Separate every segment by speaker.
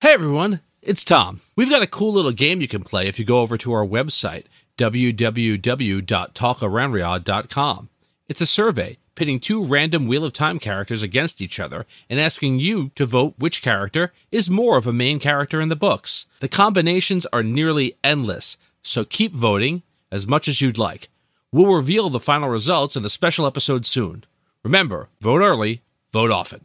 Speaker 1: Hey everyone, it's Tom. We've got a cool little game you can play if you go over to our website, www.talkaroundriyadh.com. It's a survey pitting two random Wheel of Time characters against each other and asking you to vote which character is more of a main character in the books. The combinations are nearly endless, so keep voting as much as you'd like. We'll reveal the final results in a special episode soon. Remember, vote early, vote often.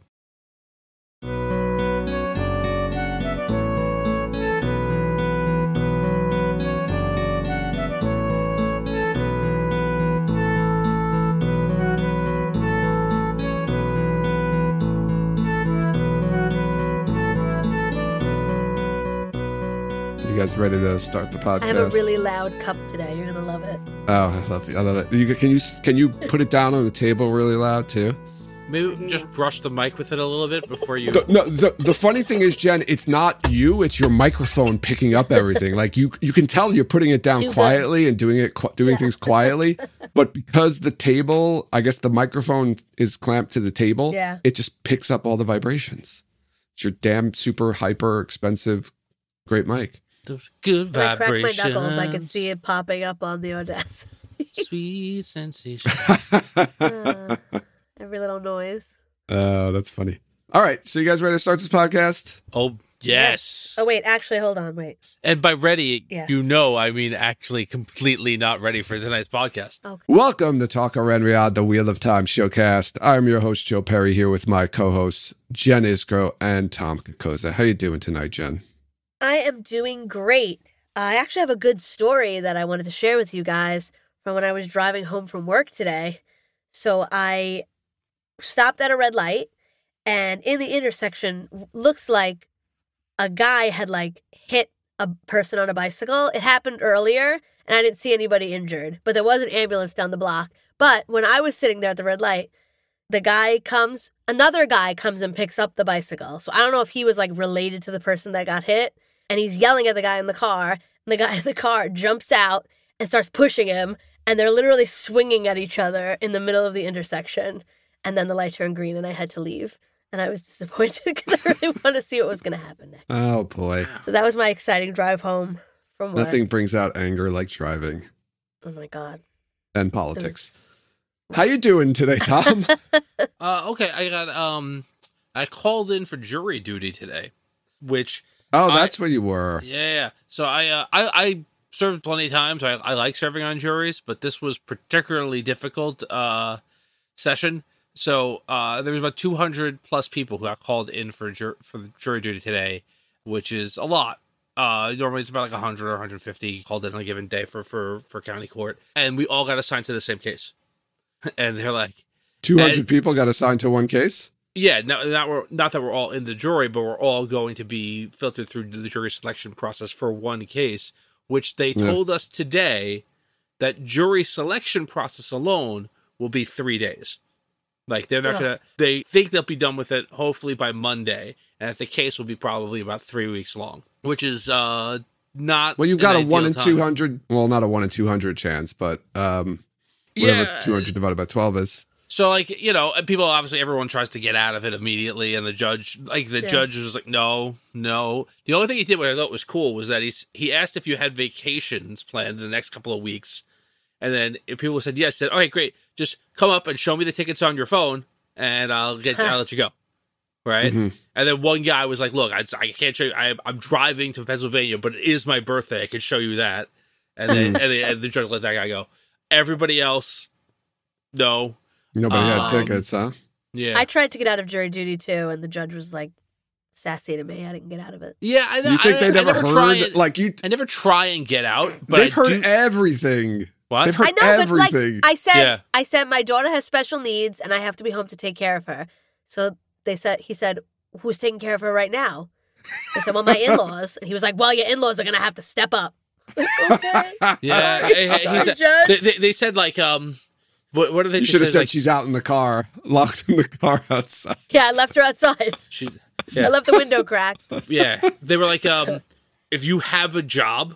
Speaker 2: You guys ready to start the podcast?
Speaker 3: I have a really loud cup today. You're gonna love it.
Speaker 2: Oh, I love it. I love it. You, can you can you put it down on the table really loud too?
Speaker 1: Maybe just brush the mic with it a little bit before you.
Speaker 2: The, no. The, the funny thing is, Jen, it's not you. It's your microphone picking up everything. Like you, you can tell you're putting it down
Speaker 3: Too good.
Speaker 2: quietly and doing it qui- doing things quietly. But because the table, I guess the microphone is clamped to the table.
Speaker 3: Yeah.
Speaker 2: It just picks up all the vibrations. It's your damn super hyper expensive, great mic.
Speaker 1: Those good
Speaker 3: When I crack my
Speaker 1: vibrations.
Speaker 3: knuckles, I can see it popping up on the Audacity.
Speaker 1: Sweet sensation.
Speaker 3: Uh, every little noise.
Speaker 2: Oh, that's funny. All right, so you guys ready to start this podcast?
Speaker 1: Oh yes.
Speaker 3: Oh wait, actually, hold on, wait.
Speaker 1: And by ready,
Speaker 3: Yes.
Speaker 1: you know, I mean, actually, completely not ready for tonight's podcast.
Speaker 2: Welcome to Talk Around Riyadh, the Wheel of Time showcast. I'm your host, Joe Perry, here with my co-hosts, Jen Iskro and Tom Kakoza. How you doing tonight, Jen?
Speaker 3: I am doing great. I actually have a good story that I wanted to share with you guys from when I was driving home from work today. So I stopped at a red light, and in the intersection, w- looks like a guy had like hit a person on a bicycle. It happened earlier, and I didn't see anybody injured, but there was an ambulance down the block. But when I was sitting there at the red light, the guy comes, another guy comes and picks up the bicycle. So I don't know if he was like related to the person that got hit and he's yelling at the guy in the car. And the guy in the car jumps out and starts pushing him, and they're literally swinging at each other in the middle of the intersection. And then the light turned green, and I had to leave. And I was disappointed because I really wanted to see what was going to happen next.
Speaker 2: Oh boy,
Speaker 3: So that was my exciting drive home from work.
Speaker 2: nothing brings out anger like driving
Speaker 3: Oh my god!
Speaker 2: and politics. How you doing today, Tom?
Speaker 1: Uh, okay, I got um, I called in for jury duty today, which
Speaker 2: oh, that's where you were.
Speaker 1: Yeah, yeah. So I, uh, I, I served plenty of times. I, I like serving on juries, but this was particularly difficult uh, session. So uh, there was about 200 plus people who got called in for jur- for the jury duty today, which is a lot. Uh, normally it's about like 100 or 150 called in on a given day for for for county court, and we all got assigned to the same case. and they're like,
Speaker 2: Two hundred
Speaker 1: And-
Speaker 2: people got assigned to one case.
Speaker 1: yeah, not, not, we're, not that we're all in the jury, but we're all going to be filtered through the jury selection process for one case, which they
Speaker 2: Yeah.
Speaker 1: told us today that jury selection process alone will be three days. Like they're not
Speaker 3: Ugh.
Speaker 1: gonna. They think they'll be done with it hopefully by Monday, and that the case will be probably about three weeks long, which is uh not.
Speaker 2: Well, you've
Speaker 1: an
Speaker 2: got a
Speaker 1: ideal
Speaker 2: one in
Speaker 1: time.
Speaker 2: two hundred. Well, not a one in two hundred chance, but um, whatever two hundred divided by twelve is.
Speaker 1: So like you know, and people obviously everyone tries to get out of it immediately, and the judge like the
Speaker 3: Yeah.
Speaker 1: judge was like, no, no. The only thing he did, what I thought was cool, was that he's he asked if you had vacations planned the next couple of weeks, and then if people said yes, he said, okay, great, just come up and show me the tickets on your phone, and I'll get I'll let you go, right?
Speaker 2: Mhm.
Speaker 1: And then one guy was like, look, I, I can't show you. I, I'm driving to Pennsylvania, but it is my birthday. I can show you that. And then and, the, and the judge let that guy go. Everybody else, no.
Speaker 2: Nobody
Speaker 1: Um,
Speaker 2: had tickets, huh?
Speaker 1: Yeah.
Speaker 3: I tried to get out of jury duty too, and the judge was like sassy to me. I didn't get out of it.
Speaker 1: yeah, I know.
Speaker 2: You think
Speaker 1: I,
Speaker 2: they
Speaker 1: I
Speaker 2: never,
Speaker 1: Try
Speaker 2: heard?
Speaker 1: and,
Speaker 2: like you,
Speaker 1: I never try and get out, but
Speaker 2: they've
Speaker 1: I
Speaker 2: heard
Speaker 1: do-
Speaker 2: everything.
Speaker 1: what?
Speaker 2: They've heard
Speaker 3: I know, but
Speaker 2: everything.
Speaker 3: like I said,
Speaker 1: Yeah.
Speaker 3: I said my daughter has special needs, and I have to be home to take care of her. So they said, he said, who's taking care of her right now? I said, well, my in-laws. And he was like, well, your in-laws are gonna have to step up. okay.
Speaker 1: yeah, he- he
Speaker 3: Sorry,
Speaker 1: said-
Speaker 3: Judge.
Speaker 1: they, they, they said like um, what, what did they
Speaker 2: You
Speaker 1: just
Speaker 2: should have
Speaker 1: say?
Speaker 2: said
Speaker 1: Like,
Speaker 2: she's out in the car, locked in the car outside.
Speaker 3: yeah, I left her outside.
Speaker 1: she,
Speaker 3: I
Speaker 1: yeah,
Speaker 3: left the window cracked.
Speaker 1: yeah. They were like um, if you have a job,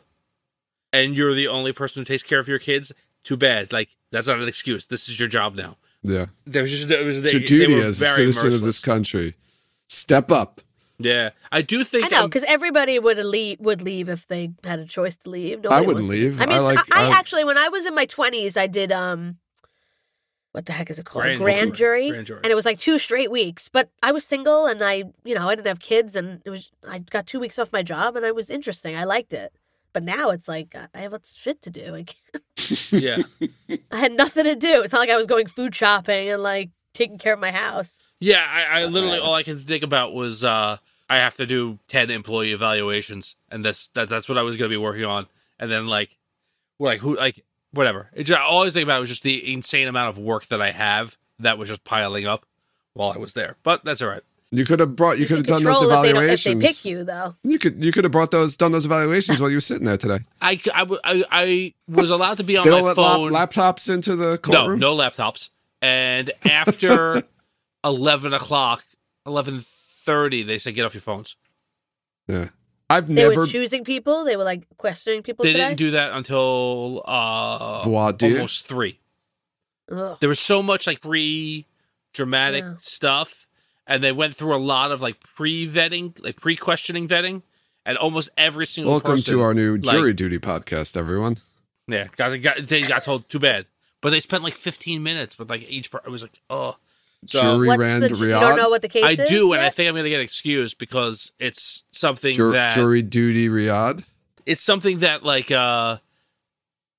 Speaker 1: and you're the only person who takes care of your kids, too bad. Like that's not an excuse. This is your job now.
Speaker 2: Yeah.
Speaker 1: There was just there was,
Speaker 2: It's
Speaker 1: they,
Speaker 2: your duty
Speaker 1: they were
Speaker 2: as a
Speaker 1: very
Speaker 2: citizen of
Speaker 1: merciless.
Speaker 2: this country. Step up.
Speaker 1: Yeah, I do think.
Speaker 3: I know
Speaker 1: um,
Speaker 3: because everybody would leave would leave if they had a choice to leave.
Speaker 2: I
Speaker 3: Nobody
Speaker 2: wouldn't
Speaker 3: wants-
Speaker 2: leave.
Speaker 3: I mean,
Speaker 2: I like.
Speaker 3: I,
Speaker 2: I-
Speaker 3: actually, when I was in my twenties, I did um, what the heck is it called?
Speaker 1: Grand
Speaker 3: Grand,
Speaker 1: jury.
Speaker 3: jury.
Speaker 1: Grand jury.
Speaker 3: And it was like two straight weeks, but I was single and I, you know, I didn't have kids, and it was I got two weeks off my job, and I was interesting. I liked it, but now it's like I- I have lots of shit to do. I, can't-
Speaker 1: yeah,
Speaker 3: I had nothing to do. It's not like I was going food shopping and like taking care of my house.
Speaker 1: yeah. I, I literally all I can think about was uh, I have to do ten employee evaluations, and that's that, that's what I was going to be working on. And then like, well, like who like whatever. It just, all I was thinking about was just the insane amount of work that I have that was just piling up while I was there. But that's all right.
Speaker 2: you could have brought. You could have done those
Speaker 3: Control if they, don't, if they
Speaker 2: evaluations.
Speaker 3: pick you though.
Speaker 2: You could you could have brought those done those evaluations while you were sitting there today.
Speaker 1: I, c- I w- I- I was allowed to be on
Speaker 2: They
Speaker 1: my
Speaker 2: don't let lap,
Speaker 1: phone.
Speaker 2: laptops into the
Speaker 1: no,
Speaker 2: courtroom.
Speaker 1: no laptops. And after eleven o'clock, eleven thirty, they said get off your phones.
Speaker 2: Yeah, I've
Speaker 3: They
Speaker 2: never
Speaker 3: were choosing people. They were like questioning people
Speaker 1: They
Speaker 3: today.
Speaker 1: didn't do that until uh,
Speaker 2: voir dire.
Speaker 1: almost three.
Speaker 3: Ugh.
Speaker 1: There was so much like pre dramatic
Speaker 3: Yeah.
Speaker 1: stuff, and they went through a lot of like pre vetting, like pre questioning vetting, and almost every single
Speaker 2: Welcome
Speaker 1: person.
Speaker 2: to our new
Speaker 1: like-
Speaker 2: jury duty podcast, everyone.
Speaker 1: yeah, got, got, they got told too bad, but they spent like fifteen minutes with like each. Per- it was like oh, So-
Speaker 2: jury
Speaker 3: What's
Speaker 2: Rand
Speaker 3: the, You
Speaker 2: Riyadh.
Speaker 3: don't know what the case
Speaker 1: I
Speaker 3: is?
Speaker 1: do, and I
Speaker 3: yet?
Speaker 1: think I'm going to get excused because it's something
Speaker 2: Jur-
Speaker 1: that
Speaker 2: jury duty Riyadh.
Speaker 1: it's something that like uh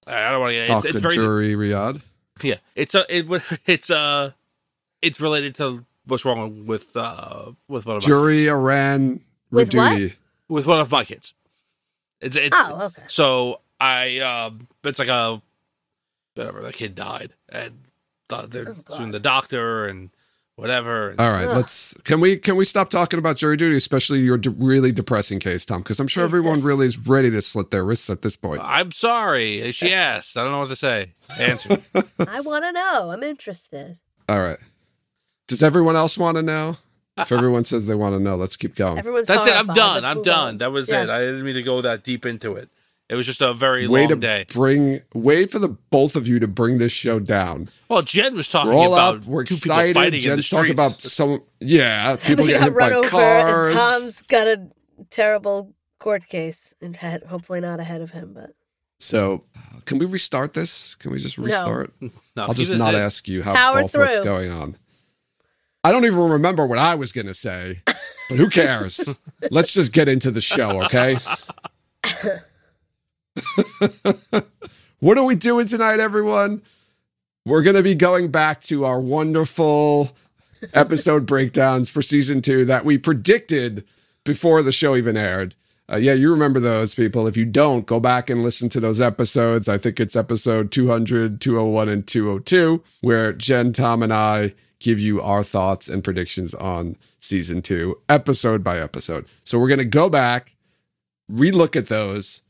Speaker 1: I don't want to get
Speaker 2: Talk
Speaker 1: it's, it's
Speaker 2: to
Speaker 1: very
Speaker 2: jury Riyadh.
Speaker 1: yeah it's a it would it's uh it's related to what's wrong with uh with one of my
Speaker 2: Jury
Speaker 1: kids.
Speaker 2: Iran
Speaker 3: With what?
Speaker 2: Raduty.
Speaker 1: with one of my kids. It's it's
Speaker 3: Oh, okay.
Speaker 1: so I um it's like a whatever the kid died and uh, they're
Speaker 3: Oh, God.
Speaker 1: suing the doctor and whatever. And,
Speaker 2: All right,
Speaker 3: Ugh.
Speaker 2: let's. Can we can we stop talking about jury duty, especially your d- really depressing case, Tom? Because I'm sure everyone
Speaker 3: Jesus.
Speaker 2: really is ready to slit their wrists at this point.
Speaker 1: I'm sorry. She asked. I don't know what to say. Answer.
Speaker 3: I want to know. I'm interested.
Speaker 2: All right. Does everyone else want to know? If everyone says they want to know, let's keep going.
Speaker 3: Everyone's
Speaker 1: That's it. I'm
Speaker 3: horrified.
Speaker 1: done.
Speaker 3: Let's
Speaker 1: I'm
Speaker 3: move
Speaker 1: done.
Speaker 3: on.
Speaker 1: That was
Speaker 3: Yes.
Speaker 1: it. I didn't mean to go that deep into it. It was just a very
Speaker 2: Way
Speaker 1: long
Speaker 2: to
Speaker 1: day.
Speaker 2: bring, way for the both of you to bring this show down.
Speaker 1: Well, Jen was talking
Speaker 2: We're all
Speaker 1: about
Speaker 2: up. We're
Speaker 1: two people fighting
Speaker 2: excited.
Speaker 1: in the
Speaker 2: Jen's
Speaker 1: streets.
Speaker 2: talking about some, yeah, people
Speaker 3: Somebody
Speaker 2: get
Speaker 3: got
Speaker 2: hit
Speaker 3: run
Speaker 2: by
Speaker 3: over,
Speaker 2: cars.
Speaker 3: and Tom's got a terrible court case, and had, hopefully not ahead of him. But
Speaker 2: So, can we restart this? Can we just restart?
Speaker 1: No,
Speaker 2: I'll just
Speaker 1: this
Speaker 2: not
Speaker 1: is it.
Speaker 2: ask you how
Speaker 3: Power
Speaker 2: both what's
Speaker 3: through.
Speaker 2: going on. I don't even remember what I was going to say, but who cares? Let's just get into the show, okay? what are we doing tonight, everyone? We're going to be going back to our wonderful episode breakdowns for season two that we predicted before the show even aired. Uh, yeah, you remember those people. If you don't, go back and listen to those episodes. I think it's episode 200, 201, and 202, where Jen, Tom, and I give you our thoughts and predictions on season two, episode by episode. So we're going to go back, relook at those,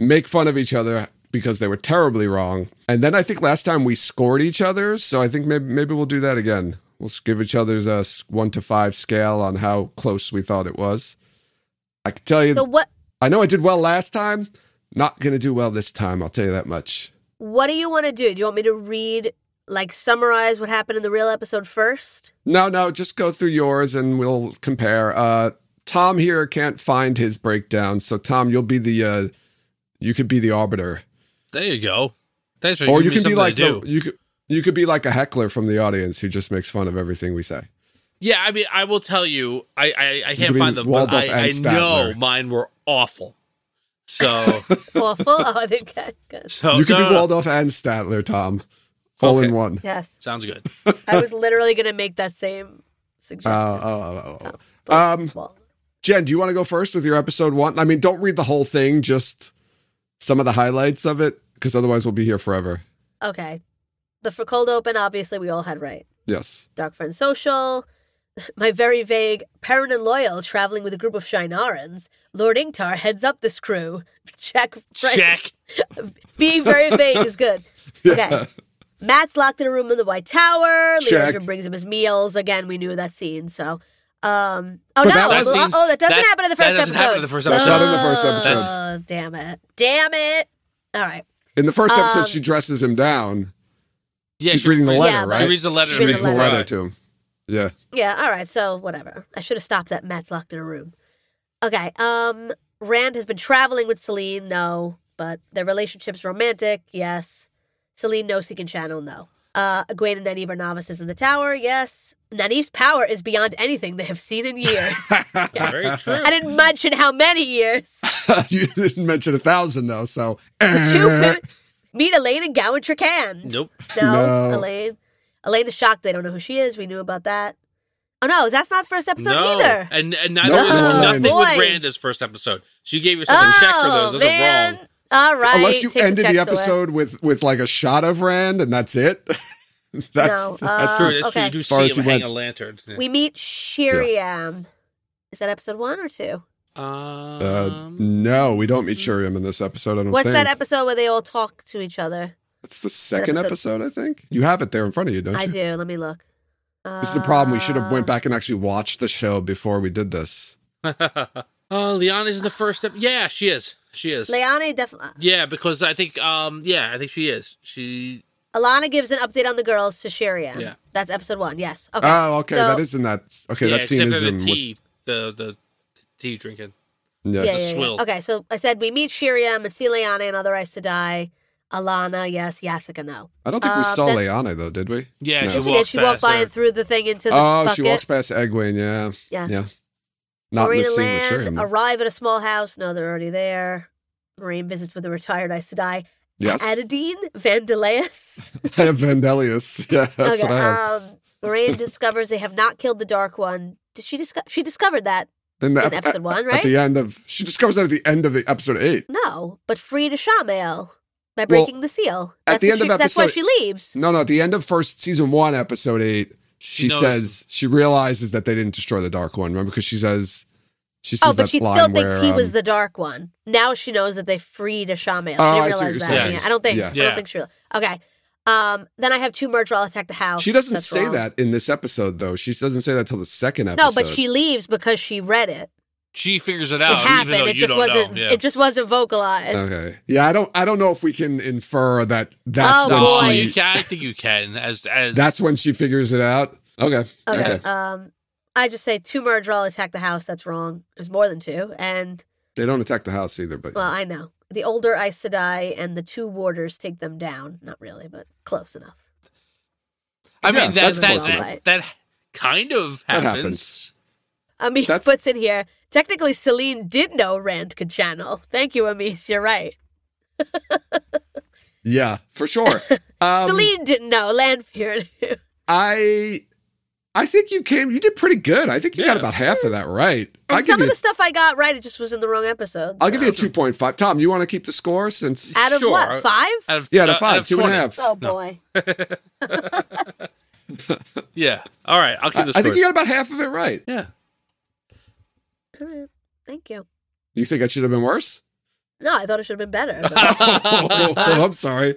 Speaker 2: make fun of each other because they were terribly wrong. And then I think last time we scored each other, so I think maybe maybe we'll do that again. We'll give each other's a s- one to five scale on how close we thought it was. I can tell you,
Speaker 3: so what?
Speaker 2: I know I did well last time. Not gonna do well this time. I'll tell you that much.
Speaker 3: What do you want to do? Do you want me to read, like, summarize what happened in the real episode first?
Speaker 2: No, no, just go through yours and we'll compare. Uh, Tom here can't find his breakdown, so Tom, you'll be the uh, you could be the arbiter,
Speaker 1: There you go. Thanks for
Speaker 2: or you
Speaker 1: giving
Speaker 2: can
Speaker 1: me
Speaker 2: be like
Speaker 1: something to
Speaker 2: the,
Speaker 1: do.
Speaker 2: you could you could be like a heckler from the audience who just makes fun of everything we say.
Speaker 1: Yeah, I mean, I will tell you, I I, I
Speaker 2: could
Speaker 1: can't
Speaker 2: be
Speaker 1: find them,
Speaker 2: Waldorf
Speaker 1: but
Speaker 2: and
Speaker 1: I, I know
Speaker 2: Statler.
Speaker 1: mine were awful. So,
Speaker 3: Awful. oh, I think I- good.
Speaker 1: so
Speaker 2: you could
Speaker 1: Oh, no, no,
Speaker 2: be
Speaker 1: no.
Speaker 2: Waldorf and Statler, Tom, all
Speaker 1: Okay.
Speaker 2: in one.
Speaker 3: Yes,
Speaker 1: Sounds good.
Speaker 3: I was literally gonna make that same suggestion.
Speaker 2: Uh, oh, oh, oh, oh.
Speaker 3: But-
Speaker 2: Um,
Speaker 3: well,
Speaker 2: Jen, do you want to go first with your episode one? I mean, don't read the whole thing, just some of the highlights of it, because otherwise we'll be here forever.
Speaker 3: okay. The for cold open, obviously, we all had right.
Speaker 2: Yes.
Speaker 3: Dark Friend Social, my very vague Parent and Loyal traveling with a group of Shinarans, Lord Ingtar heads up this crew. Check, friend.
Speaker 1: Check.
Speaker 3: Being very vague is good. Okay. Matt's locked in a room in the White Tower.
Speaker 2: Check.
Speaker 3: Leandrin brings him his meals. Again, we knew that scene, so. Um,
Speaker 2: But
Speaker 3: oh, no.
Speaker 2: that
Speaker 3: well,
Speaker 2: was-
Speaker 3: oh, oh, that doesn't
Speaker 1: that-
Speaker 3: happen in the
Speaker 1: that
Speaker 3: first
Speaker 1: doesn't
Speaker 3: episode.
Speaker 1: happen in the first
Speaker 2: That's
Speaker 1: episode.
Speaker 2: not in the first episode.
Speaker 3: Oh, damn it. Damn it. All right.
Speaker 2: In the first episode,
Speaker 3: Um,
Speaker 2: she dresses him down.
Speaker 1: Yeah,
Speaker 2: She's
Speaker 1: she
Speaker 2: reading the
Speaker 1: reads-
Speaker 2: letter,
Speaker 3: yeah, but-
Speaker 2: right?
Speaker 1: She reads the letter.
Speaker 3: She
Speaker 2: She
Speaker 1: and
Speaker 2: reads
Speaker 3: reads
Speaker 2: the
Speaker 1: makes
Speaker 2: letter
Speaker 1: him
Speaker 2: to him. Yeah.
Speaker 3: Yeah, all right, so whatever. I should have stopped at Matt's locked in a room. Okay, um, Rand has been traveling with Celine, no, but their relationship's romantic, yes. Celine knows he can channel, no. Uh, Egwene and Nynaeve are novices in the tower, yes. Nynaeve's power is beyond anything they have seen in years.
Speaker 1: Very true.
Speaker 3: I didn't mention how many years.
Speaker 2: you didn't mention a thousand though, so
Speaker 3: The two women meet Elaine and Gowan Trican.
Speaker 1: Nope.
Speaker 3: No,
Speaker 2: No.
Speaker 3: Elaine. Elaine is shocked. They don't know who she is. We knew about that. Oh no, that's not first episode
Speaker 1: no.
Speaker 3: either.
Speaker 1: And, and neither
Speaker 2: No.
Speaker 1: was
Speaker 2: Oh,
Speaker 1: nothing
Speaker 3: boy.
Speaker 1: with Randa's first episode. So you gave yourself a check for
Speaker 3: oh
Speaker 1: those. Those
Speaker 3: man.
Speaker 1: are wrong.
Speaker 3: All right.
Speaker 2: unless you
Speaker 3: take
Speaker 2: ended the
Speaker 3: checks away.
Speaker 2: episode with with like a shot of Rand and that's it. that's
Speaker 3: No, uh,
Speaker 2: that's
Speaker 1: True, that's
Speaker 3: okay.
Speaker 1: true. You do
Speaker 2: Far as
Speaker 1: see him
Speaker 2: he
Speaker 1: hang
Speaker 2: went.
Speaker 1: a lantern. Yeah.
Speaker 3: We meet Shiriam. Is that episode one or two?
Speaker 2: uh,
Speaker 1: Um,
Speaker 2: no, we don't meet Shuriam in this episode. I don't
Speaker 3: What's
Speaker 2: think.
Speaker 3: that episode where they all talk to each other?
Speaker 2: It's the second
Speaker 3: episode?
Speaker 2: episode, I think. You have it there in front of you, don't you?
Speaker 3: I do. Let me look. Uh,
Speaker 2: This is the problem. We should have went back and actually watched the show before we did this.
Speaker 1: uh, Liana is in the first step. Yeah, she is. She is.
Speaker 3: Uh, Leone definitely.
Speaker 1: yeah, because I think. Um, yeah, I think she is. She.
Speaker 3: Alana gives an update on the girls to Shiriam.
Speaker 1: Yeah.
Speaker 3: That's episode one. Yes. Okay.
Speaker 2: Oh, okay.
Speaker 3: So-
Speaker 2: that is in that. Okay,
Speaker 1: yeah,
Speaker 2: that scene
Speaker 1: except for
Speaker 2: is
Speaker 1: the
Speaker 2: in. With,
Speaker 1: tea. The the tea drinking.
Speaker 2: yeah.
Speaker 3: yeah,
Speaker 1: the
Speaker 3: yeah, yeah.
Speaker 1: swill.
Speaker 3: Okay, so I said we meet Shiriam and see Liana and other Aes Sedai. Alana, yes. Yasica, no.
Speaker 2: I don't think we
Speaker 3: Uh,
Speaker 2: saw
Speaker 3: that-
Speaker 2: Leanna though, did we?
Speaker 1: Yeah,
Speaker 2: No.
Speaker 1: she
Speaker 3: Yes, we did.
Speaker 1: walks
Speaker 3: She walked
Speaker 1: past
Speaker 3: by
Speaker 1: her.
Speaker 3: and threw the thing into the
Speaker 2: Oh,
Speaker 3: bucket.
Speaker 2: she walks past Egwene. Yeah,
Speaker 3: Yeah.
Speaker 2: yeah. Not in
Speaker 3: Marina
Speaker 2: the scene with
Speaker 3: Land
Speaker 2: Shuriam. though.
Speaker 3: arrive at a small house. No, they're already there. Marine visits with the retired Aes Sedai.
Speaker 2: Yes,
Speaker 3: Adadine Vandalias.
Speaker 2: I have Vandelius. Yeah, that's what I have.
Speaker 3: um, Moraine discovers they have not killed the Dark One. Did she disco- She discovered that
Speaker 2: In, the
Speaker 3: in
Speaker 2: ep-
Speaker 3: episode one,
Speaker 2: At
Speaker 3: right?
Speaker 2: the end of, she discovers that at the end of the episode eight.
Speaker 3: No, but freed a Shamael by breaking the seal.
Speaker 2: at
Speaker 3: That's
Speaker 2: the
Speaker 3: what
Speaker 2: end
Speaker 3: she,
Speaker 2: of
Speaker 3: That's why
Speaker 2: episode-
Speaker 3: she leaves.
Speaker 2: No, no, at the end of first season one, episode eight, she,
Speaker 1: She knows.
Speaker 2: says she realizes that they didn't destroy the Dark One. Remember, because she says she says
Speaker 3: Oh, but
Speaker 2: that
Speaker 3: she
Speaker 2: line
Speaker 3: still thinks
Speaker 2: where,
Speaker 3: he was
Speaker 2: um,
Speaker 3: the Dark One. Now she knows that they freed a Shamael. She
Speaker 2: Oh,
Speaker 3: didn't
Speaker 2: I see what
Speaker 3: realize
Speaker 2: you're
Speaker 3: that.
Speaker 1: saying.
Speaker 3: Yeah, I don't think.
Speaker 2: Yeah.
Speaker 3: I
Speaker 1: Yeah.
Speaker 3: don't think she. Okay. Um, then I have two murder. I'll attack the house.
Speaker 2: She doesn't
Speaker 3: That's
Speaker 2: say
Speaker 3: wrong.
Speaker 2: that in this episode, though. She doesn't say that till the second episode.
Speaker 3: No, but she leaves because she read it.
Speaker 1: She figures it out.
Speaker 3: it happened.
Speaker 1: Oh, Even though
Speaker 3: it
Speaker 1: you
Speaker 3: just
Speaker 1: don't
Speaker 3: wasn't.
Speaker 1: Know. Yeah.
Speaker 3: It just wasn't vocalized.
Speaker 2: Okay. Yeah, I don't. I don't know if we can infer that. That's
Speaker 3: Oh,
Speaker 2: when
Speaker 1: no,
Speaker 3: boy.
Speaker 1: you
Speaker 2: she.
Speaker 1: can. I think you can. As as
Speaker 2: That's when she figures it out. Okay.
Speaker 3: Okay.
Speaker 2: Okay.
Speaker 3: Um, I just say two murder. I'll attack the house. That's wrong. There's more than two. And
Speaker 2: They don't attack the house either, but
Speaker 3: well, I know the older Aes Sedai and the two warders take them down. Not really, but close enough.
Speaker 1: I mean
Speaker 2: Yeah,
Speaker 1: that
Speaker 2: that's
Speaker 1: that,
Speaker 2: close
Speaker 1: that
Speaker 3: enough.
Speaker 1: that kind of
Speaker 2: That
Speaker 1: happens.
Speaker 2: happens.
Speaker 3: Amish
Speaker 2: That's-
Speaker 3: puts in here. Technically, Celine did know Rand could channel. Thank you, Amish. You're right.
Speaker 2: yeah, for sure. Um,
Speaker 3: Celine didn't know. Lanfear knew.
Speaker 2: I. I think you came. You did pretty good. I think you got
Speaker 1: Yeah.
Speaker 2: about half of that right. I
Speaker 3: And
Speaker 2: give
Speaker 3: some
Speaker 2: you.
Speaker 3: of
Speaker 2: a-
Speaker 3: the stuff I got right, it just was in the wrong episode.
Speaker 2: I'll give you a
Speaker 3: so.
Speaker 2: two point five. Tom, you want to keep the score since?
Speaker 3: Out of
Speaker 1: Sure.
Speaker 3: what? Five?
Speaker 1: Out of,
Speaker 2: Yeah,
Speaker 1: uh,
Speaker 2: the
Speaker 1: out
Speaker 2: five,
Speaker 1: of
Speaker 2: two and a
Speaker 1: 20.
Speaker 2: half.
Speaker 3: Oh boy.
Speaker 1: Yeah. All right. I'll keep this.
Speaker 2: I, I think you got about half of it right.
Speaker 1: Yeah.
Speaker 3: All right. Thank you.
Speaker 2: You think I should have been worse?
Speaker 3: No, I thought it should have been better. but-
Speaker 2: oh, I'm sorry.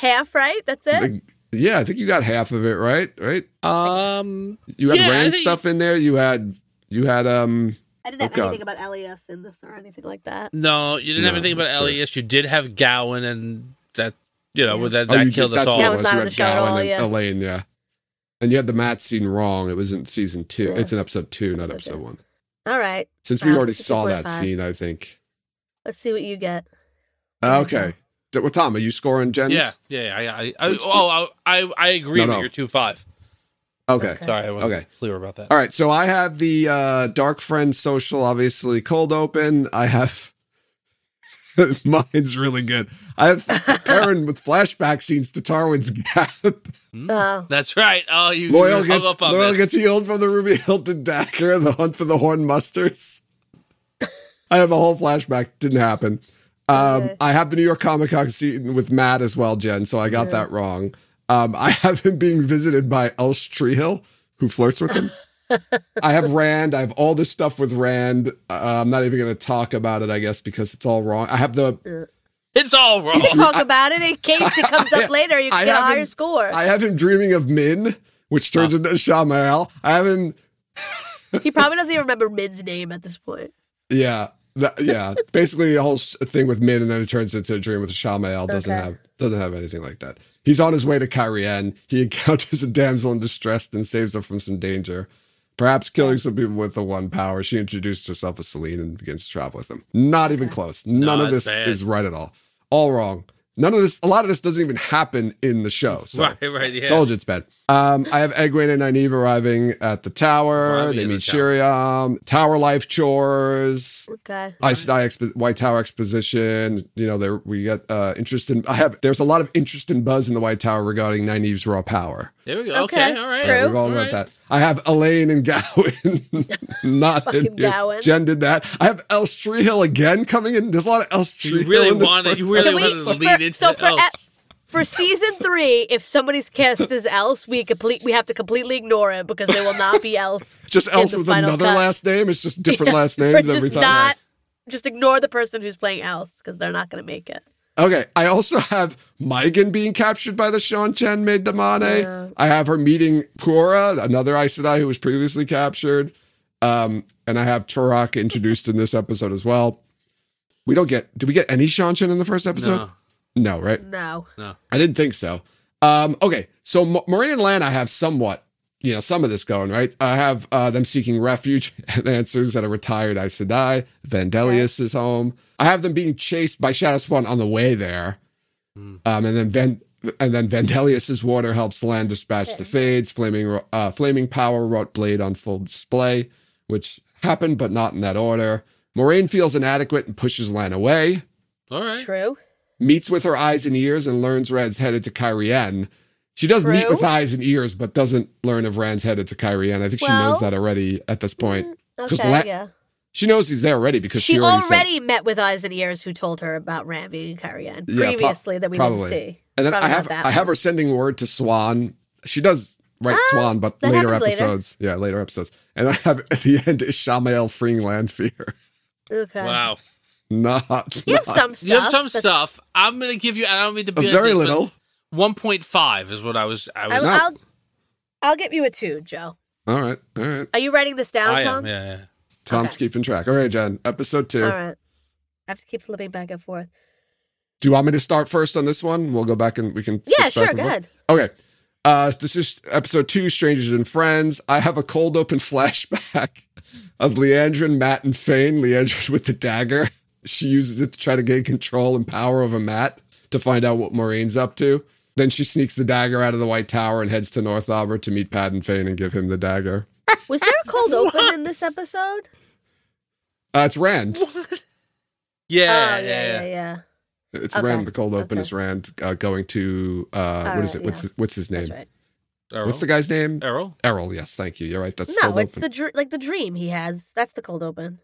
Speaker 3: half right. That's it.
Speaker 2: Like, yeah, I think you got half of it right. Right?
Speaker 1: Um.
Speaker 2: You had
Speaker 1: Yeah, I
Speaker 2: Rand
Speaker 1: think-
Speaker 2: stuff in there. You had you had um
Speaker 3: I didn't
Speaker 2: have
Speaker 3: have
Speaker 2: Okay. anything
Speaker 3: anything about Elias in this or anything like that.
Speaker 1: No, you didn't have
Speaker 2: No,
Speaker 1: anything about
Speaker 2: that's true.
Speaker 1: Elias. You did have Gowan, and that you know
Speaker 3: Yeah.
Speaker 1: that
Speaker 2: oh,
Speaker 1: that
Speaker 2: you
Speaker 1: killed
Speaker 2: did,
Speaker 1: us
Speaker 2: that's
Speaker 1: all.
Speaker 2: what it
Speaker 3: That was
Speaker 2: was.
Speaker 3: not
Speaker 2: you
Speaker 3: in
Speaker 2: had
Speaker 3: the show at
Speaker 2: Gowan
Speaker 3: all,
Speaker 2: and
Speaker 3: yeah.
Speaker 2: Elaine, yeah. And you had the Matt scene wrong. It was in season two.
Speaker 3: Yeah.
Speaker 2: It's in episode two, not
Speaker 3: Episode
Speaker 2: episode
Speaker 3: two.
Speaker 2: one.
Speaker 3: All right.
Speaker 2: Since
Speaker 3: Wow,
Speaker 2: we already
Speaker 3: it's a
Speaker 2: saw that
Speaker 3: 2.5.
Speaker 2: scene, I think.
Speaker 3: Let's see what you get. Yeah.
Speaker 2: Okay. D- Well, Tom, are you scoring Jen's?
Speaker 1: Yeah, yeah, yeah. I, I, I oh, I, I, I agree
Speaker 2: No,
Speaker 1: with
Speaker 2: no.
Speaker 1: your two five.
Speaker 2: Okay.
Speaker 3: Okay.
Speaker 1: Sorry, I wasn't
Speaker 2: Okay.
Speaker 1: clear about that.
Speaker 2: All right, so I have the uh, Dark Friend Social, obviously cold open. I have mine's really good. I have Perrin with flashback scenes to Tarwin's Gap.
Speaker 3: Oh,
Speaker 1: That's right. Oh, you you
Speaker 2: Loyal
Speaker 1: hung
Speaker 2: gets
Speaker 1: up on
Speaker 2: Loyal
Speaker 1: this.
Speaker 2: gets healed from the Ruby Hilton dagger. The hunt for the horn musters. I have a whole flashback. Didn't happen. Um,
Speaker 3: Okay.
Speaker 2: I have the New York Comic Con scene with Matt as well, Jen. So I got
Speaker 3: Yeah.
Speaker 2: that wrong. Um, I have him being visited by Elsh Treehill, who flirts with him. I have Rand. I have all this stuff with Rand. Uh, I'm not even going to talk about it, I guess, because it's all wrong. I have the
Speaker 1: It's all wrong.
Speaker 3: uh, you can talk about it in case it comes up later. You
Speaker 2: Oh, I
Speaker 3: can get a
Speaker 2: haven't-
Speaker 3: higher score.
Speaker 2: I have him dreaming of Min, which
Speaker 1: Ah.
Speaker 2: turns into Shamael. I have him
Speaker 3: he probably doesn't even remember Min's name at this point.
Speaker 2: Yeah. That, yeah. Basically, the whole s- thing with Min and then it turns into a dream with Shamael doesn't
Speaker 3: Okay.
Speaker 2: have. Doesn't have anything like that. He's on his way to Kyrian. He encounters a damsel in distress and saves her from some danger. Perhaps killing some people with the one power. She introduces herself as Celine and begins to travel with him. Not even close. None
Speaker 1: No,
Speaker 2: of this
Speaker 1: it's bad.
Speaker 2: is right at all. All wrong. None of this. A lot of this doesn't even happen in the show. So.
Speaker 1: right, right, yeah.
Speaker 2: Told you it's bad. Um, I have Egwene and Nynaeve arriving at the tower.
Speaker 1: Arriving
Speaker 2: they
Speaker 1: at the
Speaker 2: meet
Speaker 1: tower.
Speaker 2: Shiriam. Tower life chores.
Speaker 3: Okay.
Speaker 2: Ice and I expo- White Tower exposition. You know, there we got uh, interest in. I have. There's a lot of interest and buzz in the White Tower regarding Nynaeve's raw power.
Speaker 1: There we go. Okay,
Speaker 3: Okay,
Speaker 1: all right.
Speaker 3: True.
Speaker 2: We've all
Speaker 1: All
Speaker 2: got
Speaker 1: right.
Speaker 2: that. I have Elaine and Gowan. Not in
Speaker 3: Fucking
Speaker 2: here.
Speaker 3: Gawain.
Speaker 2: Jen did that. I have Elstree Hill again coming in. There's a lot of Elstree
Speaker 1: You really
Speaker 2: Hill. in this
Speaker 1: wanted,
Speaker 2: first
Speaker 1: you really
Speaker 3: Can we-
Speaker 1: wanted to lead into
Speaker 3: so for
Speaker 1: else.
Speaker 3: For season three, if somebody's cast as else, we complete we have to completely ignore it because there will not be else.
Speaker 2: Just
Speaker 3: in
Speaker 2: else
Speaker 3: the
Speaker 2: with
Speaker 3: final
Speaker 2: another
Speaker 3: cut.
Speaker 2: last name. It's just different last
Speaker 3: Or
Speaker 2: names
Speaker 3: just
Speaker 2: every time.
Speaker 3: Not, just ignore the person who's playing else because they're not going to make it.
Speaker 2: Okay. I also have Megan being captured by the Sean Chen made Damane.
Speaker 3: Yeah.
Speaker 2: I have her meeting Pura, another Aes Sedai who was previously captured. Um, and I have Turok introduced in this episode as well. We don't get, did we get any Sean Chen in the first episode?
Speaker 1: No.
Speaker 2: No, right?
Speaker 3: No.
Speaker 2: I didn't think so. Um, okay. So Ma- Moraine and Lan, I have somewhat, you know, some of this going, right? I have uh, them seeking refuge and answers at a retired Aes Sedai. Vandelius is home. I have them being chased by Shadow Spawn on the way there. Um, and then Van and then Vandelius's water helps Lan dispatch the Fades. Flaming ro- uh, flaming power wrought blade on full display, which happened but not in that order. Moraine feels inadequate and pushes Lan away
Speaker 1: All right.
Speaker 3: True.
Speaker 2: meets with her eyes and ears and learns Rand's headed to Kyrian. She does meet
Speaker 3: True.
Speaker 2: with eyes and ears, but doesn't learn of Rand's headed to Kyrian. I think she knows
Speaker 3: Well-
Speaker 2: that already at this point.
Speaker 3: Okay.
Speaker 2: 'Cause la-
Speaker 3: yeah.
Speaker 2: She knows he's there already because she,
Speaker 3: She
Speaker 2: already, said-
Speaker 3: already met with eyes and ears who told her about Ram being Kyrian
Speaker 2: Yeah, prob-
Speaker 3: previously that we
Speaker 2: probably.
Speaker 3: didn't see.
Speaker 2: And then
Speaker 3: Probably
Speaker 2: I have
Speaker 3: not that
Speaker 2: I have
Speaker 3: one.
Speaker 2: her sending word to Swan. She does write
Speaker 3: Ah,
Speaker 2: Swan, but
Speaker 3: that
Speaker 2: later
Speaker 3: happens later.
Speaker 2: episodes. Yeah, later episodes. And I have at the end is Shamael freeing Landfear.
Speaker 3: Okay.
Speaker 1: Wow.
Speaker 2: Not,
Speaker 3: You have
Speaker 2: not-
Speaker 3: some stuff.
Speaker 1: You have some
Speaker 3: that's-
Speaker 1: stuff. I'm gonna give you. I don't mean to be like
Speaker 2: very
Speaker 1: this, but
Speaker 2: little. Oh,
Speaker 1: 1.5 is what I was. I
Speaker 3: I'll,
Speaker 1: was.
Speaker 2: No.
Speaker 3: I'll, I'll get you a two, Joe.
Speaker 2: All right. All right.
Speaker 3: Are you writing this down,
Speaker 1: I
Speaker 3: Tom?
Speaker 1: am. Yeah. yeah.
Speaker 2: Tom's
Speaker 3: Okay.
Speaker 2: keeping track. All right, Jen. Episode two.
Speaker 3: All right. I have to keep flipping back and forth.
Speaker 2: Do you want me to start first on this one? We'll go back and we can.
Speaker 3: Yeah,
Speaker 2: switch back
Speaker 3: sure.
Speaker 2: and
Speaker 3: Go
Speaker 2: forth.
Speaker 3: ahead.
Speaker 2: Okay. Uh, this is episode two, Strangers and Friends. I have a cold open flashback of Leandrin, Matt, and Fane. Leandrin with the dagger. She uses it to try to gain control and power over Matt to find out what Moraine's up to. Then she sneaks the dagger out of the White Tower and heads to Northover to meet Pad and Fane and give him the dagger.
Speaker 3: Was there a cold open in this episode?
Speaker 2: Uh, it's Rand.
Speaker 1: Yeah,
Speaker 3: oh,
Speaker 1: yeah,
Speaker 3: yeah, yeah,
Speaker 1: yeah.
Speaker 3: yeah.
Speaker 2: It's
Speaker 3: Okay.
Speaker 2: Rand. The cold open
Speaker 3: Okay.
Speaker 2: is Rand uh, going to, uh, what
Speaker 3: All
Speaker 2: is
Speaker 3: right,
Speaker 2: it? What's,
Speaker 3: yeah.
Speaker 2: what's his name?
Speaker 3: That's right.
Speaker 1: Errol.
Speaker 2: What's the guy's name?
Speaker 1: Errol.
Speaker 2: Errol. Yes, thank you. You're right. That's
Speaker 3: No,
Speaker 2: cold
Speaker 3: it's
Speaker 2: open.
Speaker 3: the dr- like the dream he has. That's the cold open,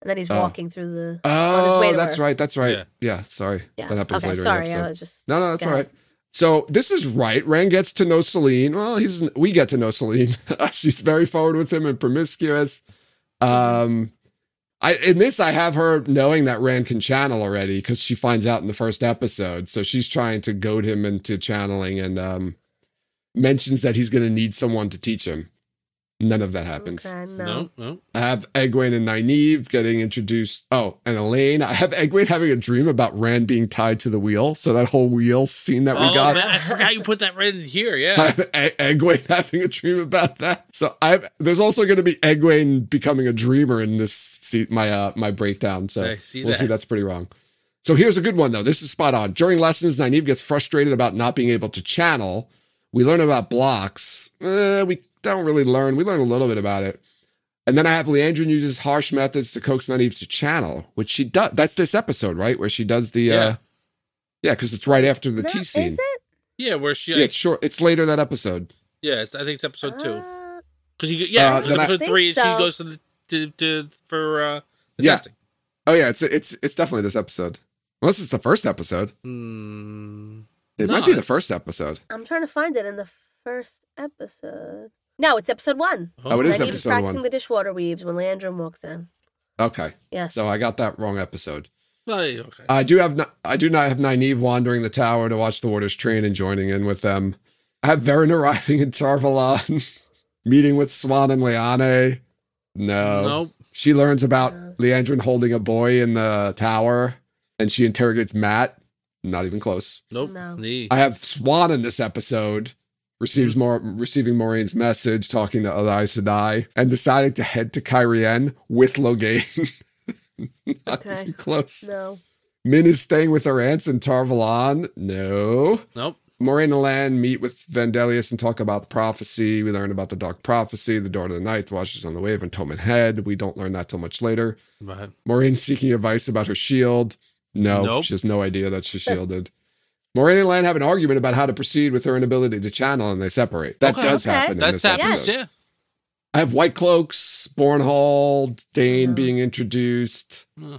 Speaker 3: and then he's
Speaker 2: Oh.
Speaker 3: walking through the. on his way
Speaker 2: Oh,
Speaker 3: to
Speaker 2: that's
Speaker 3: work.
Speaker 2: right. That's right. Yeah.
Speaker 1: Yeah.
Speaker 2: sorry.
Speaker 3: Yeah.
Speaker 2: That happens
Speaker 3: okay,
Speaker 2: later in
Speaker 3: Sorry,
Speaker 2: the
Speaker 3: I
Speaker 2: episode.
Speaker 3: was just.
Speaker 2: No, no, that's
Speaker 3: Go
Speaker 2: all right.
Speaker 3: ahead.
Speaker 2: So this is right. Rand gets to know Celine. Well, he's we get to know Celine. She's very forward with him and promiscuous. Um, I in this I have her knowing that Rand can channel already because she finds out in the first episode. So she's trying to goad him into channeling and um mentions that he's going to need someone to teach him. None of that happens.
Speaker 3: Okay, no.
Speaker 1: No, no.
Speaker 2: I have Egwene and Nynaeve getting introduced. Oh, and Elaine. I have Egwene having a dream about Rand being tied to the wheel. So that whole wheel scene that we
Speaker 1: Oh
Speaker 2: got.
Speaker 1: man, I forgot you put that right in here.
Speaker 2: I
Speaker 1: Yeah.
Speaker 2: have E- Egwene having a dream about that. So I have, there's also going to be Egwene becoming a dreamer in this se- my uh, my breakdown. So
Speaker 1: I see
Speaker 2: we'll
Speaker 1: that.
Speaker 2: see. That's pretty wrong. So here's a good one though. This is spot on. During lessons, Nynaeve gets frustrated about not being able to channel. We learn about blocks. Eh, we don't really learn. We learn a little bit about it. And then I have Leandrin uses harsh methods to coax Nynaeve to channel, which she does. That's this episode, right? Where she does the, uh,
Speaker 1: Yeah.
Speaker 2: yeah, because it's right after the
Speaker 3: No,
Speaker 2: tea scene.
Speaker 3: Is it?
Speaker 1: Yeah, where she.
Speaker 2: Yeah,
Speaker 1: Like,
Speaker 2: it's short. It's later that episode.
Speaker 1: yeah, it's, I think it's episode two.
Speaker 3: Uh,
Speaker 1: Because yeah,
Speaker 2: Uh,
Speaker 1: it's
Speaker 2: then I-
Speaker 1: episode
Speaker 3: Think
Speaker 1: three. She
Speaker 3: so.
Speaker 1: goes to the to, to for uh, the
Speaker 2: Yeah.
Speaker 1: testing.
Speaker 2: Oh yeah, it's it's it's definitely this episode. Unless it's the first episode.
Speaker 1: Hmm.
Speaker 2: It
Speaker 1: No,
Speaker 2: might be the
Speaker 1: it's-
Speaker 2: first episode.
Speaker 3: I'm trying to find it in the first episode. No, it's episode one.
Speaker 2: Oh, it is
Speaker 3: Nynaeve's
Speaker 2: episode
Speaker 3: practicing
Speaker 2: one.
Speaker 3: the dishwater weaves when Leandrin walks in.
Speaker 2: Okay.
Speaker 3: Yes.
Speaker 2: So I got that wrong episode.
Speaker 1: Well, Oh, yeah, okay.
Speaker 2: I do have Ni- I do not have Nynaeve wandering the tower to watch the warders train and joining in with them. I have Varen arriving in Tarvalon, meeting with Swan and Liane. No.
Speaker 1: Nope.
Speaker 2: She learns about
Speaker 3: No.
Speaker 2: Leandrin holding a boy in the tower and she interrogates Matt. Not even close.
Speaker 1: Nope.
Speaker 3: No.
Speaker 1: The-
Speaker 2: I have Swan in this episode. Receives more receiving Maureen's message, talking to Elias and I, and deciding to head to Kyrian with Loghain. Not
Speaker 3: Okay.
Speaker 2: even close.
Speaker 3: No.
Speaker 2: Min is staying with her aunts in Tarvalon. No.
Speaker 1: nope.
Speaker 2: Moraine and Lan meet with Vandelius and talk about the prophecy. We learn about the dark prophecy, the door to the night, the watchers on the wave, and Toman Head. We don't learn that till much later.
Speaker 1: But
Speaker 2: Maureen seeking advice about her shield. No,
Speaker 1: Nope.
Speaker 2: she has no idea that she's shielded. Moraine and Lan have an argument about how to proceed with her inability to channel, and they separate. That
Speaker 1: Okay.
Speaker 2: does
Speaker 3: Okay.
Speaker 2: happen in
Speaker 1: that
Speaker 2: this
Speaker 1: happens.
Speaker 2: episode.
Speaker 1: Yeah.
Speaker 2: I have White Cloaks, Bornhold, Dane
Speaker 3: Yeah.
Speaker 2: being introduced.
Speaker 1: Hmm.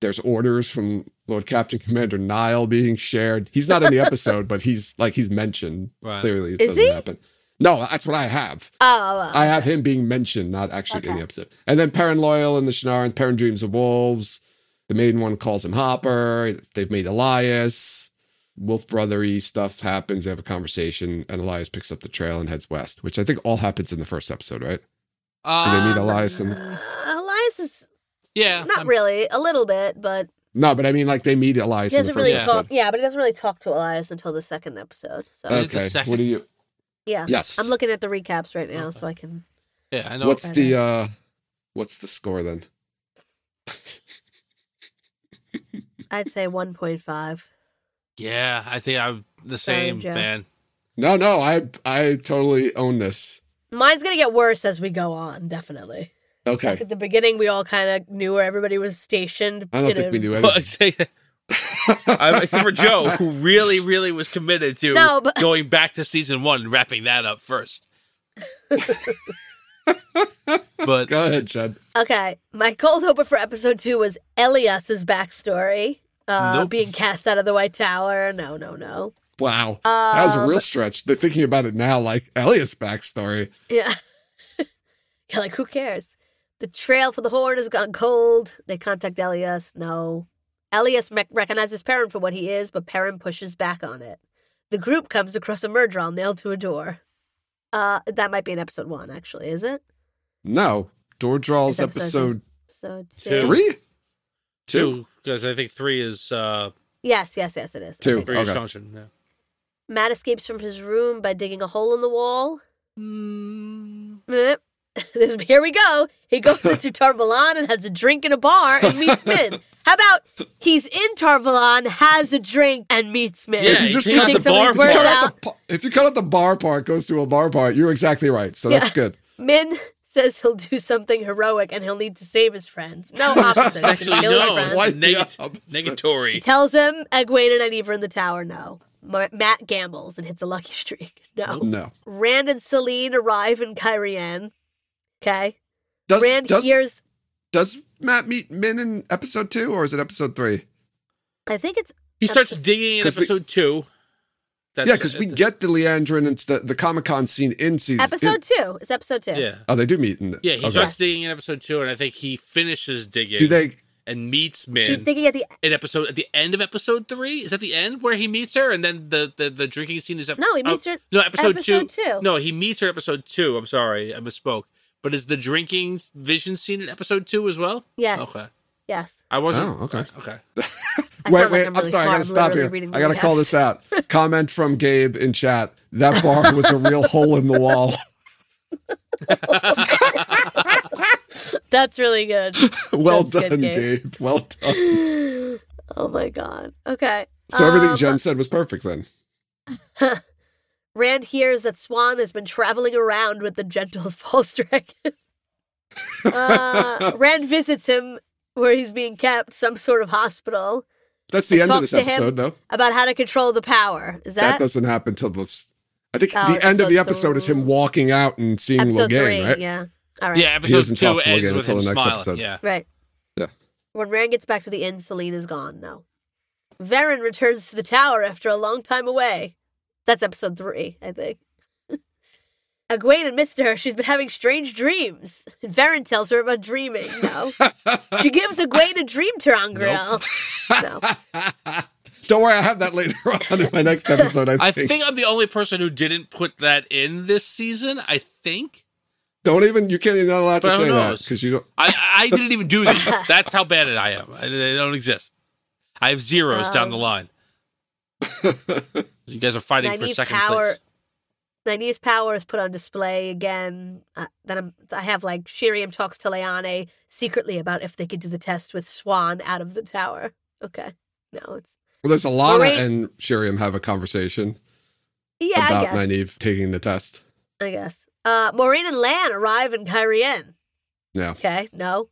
Speaker 2: There's orders from Lord Captain Commander Nile being shared. He's not in the episode, but he's like he's mentioned
Speaker 1: Right.
Speaker 2: clearly it
Speaker 3: Is
Speaker 2: doesn't
Speaker 3: he?
Speaker 2: happen. No, that's what I have.
Speaker 3: Oh,
Speaker 2: I have him being mentioned, not actually in the episode. And then Perrin Loyal and the Shinarans, Perrin dreams of wolves. The maiden one calls him Hopper. They've made Elias. Wolf brothery stuff happens. They have a conversation, and Elias picks up the trail and heads west, which I think all happens in the first episode, right? Do they meet
Speaker 1: Um,
Speaker 2: Elias and
Speaker 3: Uh, Elias is
Speaker 1: Yeah.
Speaker 3: not
Speaker 1: I'm-
Speaker 3: really a little bit, but
Speaker 2: no? But I mean, like they meet Elias
Speaker 3: he
Speaker 2: in the
Speaker 3: doesn't
Speaker 2: first
Speaker 3: really
Speaker 1: Yeah.
Speaker 2: episode.
Speaker 3: talk. Yeah, but he doesn't really talk to Elias until the second episode. So
Speaker 1: Uh,
Speaker 2: Okay,
Speaker 1: second.
Speaker 2: what do you?
Speaker 3: yeah,
Speaker 2: Yes,
Speaker 3: I'm looking at the recaps right now,
Speaker 1: Okay.
Speaker 3: so I can.
Speaker 1: Yeah. I know.
Speaker 2: What's
Speaker 3: Friday.
Speaker 2: the uh what's the score then?
Speaker 3: I'd say 1.5.
Speaker 1: Yeah. I think I'm the
Speaker 3: Sorry,
Speaker 1: same
Speaker 3: Joe.
Speaker 1: man.
Speaker 2: No, no, I I totally own this.
Speaker 3: Mine's gonna get worse as we go on, definitely.
Speaker 2: Okay.
Speaker 3: At the beginning, we all kind of knew where everybody was stationed.
Speaker 2: I don't
Speaker 3: in
Speaker 2: think
Speaker 3: a-
Speaker 2: we do
Speaker 1: Well,
Speaker 2: anything.
Speaker 1: except I- except for Joe, who really, really was committed to
Speaker 3: No, but-
Speaker 1: going back to season one and wrapping that up first. but
Speaker 2: Go ahead, Chad.
Speaker 3: Okay, my cold open for episode two was Elias's backstory, uh,
Speaker 1: Nope.
Speaker 3: being cast out of the White Tower. No, no, no.
Speaker 2: Wow.
Speaker 3: Um,
Speaker 2: That was a real stretch. They're thinking about it now, like Elliot's backstory.
Speaker 3: Yeah. yeah, like who cares? The trail for the Horde has gone cold. They contact Elias. No. Elias rec- recognizes Perrin for what he is, but Perrin pushes back on it. The group comes across a murderer nailed to a door. Uh, that might be in episode one, actually, is it?
Speaker 2: No. Door draws
Speaker 3: It's
Speaker 2: episode
Speaker 3: episode So
Speaker 1: Two.
Speaker 2: three?
Speaker 1: two, because I think three is uh,
Speaker 3: Yes, yes, yes, it is.
Speaker 2: Two.
Speaker 1: three is
Speaker 2: Okay.
Speaker 1: Junction. Yeah.
Speaker 3: Matt escapes from his room by digging a hole in the wall.
Speaker 1: Mm,
Speaker 3: Meh. This- Here we go. He goes into Tarvalon and has a drink in a bar and meets Min. How about he's in Tarvalon, has a drink, and meets Min?
Speaker 1: Yeah,
Speaker 2: If you
Speaker 1: he
Speaker 2: just
Speaker 1: takes
Speaker 2: cut the
Speaker 1: somebody's
Speaker 2: bar if you
Speaker 1: words
Speaker 2: cut out
Speaker 3: out.
Speaker 2: the pa- if you cut out the bar part, goes to a bar part, you're exactly right. So that's
Speaker 3: Yeah.
Speaker 2: good.
Speaker 3: Min says he'll do something heroic and he'll need to save his friends. No opposite. He's
Speaker 1: Actually,
Speaker 3: gonna kill his
Speaker 1: no.
Speaker 3: friends.
Speaker 2: Why
Speaker 1: It's
Speaker 2: the
Speaker 1: negat-
Speaker 2: opposite?
Speaker 3: He
Speaker 1: negatory.
Speaker 3: tells him Egwene and Eniva are in the tower. No. Ma- Matt gambles and hits a lucky streak. No.
Speaker 2: No.
Speaker 3: Rand and Celine arrive in Kyrian. Okay.
Speaker 2: Does
Speaker 3: Rand
Speaker 2: does,
Speaker 3: hears.
Speaker 2: does Matt meet Min in episode two or is it episode three?
Speaker 3: I think it's
Speaker 1: He starts
Speaker 3: Episode-
Speaker 1: digging in
Speaker 2: 'Cause we-
Speaker 1: episode two. That's,
Speaker 2: yeah, because we get the Leandrin and the, the Comic Con scene in season.
Speaker 3: episode
Speaker 2: in-
Speaker 3: two. It's episode two.
Speaker 1: Yeah.
Speaker 2: oh, they do meet in.
Speaker 1: Yeah, he
Speaker 2: okay.
Speaker 1: starts digging in episode two, and I think he finishes digging
Speaker 2: Do they?
Speaker 1: and meets Min
Speaker 3: She's digging at the
Speaker 1: in episode at the end of episode three. Is that the end where he meets her, and then the the, the drinking scene is ep-
Speaker 3: No, he
Speaker 1: oh,
Speaker 3: meets her
Speaker 1: no episode,
Speaker 3: episode
Speaker 1: two.
Speaker 3: two.
Speaker 1: No, he meets her episode two. I'm sorry, I misspoke. But is the drinking vision scene in episode two as well?
Speaker 3: Yes.
Speaker 1: Okay,
Speaker 3: Yes.
Speaker 1: I wasn't.
Speaker 2: Oh, okay.
Speaker 1: Okay,
Speaker 3: I
Speaker 2: Wait,
Speaker 3: sound like
Speaker 2: wait. I'm, sorry. I
Speaker 3: really smart.
Speaker 2: gotta
Speaker 3: I'm
Speaker 2: stop
Speaker 3: literally
Speaker 2: here.
Speaker 3: reading
Speaker 2: I gotta
Speaker 3: recaps.
Speaker 2: call this out. Comment from Gabe in chat. That bar was a real hole in the wall.
Speaker 3: That's really good.
Speaker 2: well
Speaker 3: That's
Speaker 2: done,
Speaker 3: good,
Speaker 2: Gabe.
Speaker 3: Gabe.
Speaker 2: Well done.
Speaker 3: oh my god. Okay.
Speaker 2: So everything
Speaker 3: Um,
Speaker 2: Jen said was perfect then.
Speaker 3: Rand hears that Swan has been traveling around with the gentle false dragon. uh, Rand visits him where he's being kept, some sort of hospital,
Speaker 2: That's the end of
Speaker 3: talks
Speaker 2: this
Speaker 3: to him.
Speaker 2: episode, though.
Speaker 3: about how to control the power. Is
Speaker 2: That
Speaker 3: that,
Speaker 2: doesn't happen till this. I think
Speaker 3: Oh,
Speaker 2: the end of the episode
Speaker 3: episode
Speaker 2: is him
Speaker 3: three.
Speaker 2: walking out and seeing
Speaker 3: episode three?
Speaker 2: Logain, right?
Speaker 3: Yeah. All right.
Speaker 1: yeah, episode
Speaker 2: doesn't
Speaker 1: two
Speaker 2: talk to
Speaker 1: ends
Speaker 2: Logan
Speaker 1: with
Speaker 2: until
Speaker 1: him
Speaker 2: the next
Speaker 1: smiling.
Speaker 2: episode.
Speaker 1: Yeah,
Speaker 3: Right.
Speaker 2: Yeah.
Speaker 3: When Rand gets back to the inn, Celine is gone. No. Varen returns to the tower after a long time away. That's episode three, I think. Egwene admits to her she's been having strange dreams. And Varen tells her about dreaming. No. she gives Egwene a dream to Angriel. No.
Speaker 2: Don't worry, I have that later on in my next episode. I
Speaker 1: I
Speaker 2: think.
Speaker 1: think I'm the only person who didn't put that in this season. I think
Speaker 2: Don't even. You can't. You're not allowed to
Speaker 1: But who
Speaker 2: say that
Speaker 1: knows?
Speaker 2: because you don't.
Speaker 1: I I didn't even
Speaker 3: Um.
Speaker 1: do these. That's how bad it I am. I, they don't exist. I have zeros down the line. You guys are fighting for
Speaker 3: Nynaeve's
Speaker 1: second
Speaker 3: power.
Speaker 1: place.
Speaker 3: Nynaeve's power is put on display again. Uh, then I'm, I have like Shiriam talks to Leane secretly about if they could do the test with Swan out of the tower. Okay, no, it's
Speaker 2: Well, there's Alana
Speaker 3: Wait.
Speaker 2: and Shiriam have a conversation
Speaker 3: yeah, I
Speaker 2: about
Speaker 3: guess.
Speaker 2: Nynaeve taking the test.
Speaker 3: I guess. Uh, Maureen and Lan arrive in Kyrian.
Speaker 2: Yeah.
Speaker 3: Okay, no.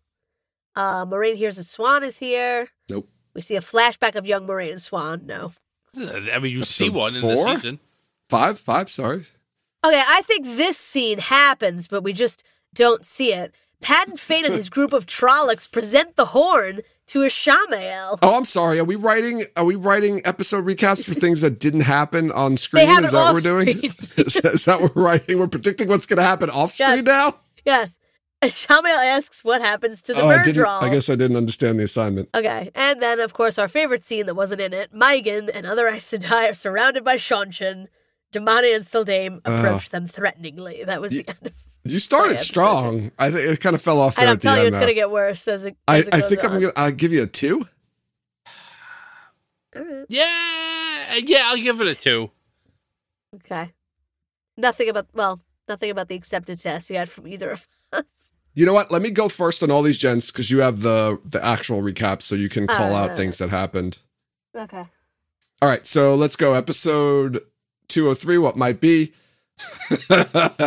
Speaker 3: Uh, Maureen hears that Swan is here.
Speaker 2: Nope.
Speaker 3: We see a flashback of young Maureen and Swan. No.
Speaker 1: I mean, you see
Speaker 2: Episode
Speaker 1: one in
Speaker 2: four?
Speaker 1: this season.
Speaker 2: Five, five, sorry.
Speaker 3: Okay, I think this scene happens, but we just don't see it. Patton Fate and his group of Trollocs present the horn to Ishmael.
Speaker 2: Oh, I'm sorry. Are we writing? Are we writing episode recaps for things that didn't happen on
Speaker 3: They
Speaker 2: screen?
Speaker 3: have
Speaker 2: Is
Speaker 3: it
Speaker 2: that what
Speaker 3: off
Speaker 2: we're doing?
Speaker 3: screen.
Speaker 2: is, is that what we're writing? We're predicting what's going to happen off screen
Speaker 3: Yes.
Speaker 2: now.
Speaker 3: yes. Ishmael asks what happens to the
Speaker 2: oh, I
Speaker 3: bird
Speaker 2: didn't.
Speaker 3: troll.
Speaker 2: I guess I didn't understand the assignment.
Speaker 3: Okay, and then of course our favorite scene that wasn't in it: Megan and other Aes Sedai are surrounded by Shanshan. Damani and Sildame approach them threateningly. That was the end. Of-
Speaker 2: You started
Speaker 3: Yeah,
Speaker 2: strong. I think it kind of fell off there
Speaker 3: and I'm
Speaker 2: at the
Speaker 3: telling
Speaker 2: end.
Speaker 3: you, it's
Speaker 2: though.
Speaker 3: going to get worse as it.
Speaker 2: I,
Speaker 3: As it
Speaker 2: I
Speaker 3: goes
Speaker 2: think I'm
Speaker 3: on.
Speaker 2: gonna. I'll give you a two.
Speaker 3: All right.
Speaker 1: Yeah, yeah, I'll give it a two.
Speaker 3: Okay. Nothing about well, nothing about the accepted test you had from either of us.
Speaker 2: You know what? Let me go first on all these gents because you have the the actual recap, so you can call out
Speaker 3: Uh.
Speaker 2: things that happened.
Speaker 3: Okay.
Speaker 2: All right, so let's go. Episode 203, what might be.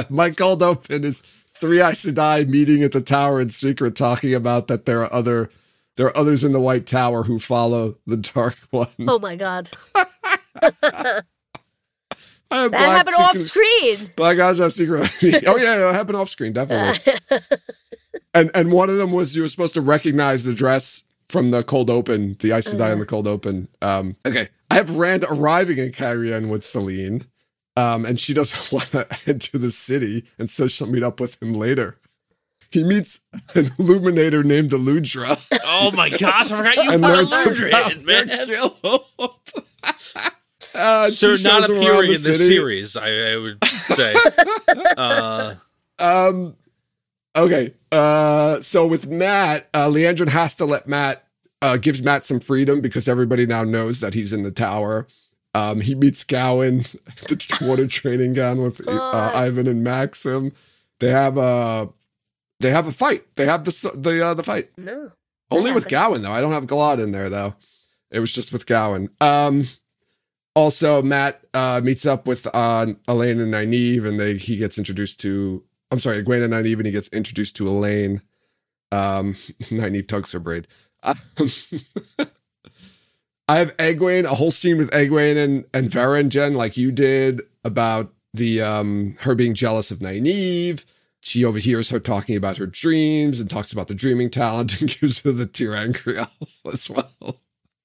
Speaker 2: Mike Goldup and his three Aes Sedai meeting at the tower in secret, talking about that there are other there are others in the White Tower who follow the Dark One.
Speaker 3: Oh my god,
Speaker 2: I have
Speaker 3: that happened off
Speaker 2: secret-
Speaker 3: screen.
Speaker 2: Black Eyes have secret. oh yeah, that happened off screen, definitely. and and one of them was you were supposed to recognize the dress from the cold open, the Aes Sedai in the cold open. Um, okay, I have Rand arriving in Kyrian with Celine, um, and she doesn't want to head to the city, and says she'll meet up with him later. He meets an illuminator named Eludra,
Speaker 1: Oh my gosh, I forgot you
Speaker 2: and
Speaker 1: were
Speaker 2: learns
Speaker 1: allergic,
Speaker 2: about their
Speaker 1: man.
Speaker 2: guild. Uh, she
Speaker 1: Sir,
Speaker 2: shows
Speaker 1: not
Speaker 2: him around
Speaker 1: appearing
Speaker 2: the
Speaker 1: in this
Speaker 2: city.
Speaker 1: series, I, I would say. uh,
Speaker 2: Um. Okay. Uh. So with Matt, uh, Leandrin has to let Matt. Uh, gives Matt some freedom because everybody now knows that he's in the tower. Um, he meets Gowan, the water training gown with uh,
Speaker 3: Fuck.
Speaker 2: Ivan and Maxim. They have a they have a fight. They have the s- the uh, the fight.
Speaker 3: No.
Speaker 2: Only
Speaker 3: Yeah,
Speaker 2: with
Speaker 3: but-
Speaker 2: Gowan though. I don't have Galad in there though. It was just with Gowan. Um also Matt uh meets up with uh Elaine and Nynaeve and they he gets introduced to I'm sorry, Egwene and Nynaeve and he gets introduced to Elaine. Um Nynaeve tugs her braid. Um, I have Egwene, a whole scene with Egwene and, and Vera and Jen, like you did, about the um her being jealous of Nynaeve she overhears her talking about her dreams and talks about the dreaming talent and gives her the Tyrangriel as well.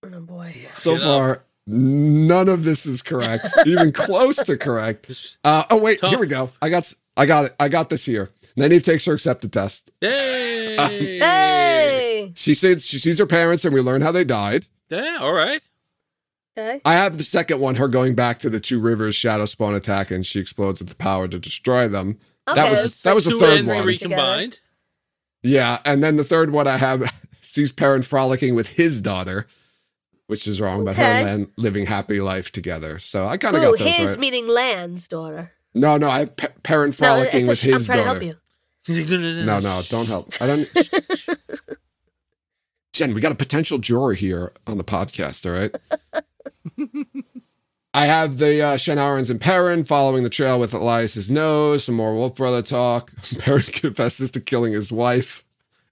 Speaker 3: Oh boy.
Speaker 2: So
Speaker 1: Get up.
Speaker 2: far, none of this is correct, even close to correct.
Speaker 1: this-
Speaker 2: Uh, oh wait, here
Speaker 1: Tough.
Speaker 2: we go. I got, s- I got it. I got this here. Nynaeve takes her accepted test.
Speaker 1: Hey.
Speaker 3: Hey.
Speaker 2: She sees, she sees her parents, and we learn how they died.
Speaker 1: Yeah, all right.
Speaker 3: Okay.
Speaker 2: I have the second one, her going back to the Two Rivers Shadow Spawn attack, and she explodes with the power to destroy them. That
Speaker 3: Okay.
Speaker 2: was that was the
Speaker 1: Two
Speaker 2: third
Speaker 1: and
Speaker 2: one.
Speaker 1: three combined.
Speaker 2: Yeah, and then the third one I have sees parent frolicking with his daughter, which is wrong, but her
Speaker 3: Okay.
Speaker 2: and Lan living happy life together. So I kind of
Speaker 3: Ooh,
Speaker 2: got those
Speaker 3: his
Speaker 2: right.
Speaker 3: meaning Land's daughter.
Speaker 2: no, no, I have pa- parent frolicking
Speaker 3: it's
Speaker 2: with
Speaker 3: a-
Speaker 2: his
Speaker 3: I'm trying
Speaker 2: daughter.
Speaker 3: to help you.
Speaker 2: No, no, don't help. I don't. Jen, we got a potential juror here on the podcast. All right. I have the uh, Shanarans and Perrin following the trail with Elias's nose. Some more Wolf Brother talk. Perrin confesses to killing his wife.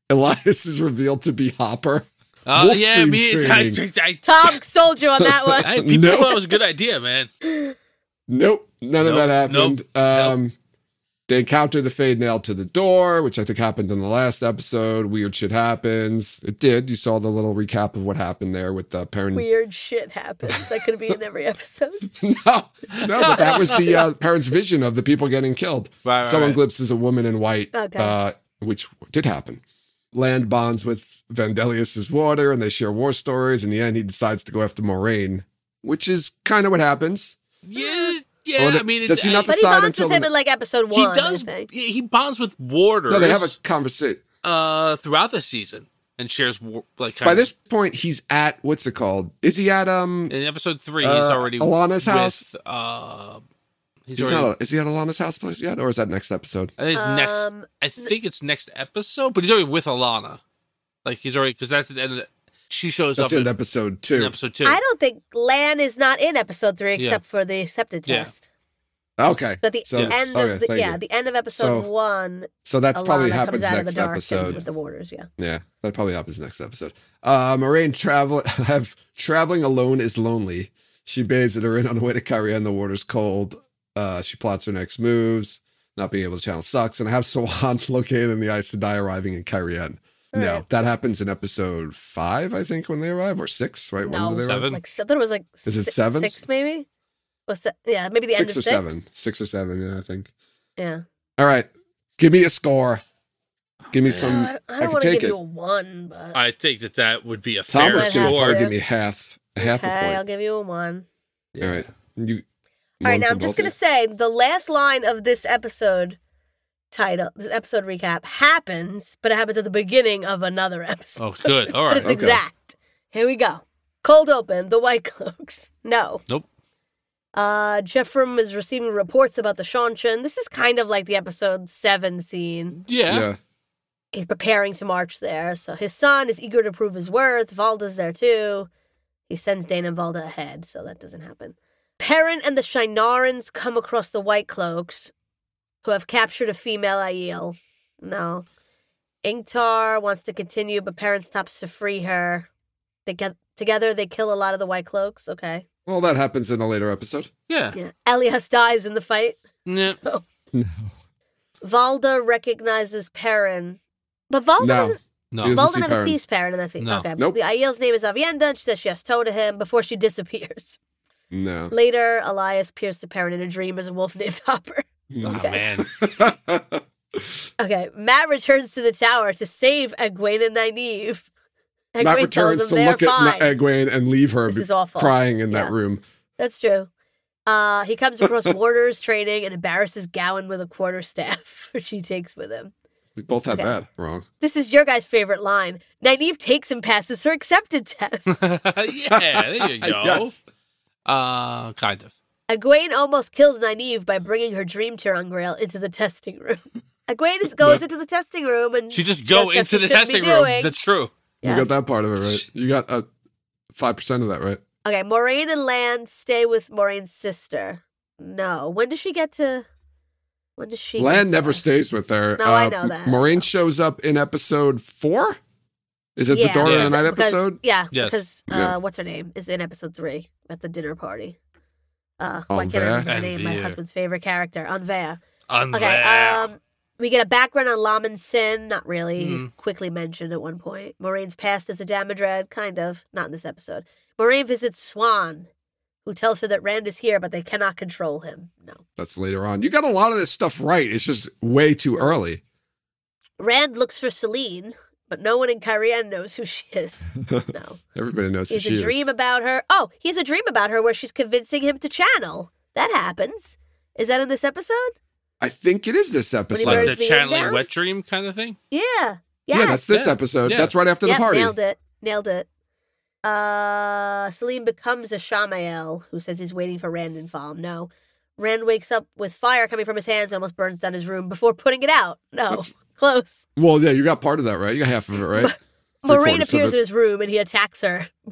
Speaker 2: Elias is revealed to be Hopper.
Speaker 1: Uh,
Speaker 2: Wolf
Speaker 1: yeah,
Speaker 2: team
Speaker 1: me. I,
Speaker 2: training.
Speaker 1: I,
Speaker 3: Tom sold you on that one.
Speaker 1: I, people
Speaker 2: No.
Speaker 1: thought it was a good idea, man.
Speaker 2: Nope, none of
Speaker 1: Nope,
Speaker 2: that happened. um, They encountered the fade nail to the door, which I think happened in the last episode. Weird shit happens. It did. You saw the little recap of what happened there with the parent.
Speaker 3: Weird shit happens. That could be in every episode.
Speaker 2: no, no, but that was the uh, parents' vision of the people getting killed.
Speaker 1: Right, right,
Speaker 2: Someone
Speaker 1: right.
Speaker 2: glimpses a woman in white,
Speaker 3: Okay.
Speaker 2: uh, which did happen. Land bonds with Vandelius's water, and they share war stories. In the end, he decides to go after Moraine, which is kind of what happens.
Speaker 1: Yeah, yeah.
Speaker 2: Well,
Speaker 1: I mean,
Speaker 2: Oh, does
Speaker 1: it's,
Speaker 2: he not
Speaker 1: I,
Speaker 3: But he
Speaker 2: Decide
Speaker 3: bonds
Speaker 2: until
Speaker 3: with him
Speaker 2: the-
Speaker 3: in like episode
Speaker 1: he
Speaker 3: one. I
Speaker 1: does.
Speaker 3: think.
Speaker 1: He bonds with warders.
Speaker 2: No, they have a conversation.
Speaker 1: uh, throughout the season. and shares war- like kind
Speaker 2: By
Speaker 1: of-
Speaker 2: this point, he's at what's it called? Is he at um?
Speaker 1: in episode three. he's
Speaker 2: Uh,
Speaker 1: already
Speaker 2: Alana's
Speaker 1: with,
Speaker 2: house?
Speaker 1: Uh, he's,
Speaker 2: He's
Speaker 1: already.
Speaker 2: not. Is he at Alana's house place yet, or is that next episode?
Speaker 1: I think it's next.
Speaker 3: Um,
Speaker 1: I think it's next episode, but he's already with Alana. Like he's already because that's the end. Of the, she shows
Speaker 2: That's
Speaker 1: up
Speaker 2: in
Speaker 1: in,
Speaker 2: episode
Speaker 1: in
Speaker 2: two.
Speaker 1: episode two.
Speaker 3: I don't think Lan is not in episode three
Speaker 1: Yeah.
Speaker 3: except for the accepted
Speaker 1: Yeah.
Speaker 3: test.
Speaker 2: Okay,
Speaker 3: But the
Speaker 2: So-
Speaker 3: end
Speaker 2: okay,
Speaker 3: of the,
Speaker 2: thank
Speaker 3: yeah,
Speaker 2: you.
Speaker 3: the end of episode
Speaker 2: So,
Speaker 3: one,
Speaker 2: so that's
Speaker 3: Alana
Speaker 2: probably
Speaker 3: comes
Speaker 2: happens
Speaker 3: out of the
Speaker 2: next
Speaker 3: dark
Speaker 2: episode.
Speaker 3: and with the warders. Yeah,
Speaker 2: Yeah, that probably happens next episode. Uh, Moraine travel have traveling alone is lonely. She bathes at her inn on the way to Kyrian. The water's cold. Uh, she plots her next moves. Not being able to channel sucks, and I have Swan located in the Aes Sedai arriving in Kyrian.
Speaker 3: All
Speaker 2: No,
Speaker 3: right.
Speaker 2: that happens in episode five, I think, when they arrive, or six, right?
Speaker 3: No.
Speaker 2: when do they arrive?
Speaker 1: Seven.
Speaker 3: like so, I thought it was like
Speaker 2: Is it
Speaker 3: six,
Speaker 2: seven?
Speaker 3: six maybe? Or se- yeah, maybe the
Speaker 2: Six
Speaker 3: end
Speaker 2: or
Speaker 3: of six.
Speaker 2: seven. Six or seven, yeah, I think.
Speaker 3: Yeah,
Speaker 2: All right. Give me a score. Give me some.
Speaker 3: Uh, I
Speaker 2: could
Speaker 3: don't- I don't want to
Speaker 2: take
Speaker 3: give
Speaker 2: it.
Speaker 3: you a one, but
Speaker 1: I think that that would be a fair
Speaker 2: Thomas
Speaker 3: gonna
Speaker 2: can
Speaker 3: have
Speaker 1: score.
Speaker 2: probably
Speaker 3: to.
Speaker 2: give me half, half
Speaker 3: okay,
Speaker 2: a
Speaker 3: I'll
Speaker 2: point.
Speaker 3: give you a one.
Speaker 1: Yeah.
Speaker 2: All right. You,
Speaker 3: All
Speaker 2: one
Speaker 3: right, now
Speaker 2: for
Speaker 3: I'm just
Speaker 2: both
Speaker 3: gonna
Speaker 2: of
Speaker 3: say the last line of this episode title, this episode recap happens, but it happens at the beginning of another episode.
Speaker 1: Oh, good. All
Speaker 3: but
Speaker 1: right.
Speaker 3: it's
Speaker 2: okay.
Speaker 3: exact. Here we go. Cold open. The White Cloaks. No.
Speaker 1: Nope.
Speaker 3: Uh, Jeffrem is receiving reports about the Shanchen. This is kind of like the episode seven scene.
Speaker 2: you.
Speaker 1: Yeah.
Speaker 2: yeah.
Speaker 3: He's preparing to march there, so his son is eager to prove his worth. Valda's there too. He sends Dane and Valda ahead, so that doesn't happen. Perrin and the Shinarans come across the White Cloaks, who have captured a female Aiel. No. Ingtar wants to continue, but Perrin stops to free her. They get, together, they kill a lot of the White Cloaks. Okay.
Speaker 2: Well, that happens in a later episode.
Speaker 1: Yeah.
Speaker 3: Yeah. Elias dies in the fight.
Speaker 1: Yeah.
Speaker 2: No.
Speaker 3: Valda recognizes Perrin. But Valda
Speaker 2: No.
Speaker 3: doesn't
Speaker 1: No.
Speaker 2: He doesn't
Speaker 3: Valda
Speaker 2: see
Speaker 3: never
Speaker 2: Perrin.
Speaker 3: sees Perrin in that scene.
Speaker 1: No.
Speaker 3: Okay.
Speaker 2: Nope.
Speaker 3: The Aiel's name is Avienda, and she says she has tow to him before she disappears.
Speaker 2: No.
Speaker 3: Later, Elias appears to Perrin in a dream as a wolf named Hopper.
Speaker 1: Oh,
Speaker 3: Okay.
Speaker 1: man.
Speaker 3: Okay. Matt returns to the tower to save Egwene and Nynaeve.
Speaker 2: Matt
Speaker 3: Egwene tells
Speaker 2: returns
Speaker 3: him
Speaker 2: to
Speaker 3: they're
Speaker 2: look
Speaker 3: fine.
Speaker 2: at Egwene and leave her
Speaker 3: This
Speaker 2: be-
Speaker 3: is awful.
Speaker 2: crying in that
Speaker 3: Yeah.
Speaker 2: room.
Speaker 3: That's true. Uh, he comes across warders training and embarrasses Gowan with a quarter staff, which he takes with him.
Speaker 2: We both had
Speaker 3: Okay.
Speaker 2: that wrong.
Speaker 3: This is your guy's favorite line. Nynaeve takes and passes her accepted test.
Speaker 1: yeah. There you go.
Speaker 2: Yes.
Speaker 1: Uh, kind of.
Speaker 3: Egwene almost kills Nynaeve by bringing her dream Tyrangrail into the testing room. Egwene just goes into the testing room and
Speaker 1: She just go
Speaker 3: does stuff
Speaker 1: into
Speaker 3: she
Speaker 1: the
Speaker 3: shouldn't be
Speaker 1: testing room.
Speaker 3: doing.
Speaker 1: That's true.
Speaker 3: Yes.
Speaker 2: You got that part of it right. You got uh five percent of that right.
Speaker 3: Okay, Moraine and Lan stay with Moraine's sister. No, when does she get to? When does she?
Speaker 2: Lan
Speaker 3: get
Speaker 2: never
Speaker 3: to-
Speaker 2: stays with her. Uh,
Speaker 3: No, I know that.
Speaker 2: Maureen shows up in episode four. Is it the
Speaker 3: Yeah,
Speaker 2: Dora
Speaker 1: Yeah.
Speaker 2: of the Night
Speaker 3: because-
Speaker 2: episode?
Speaker 3: Yeah,
Speaker 1: Yes.
Speaker 3: because uh,
Speaker 2: Yeah.
Speaker 3: what's her name is in episode three at the dinner party. Uh,
Speaker 2: Oh,
Speaker 3: why can't I remember her
Speaker 1: Anvea.
Speaker 3: name? My
Speaker 1: Anvea.
Speaker 3: husband's favorite character, Anvea. Okay,
Speaker 1: Unless-
Speaker 3: um, we get a background on Laman Sin. Not really. He's
Speaker 2: Mm-hmm.
Speaker 3: quickly mentioned at one point. Moraine's past as a Damodred, kind of. Not in this episode. Moraine visits Swan, who tells her that Rand is here, but they cannot control him. No.
Speaker 2: That's later on. You got a lot of this stuff right. It's just way too early.
Speaker 3: Rand looks for Celine, but no one in Kyrian knows who she is. No.
Speaker 2: Everybody knows who
Speaker 3: He has
Speaker 2: she
Speaker 3: a
Speaker 2: is.
Speaker 3: dream about her. Oh, he has a dream about her where she's convincing him to channel. That happens. Is that in this episode?
Speaker 2: I think it is this
Speaker 3: he
Speaker 2: episode.
Speaker 1: like
Speaker 3: burns
Speaker 1: the
Speaker 3: the end
Speaker 1: channeling
Speaker 3: down?
Speaker 1: wet dream kind of thing.
Speaker 3: Yeah.
Speaker 2: Yeah,
Speaker 3: Yes.
Speaker 2: that's this
Speaker 1: Yeah.
Speaker 2: episode.
Speaker 1: Yeah.
Speaker 2: That's right after
Speaker 3: Yep,
Speaker 2: the party.
Speaker 3: Nailed it. Nailed it. Uh Celine becomes a Shamael who says he's waiting for Rand and Falm. No. Rand wakes up with fire coming from his hands and almost burns down his room before putting it out. No.
Speaker 2: That's-
Speaker 3: Close.
Speaker 2: Well, yeah, you got part of that right. You got half of it right. Three
Speaker 3: Moraine
Speaker 2: quarters of
Speaker 3: appears
Speaker 2: it.
Speaker 3: in his room and he attacks her.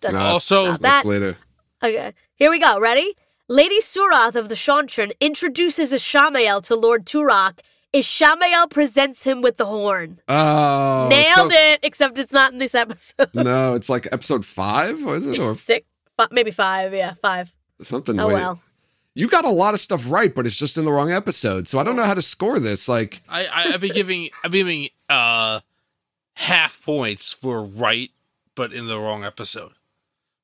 Speaker 3: That's-
Speaker 2: Nah,
Speaker 1: Also-
Speaker 2: that's
Speaker 3: That-
Speaker 2: later.
Speaker 3: Okay. Here we go. Ready? Lady Surath of the Shantran introduces a Shamael to Lord Turok. Is Shamael presents him with the horn.
Speaker 2: Oh,
Speaker 3: Nailed
Speaker 2: so-
Speaker 3: it, except it's not in this episode.
Speaker 2: No, it's like episode five, was it, or
Speaker 3: Six, fi- maybe five. Yeah, five.
Speaker 2: something?
Speaker 3: Oh
Speaker 2: way-
Speaker 3: well.
Speaker 2: You got a lot of stuff right, but it's just in the wrong episode. So I don't know how to score this. Like,
Speaker 1: I, I I'd be giving I'd be giving uh half points for right, but in the wrong episode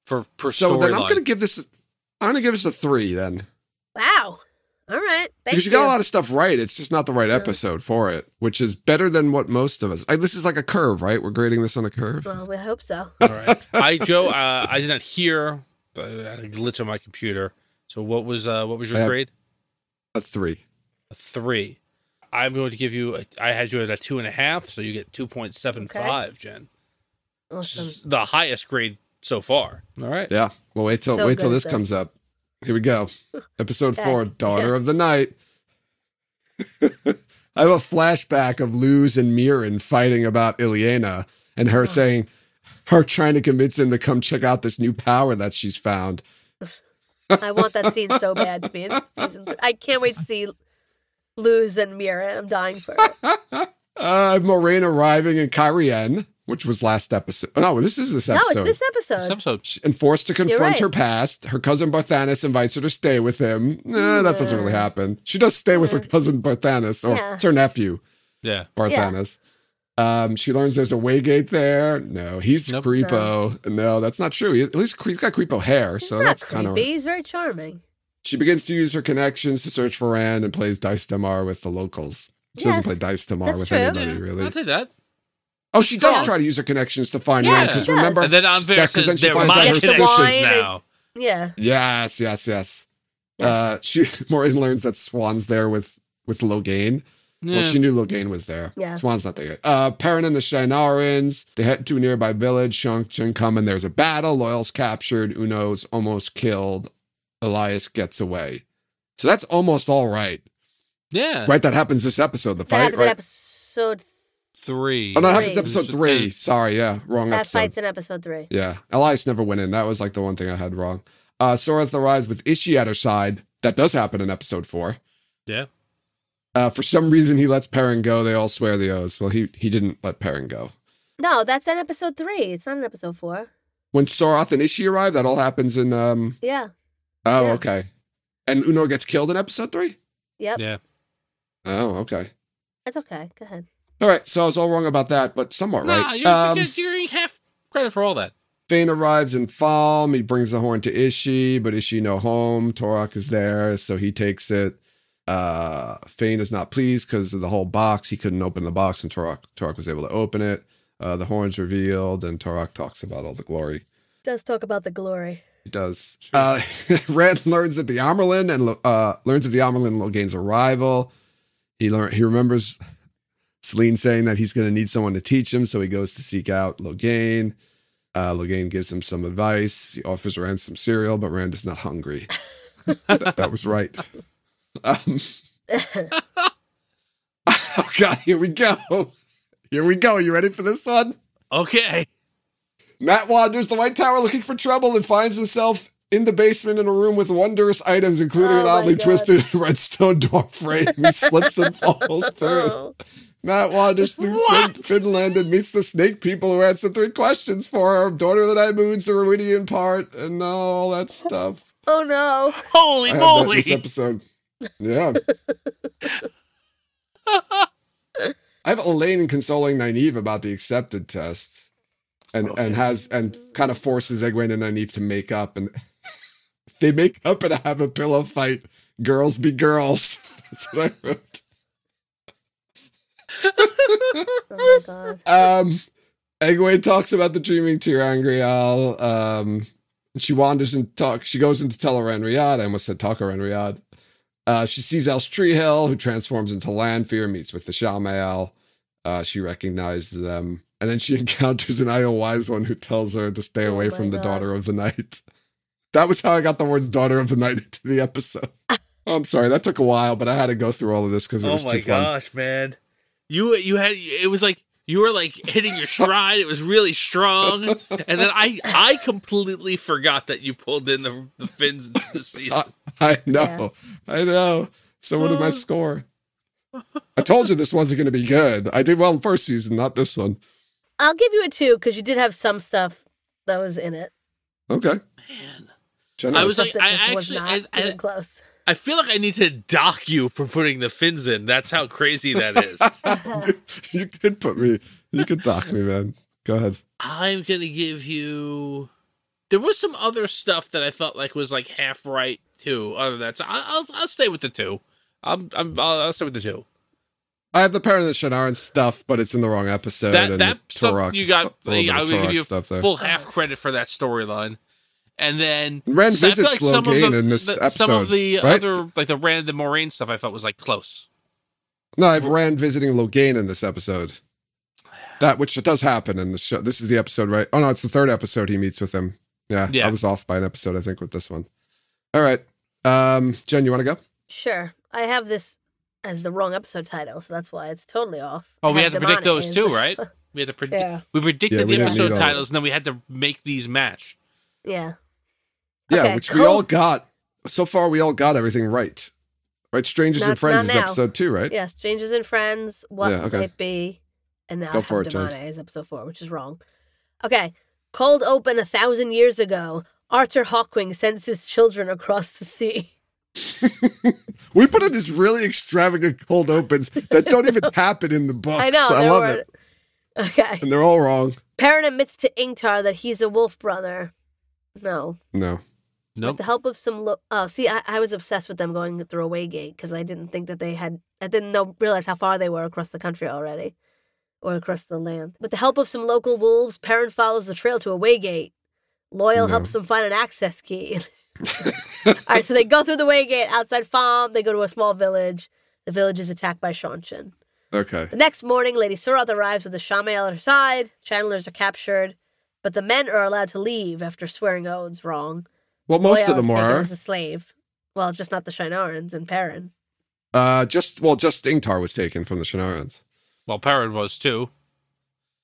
Speaker 1: for per
Speaker 2: so then I'm
Speaker 1: storyline.
Speaker 2: going to give this. A, I'm going to give this a three then,
Speaker 3: Wow. All right. Thank
Speaker 2: because you got a lot of stuff right. It's just not the right episode for it, which is better than what most of us. I, this is like a curve, right? We're grading this on a curve.
Speaker 3: Well, we hope so.
Speaker 1: All right. I Joe, uh, I did not hear, but I had a glitch on my computer. So what was uh what was your
Speaker 2: I have-
Speaker 1: grade?
Speaker 2: A three.
Speaker 1: A three. I'm going to give you. A, I had you at a two and a half, so you get two point seven five, Jen. Which
Speaker 3: Awesome.
Speaker 1: is the highest grade so far. All right.
Speaker 2: Yeah. Well, wait till
Speaker 3: So
Speaker 2: wait till
Speaker 3: good at
Speaker 2: this
Speaker 3: this.
Speaker 2: comes up. Here we go. Episode
Speaker 3: Okay.
Speaker 2: four, Daughter of the Night. I have a flashback of Luz and Miran fighting about Ileana and her saying, her trying to convince him to come check out this new power that she's found.
Speaker 3: I want that scene so bad to be in season. Three. I can't wait to see Luz and Mira. I'm dying for it.
Speaker 2: Uh, Moraine arriving in Kyrian, which was last episode. Oh, no, this is this
Speaker 3: No,
Speaker 2: episode.
Speaker 3: it's this
Speaker 1: This
Speaker 3: episode.
Speaker 1: episode.
Speaker 2: and forced to confront
Speaker 3: right.
Speaker 2: her past. Her cousin Barthanis invites her to stay with him. Nah, that doesn't really happen. She does stay with her cousin Barthanis, or
Speaker 3: Yeah.
Speaker 2: it's her nephew,
Speaker 1: Yeah.
Speaker 2: Barthanis. Um, she learns there's a Waygate there. No, he's
Speaker 1: Nope.
Speaker 2: Creepo. No. that's not true. He, at least Cre- he's got Creepo hair,
Speaker 3: He's
Speaker 2: so
Speaker 3: not
Speaker 2: that's
Speaker 3: creepy.
Speaker 2: kind of.
Speaker 3: He's very charming.
Speaker 2: She begins to use her connections to search for Rand and plays Dice Demar with the locals. She
Speaker 3: Yes,
Speaker 2: doesn't play Dice Demar
Speaker 3: that's
Speaker 2: with
Speaker 3: true.
Speaker 2: anybody,
Speaker 1: Yeah, I'll
Speaker 2: really.
Speaker 1: take that.
Speaker 2: Oh, she does
Speaker 3: Yeah.
Speaker 2: try to use her connections to find
Speaker 3: Yeah,
Speaker 2: Rand
Speaker 1: she
Speaker 2: because
Speaker 3: does.
Speaker 2: remember,
Speaker 1: And then Anvera
Speaker 2: that- 'cause then
Speaker 1: says
Speaker 2: she
Speaker 1: they're
Speaker 2: finds out
Speaker 1: my
Speaker 2: her
Speaker 3: Gets the
Speaker 1: connections
Speaker 3: wine and-
Speaker 1: now.
Speaker 3: Yeah.
Speaker 2: Yes, yes, yes.
Speaker 3: Yes.
Speaker 2: Uh, she Maureen learns that Swan's there with with Loghain. Well,
Speaker 1: Yeah.
Speaker 2: she knew Loghain was there.
Speaker 3: Yeah.
Speaker 2: Swan's not there yet. Uh, Perrin and the Shinarans, they head to a nearby village. Shangchen come and there's a battle. Loyal's captured. Uno's almost killed. Elias gets away. So that's almost all right.
Speaker 1: yeah.
Speaker 2: Right? That happens this episode, the
Speaker 3: That
Speaker 2: fight,
Speaker 3: happens
Speaker 2: right?
Speaker 3: in episode.
Speaker 1: Three.
Speaker 2: oh, no, that happens
Speaker 3: three.
Speaker 2: episode
Speaker 1: This is
Speaker 2: three.
Speaker 1: just-
Speaker 2: Sorry, yeah. Wrong
Speaker 3: That
Speaker 2: episode.
Speaker 3: fight's in episode three.
Speaker 2: Yeah. Elias never went in. That was like the one thing I had wrong. Uh Sorath arrives with Ishi at her side. That does happen in episode four.
Speaker 1: Yeah.
Speaker 2: Uh, for some reason he lets Perrin go. They all swear the oaths. Well, he he didn't let Perrin go.
Speaker 3: No, that's in episode three. It's not in episode four.
Speaker 2: When Sorath and Ishi arrive, that all happens in um
Speaker 3: Yeah.
Speaker 2: Oh,
Speaker 3: Yeah.
Speaker 2: okay. And Uno gets killed in episode three?
Speaker 3: Yep.
Speaker 1: Yeah.
Speaker 2: Oh, okay.
Speaker 3: That's okay. Go ahead.
Speaker 2: All right, so I was all wrong about that, but somewhat
Speaker 1: Nah,
Speaker 2: right.
Speaker 1: you're,
Speaker 2: Um,
Speaker 1: you're, you're getting half credit for all that.
Speaker 2: Fane arrives in Falm. He brings the horn to Ishi, but Ishi no home. Torok is there, so he takes it. Uh, Fane is not pleased because of the whole box. He couldn't open the box, and Torok Torok was able to open it. Uh, the horn's revealed, and Torok talks about all the glory.
Speaker 3: Does talk about the glory.
Speaker 2: He does. Uh, Red learns that the Amerlin and Lo- uh, learns of the Amerlin and Loghain's arrival. He learn he remembers Celine saying that he's going to need someone to teach him, so he goes to seek out Loghain. Uh, Loghain gives him some advice. He offers Rand some cereal, but Rand is not hungry. that, that was right. Um, oh God, here we go. Here we go. You ready for this one?
Speaker 1: Okay.
Speaker 2: Matt wanders the White Tower looking for trouble and finds himself in the basement in a room with wondrous items, including
Speaker 3: Oh
Speaker 2: an
Speaker 3: my
Speaker 2: oddly
Speaker 3: God.
Speaker 2: twisted redstone door frame. He slips and falls through.
Speaker 3: Oh.
Speaker 2: Matt wanders through fin- Finland and meets the snake people who answer three questions for him Daughter of the Night Moons, the Ruidian part, and all that stuff.
Speaker 3: oh no.
Speaker 1: Holy
Speaker 2: I had that in
Speaker 1: moly.
Speaker 2: this episode. Yeah. I have Elaine consoling Nynaeve about the accepted test. And
Speaker 1: Oh,
Speaker 2: and has and kind of forces Egwene and Nynaeve to make up and they make up and have a pillow fight. Girls be girls. That's what I wrote.
Speaker 3: Oh my god.
Speaker 2: Um Egwene talks about the dreaming Tirangrial. Um she wanders and talks. She goes into Teleran Riyadh. I almost said Talkaran Riyadh. Uh, she sees El's Treehill, who transforms into Lanfear, meets with the Shamael. Uh, she recognizes them. And then she encounters an Io Wise one who tells her to stay
Speaker 3: Oh
Speaker 2: away
Speaker 3: my
Speaker 2: from the
Speaker 3: God.
Speaker 2: Daughter of the Night. That was how I got the words Daughter of the Night into the episode. Oh, I'm sorry, that took a while, but I had to go through all of this because it was
Speaker 1: Oh my
Speaker 2: too fun.
Speaker 1: gosh, man! You you had it was like you were like hitting your stride. it was really strong, and then I I completely forgot that you pulled in the the fins into the season.
Speaker 2: I know. I know. So what did my
Speaker 1: Uh.
Speaker 2: score? I told you this wasn't going to be good. I did well in first season, not this one.
Speaker 3: I'll give you a two because you did have some stuff that was in it.
Speaker 2: Okay.
Speaker 1: Man,
Speaker 2: Generous.
Speaker 1: I was like-
Speaker 3: Stuff that
Speaker 1: I
Speaker 3: just was
Speaker 1: actually-
Speaker 3: not
Speaker 1: I- I-
Speaker 3: even close.
Speaker 1: I feel like I need to dock you for putting the fins in. That's how crazy that is.
Speaker 2: you could put me. You could dock me, man. Go ahead.
Speaker 1: I'm gonna give you. There was some other stuff that I felt like was like half right too. Other than that, so I, I'll I'll stay with the two. I'm I'm I'll, I'll stay with the two.
Speaker 2: I have the parent of Shannara stuff, but it's in the wrong episode.
Speaker 1: that
Speaker 2: and
Speaker 1: that
Speaker 2: the
Speaker 1: stuff
Speaker 2: Uh, Turok-
Speaker 1: you got.
Speaker 2: a little bit
Speaker 1: I
Speaker 2: of
Speaker 1: would give
Speaker 2: Turok
Speaker 1: you
Speaker 2: stuff there.
Speaker 1: full half credit for that storyline. And then
Speaker 2: Ren
Speaker 1: so I feel
Speaker 2: visits
Speaker 1: some of
Speaker 2: Loghain
Speaker 1: the-
Speaker 2: in this
Speaker 1: the- Some of
Speaker 2: episode,
Speaker 1: the
Speaker 2: right?
Speaker 1: other, like the Rand and Moraine stuff, I felt was like close.
Speaker 2: No, I've ran visiting Logain in this episode. That which does happen in the show. This is the episode, right? Oh no, it's the third episode he meets with him. Yeah,
Speaker 1: Yeah.
Speaker 2: I was off by an episode, I think, with this one. All right, um, Jen, you want to go?
Speaker 3: Sure. I have this as the wrong episode title, so that's why it's totally off.
Speaker 1: Oh,
Speaker 3: I
Speaker 1: we had to predict
Speaker 3: demonic
Speaker 1: those too,
Speaker 3: names.
Speaker 1: right? We had to predict.
Speaker 3: Yeah.
Speaker 1: We predicted
Speaker 2: Yeah, we
Speaker 1: the
Speaker 2: didn't need
Speaker 1: episode
Speaker 2: all of
Speaker 1: titles, and then we had to make these match.
Speaker 3: Yeah.
Speaker 2: Yeah,
Speaker 3: Okay,
Speaker 2: which we
Speaker 3: cold-
Speaker 2: all got. So far, we all got everything right. Right, strangers
Speaker 3: Not-
Speaker 2: and friends
Speaker 3: not
Speaker 2: is
Speaker 3: now.
Speaker 2: episode two, right?
Speaker 3: Yeah. Strangers and Friends, What
Speaker 2: Yeah, okay.
Speaker 3: Might Be, and now
Speaker 2: Go
Speaker 3: I
Speaker 2: for
Speaker 3: have
Speaker 2: it, Jen.
Speaker 3: Demone is episode four, which is wrong. Okay. Cold open a thousand years ago, Arthur Hawkwing sends his children across the sea.
Speaker 2: We put in these really extravagant cold opens that don't even happen in the books.
Speaker 3: I know.
Speaker 2: I
Speaker 3: there
Speaker 2: love
Speaker 3: were-
Speaker 2: it,
Speaker 3: Okay.
Speaker 2: and they're all wrong.
Speaker 3: Perrin admits to Ingtar that he's a wolf brother. No.
Speaker 2: No,
Speaker 1: Nope.
Speaker 3: With the help of some, lo- oh, see, I, I was obsessed with them going through a way gate because I didn't think that they had, I didn't know realize how far they were across the country already, or across the land. With the help of some local wolves, Perrin follows the trail to a way gate. Loyal
Speaker 2: No.
Speaker 3: helps them find an access key. All right, so they go through the way gate outside farm. They go to a small village. The village is attacked by Shanshin.
Speaker 2: okay.
Speaker 3: The next morning, Lady Surath arrives with the Shamael at her side. Chandlers are captured, but the men are allowed to leave after swearing oaths wrong.
Speaker 2: Well, most of
Speaker 3: Loyal is
Speaker 2: them
Speaker 3: taken
Speaker 2: are.
Speaker 3: As a slave. Well, just not the Shinarans and Perrin.
Speaker 2: Uh, just well, just Ingtar was taken from the Shanarans.
Speaker 1: Well, Parrot was too.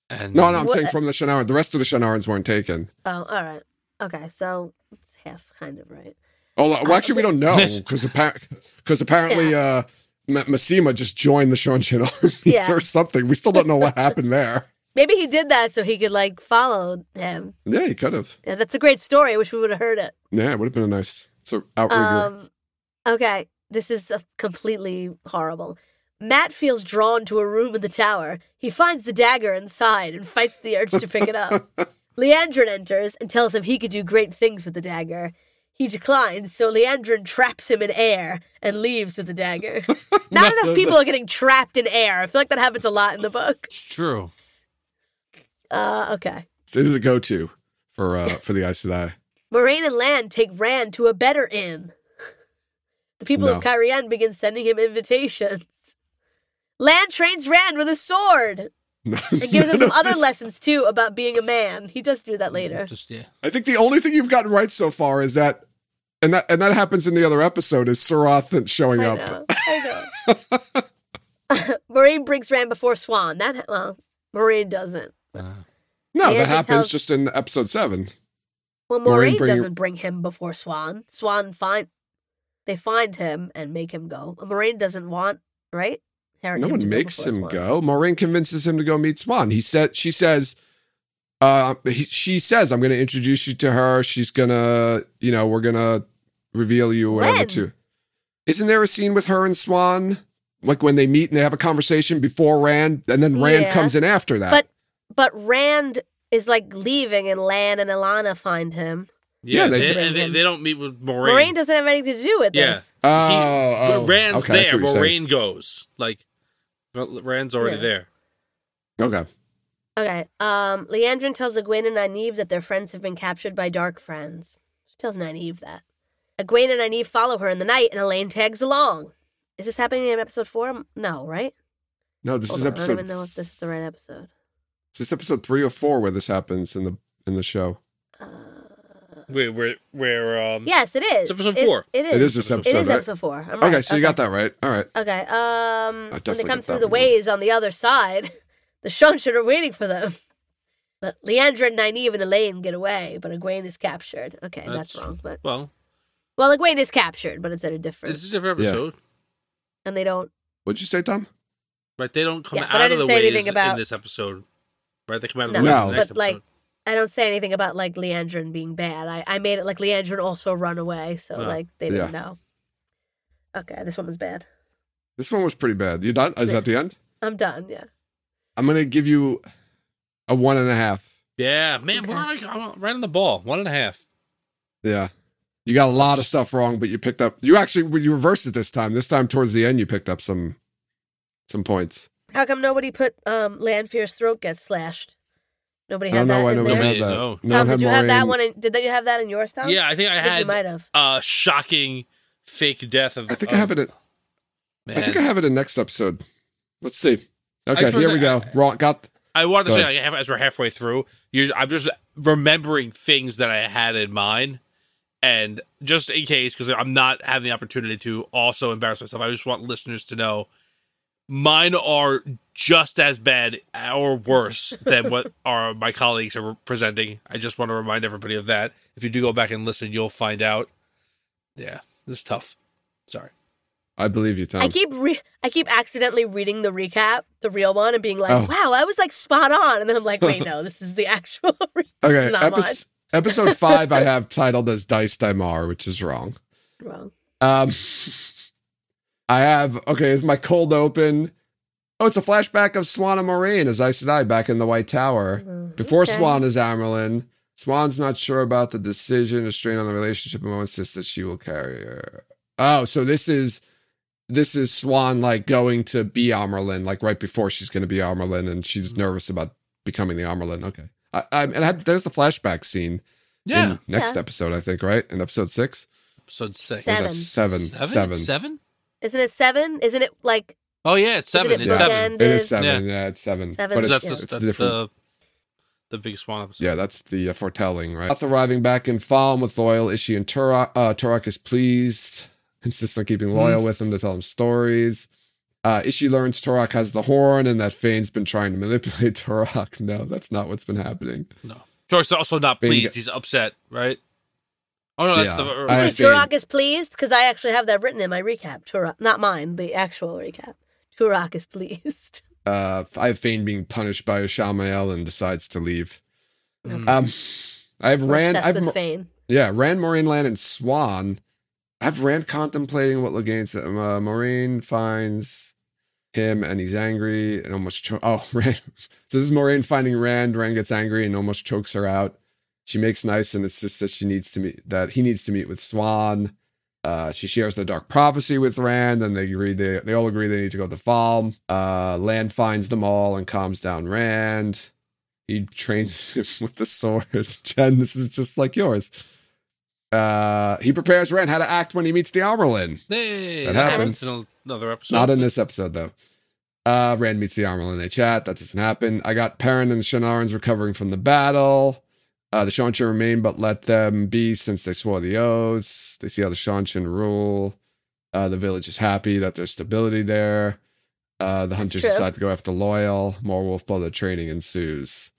Speaker 1: And
Speaker 2: No, no, I'm
Speaker 3: What-
Speaker 2: saying from the Shanaran. The rest of the Shanarans weren't taken.
Speaker 3: Oh, all right. Okay, so it's half kind of right.
Speaker 2: Oh, well, actually, we don't know because because apparently uh, Ma- Massima just joined the Shanshin army
Speaker 3: Yeah.
Speaker 2: or something. We still don't know what happened there.
Speaker 3: Maybe he did that so he could like follow him.
Speaker 2: Yeah, he could have.
Speaker 3: Yeah, that's a great story. I wish we would have heard it.
Speaker 2: Yeah, it would have been a nice sort of outrigger.
Speaker 3: Um, okay, this is uh completely horrible. Matt feels drawn to a room in the tower. He finds the dagger inside and fights the urge to pick it up. Leandrin enters and tells him he could do great things with the dagger. He declines, so Leandrin traps him in air and leaves with the dagger. Not
Speaker 2: No,
Speaker 3: enough people are
Speaker 2: that's-
Speaker 3: getting trapped in air. I feel like that happens a lot in the book.
Speaker 1: It's true.
Speaker 3: Uh, okay.
Speaker 2: this is a go-to for uh, for the Aes Sedai.
Speaker 3: Moraine and Lan take Rand to a better inn. The people
Speaker 2: No.
Speaker 3: of Kyrian begin sending him invitations. Lan trains Rand with a sword
Speaker 2: No,
Speaker 3: and gives him
Speaker 2: none
Speaker 3: some
Speaker 2: of
Speaker 3: other
Speaker 2: this-
Speaker 3: lessons too about being a man. He does do that later.
Speaker 1: Just yeah.
Speaker 2: I think the only thing you've gotten right so far is that, and that and that happens in the other episode is Sarath showing
Speaker 3: I
Speaker 2: up.
Speaker 3: know. I know. Moraine brings Rand before Swan. That well, Moraine doesn't.
Speaker 1: Uh,
Speaker 2: No,
Speaker 3: Yeah,
Speaker 2: that
Speaker 3: they
Speaker 2: happens
Speaker 3: tell-
Speaker 2: just in episode seven.
Speaker 3: Well,
Speaker 2: Moraine
Speaker 3: Moraine,
Speaker 2: bring-
Speaker 3: doesn't bring him before Swan. Swan find they find him and make him go. Moraine doesn't want right. Her-
Speaker 2: No
Speaker 3: him to
Speaker 2: one
Speaker 3: go
Speaker 2: makes
Speaker 3: before
Speaker 2: him
Speaker 3: Swan.
Speaker 2: go. Maureen convinces him to go meet Swan. He said, she says, uh, he, she says, I'm going to introduce you to her. She's going to, you know, we're going to reveal you or whatever
Speaker 3: When?
Speaker 2: to. Isn't there a scene with her and Swan? Like when they meet and they have a conversation before Rand and then Rand
Speaker 3: Yeah.
Speaker 2: comes in after that.
Speaker 3: But but Rand is like leaving, and Lan and Alana find him.
Speaker 1: yeah,
Speaker 2: Yeah, they
Speaker 1: they,
Speaker 2: do.
Speaker 1: and they, they don't meet with Moraine.
Speaker 3: Moraine doesn't have anything to do with
Speaker 1: Yeah.
Speaker 3: this.
Speaker 2: oh,
Speaker 1: He-
Speaker 2: oh,
Speaker 1: But Rand's
Speaker 2: okay, I see
Speaker 1: there.
Speaker 2: what you're saying.
Speaker 1: Moraine goes. Like, but Rand's already
Speaker 3: Yeah.
Speaker 1: there.
Speaker 2: Okay.
Speaker 3: Okay. Um, Leandrin tells Egwene and Nynaeve that their friends have been captured by dark friends. She tells Nynaeve that. Egwene and Nynaeve follow her in the night, and Elaine tags along. Is this happening in episode four? Um, No, right?
Speaker 2: No, this
Speaker 3: Hold
Speaker 2: is
Speaker 3: on, I
Speaker 2: episode.
Speaker 3: don't even know if this is the right episode.
Speaker 2: Is this episode three or four where this happens in the in the show?
Speaker 3: Uh,
Speaker 1: Where where where um
Speaker 3: yes, it is.
Speaker 1: It's episode
Speaker 3: It-
Speaker 1: four.
Speaker 3: it is.
Speaker 2: It is this episode,
Speaker 3: It is
Speaker 2: right?
Speaker 3: episode four. I'm
Speaker 2: Okay,
Speaker 3: right.
Speaker 2: so you got that right. All right.
Speaker 3: Okay. Um, when they
Speaker 2: definitely
Speaker 3: come
Speaker 2: get
Speaker 3: through
Speaker 2: that
Speaker 3: the
Speaker 2: one.
Speaker 3: ways on the other side, the Shanshan are waiting for them. But Leandra, Nynaeve, and Elaine get away, but Egwene is captured. Okay, that's,
Speaker 1: That's-
Speaker 3: wrong. But
Speaker 1: well
Speaker 3: well, Egwene is captured, but it's at a different,
Speaker 1: it's a different
Speaker 2: Yeah.
Speaker 1: episode.
Speaker 3: and they don't.
Speaker 2: What'd you say, Tom?
Speaker 1: Right? They don't come
Speaker 3: Yeah, but
Speaker 1: out
Speaker 3: I
Speaker 1: of the
Speaker 3: didn't say
Speaker 1: ways
Speaker 3: anything about-
Speaker 1: in this episode. Right? They come out of
Speaker 3: No,
Speaker 1: the ways in
Speaker 2: No.
Speaker 1: the next
Speaker 3: but like,
Speaker 1: episode.
Speaker 3: I don't say anything about like Leandrin being bad. I, I made it like Leandrin also run away, so
Speaker 1: Oh,
Speaker 3: like they didn't know. Okay, this one was bad.
Speaker 2: This one was pretty bad. You done? Is that the end?
Speaker 3: I'm done. Yeah.
Speaker 2: I'm gonna give you a one and a half.
Speaker 1: Yeah, man, we're like
Speaker 3: Okay.
Speaker 1: I'm right on the ball. One and a half.
Speaker 2: Yeah. You got a lot of stuff wrong, but you picked up. You actually when you reversed it this time. This time towards the end, you picked up some some points.
Speaker 3: How come nobody put um Lanfear's throat gets slashed? Nobody
Speaker 2: I
Speaker 3: had
Speaker 2: don't
Speaker 3: that
Speaker 2: know why
Speaker 3: in
Speaker 2: nobody
Speaker 3: there.
Speaker 1: there.
Speaker 2: had
Speaker 1: Nobody
Speaker 2: that.
Speaker 1: knows.
Speaker 2: No
Speaker 3: Tom,
Speaker 2: one had
Speaker 3: did you have that
Speaker 2: Moraine.
Speaker 3: one? In, did you have that in yours, Tom?
Speaker 1: Yeah, I think I
Speaker 3: Oh, I think you
Speaker 1: had
Speaker 3: might have.
Speaker 1: uh shocking fake death of
Speaker 2: I think I have it. In,
Speaker 1: Man.
Speaker 2: I think I have it in next episode. Let's see. Okay,
Speaker 1: suppose
Speaker 2: here we
Speaker 1: I-
Speaker 2: go. Wrong. Got.
Speaker 1: I wanted to
Speaker 2: Go
Speaker 1: say,
Speaker 2: ahead.
Speaker 1: like, half- as we're halfway through, you I'm just remembering things that I had in mind. And just in case, because I'm not having the opportunity to also embarrass myself, I just want listeners to know mine are just as bad or worse than what are my colleagues are presenting. I just want to remind everybody of that. If you do go back and listen, you'll find out. Yeah, this is tough. Sorry.
Speaker 2: I believe you, Tom.
Speaker 3: I keep re- I keep accidentally reading the recap, the real one, and being like,
Speaker 2: Oh.
Speaker 3: "Wow, I was like spot on," and then I'm like, "Wait, no, this is the actual." Re-
Speaker 2: okay,
Speaker 3: it's not
Speaker 2: epi- episode five. I have titled as Dice Dimar, which is wrong.
Speaker 3: mine." Wrong.
Speaker 2: Um, I have okay. Is my cold open? Oh, it's a flashback of Swan and Moraine as I said I back in the White Tower
Speaker 3: Mhm.
Speaker 2: before
Speaker 3: Okay.
Speaker 2: Swan is Amerlin. Swan's not sure about the decision to strain on the relationship and insists that she will carry her. Oh, so this is this is Swan like going to be Amerlin like right before she's going to be Amerlin and
Speaker 3: Mm-hmm.
Speaker 2: she's nervous about becoming the Amerlin. Okay, I, I, and I had, there's the flashback scene.
Speaker 1: Yeah.
Speaker 2: in next
Speaker 3: Yeah.
Speaker 2: episode I think right in episode six.
Speaker 1: Episode six.
Speaker 2: Or is that
Speaker 3: Seven.
Speaker 2: Seven.
Speaker 1: Seven?
Speaker 2: Seven.
Speaker 1: It's seven?
Speaker 3: Isn't it seven? Isn't it like
Speaker 1: Oh, yeah, it's seven.
Speaker 3: Isn't it
Speaker 1: it's
Speaker 2: bookend?
Speaker 1: seven.
Speaker 2: It is
Speaker 3: is-
Speaker 2: seven. Yeah, it's seven.
Speaker 3: Seven,
Speaker 2: But
Speaker 3: So
Speaker 2: it's,
Speaker 1: that's,
Speaker 2: it's
Speaker 1: the, that's
Speaker 2: different.
Speaker 1: the the big swan episode.
Speaker 2: yeah, that's the uh, foretelling, right? Beth arriving back in Falm with loyal Ishi and Turok. Uh, Turok is pleased, insists on keeping loyal with him to tell him stories. Uh, Ishi learns Turok has the horn and that Fane's been trying to manipulate Turok. No, that's not what's been happening.
Speaker 1: George's also not
Speaker 2: Bingo.
Speaker 1: pleased. He's upset, right? Oh no, that's
Speaker 2: Yeah.
Speaker 1: the.
Speaker 2: I-
Speaker 3: is it
Speaker 2: think-
Speaker 3: Turok is pleased? Because I actually have that written in my recap. Turok, not mine, the actual recap. Turok is pleased.
Speaker 2: Uh, I have Fane being punished by Shamael and decides to leave.
Speaker 1: Mm.
Speaker 2: Um, I have
Speaker 3: We're
Speaker 2: Rand.
Speaker 3: obsessed
Speaker 2: I've
Speaker 3: with
Speaker 2: Mo-
Speaker 3: Fane.
Speaker 2: Yeah, Rand, Maureen, Lan, and Swan. I've Rand contemplating what Legain said. Uh, Maureen finds him and he's angry and almost cho- oh Rand. So this is Maureen finding Rand. Rand gets angry and almost chokes her out. She makes nice and insists that she needs to meet that he needs to meet with Swan. Uh, she shares the dark prophecy with Rand, and they agree they, they all agree they need to go to Falm. Uh, Land finds them all and calms down Rand. He trains him with the sword. Jen, this is just like yours. Uh, he prepares Rand how to act when he meets the Armelin.
Speaker 1: Hey,
Speaker 2: That happens.
Speaker 1: in another episode.
Speaker 2: Not in this episode, though. Uh, Rand meets the Armelin. They chat. That doesn't happen. I got Perrin and Shannarans recovering from the battle. Uh, the Shanshan remain, but let them be since they swore the oaths. They see how the Shanshan rule. Uh, the village is happy that there's stability there. Uh, the hunters
Speaker 3: true.
Speaker 2: decide to go after Loyal. More wolf brother training ensues.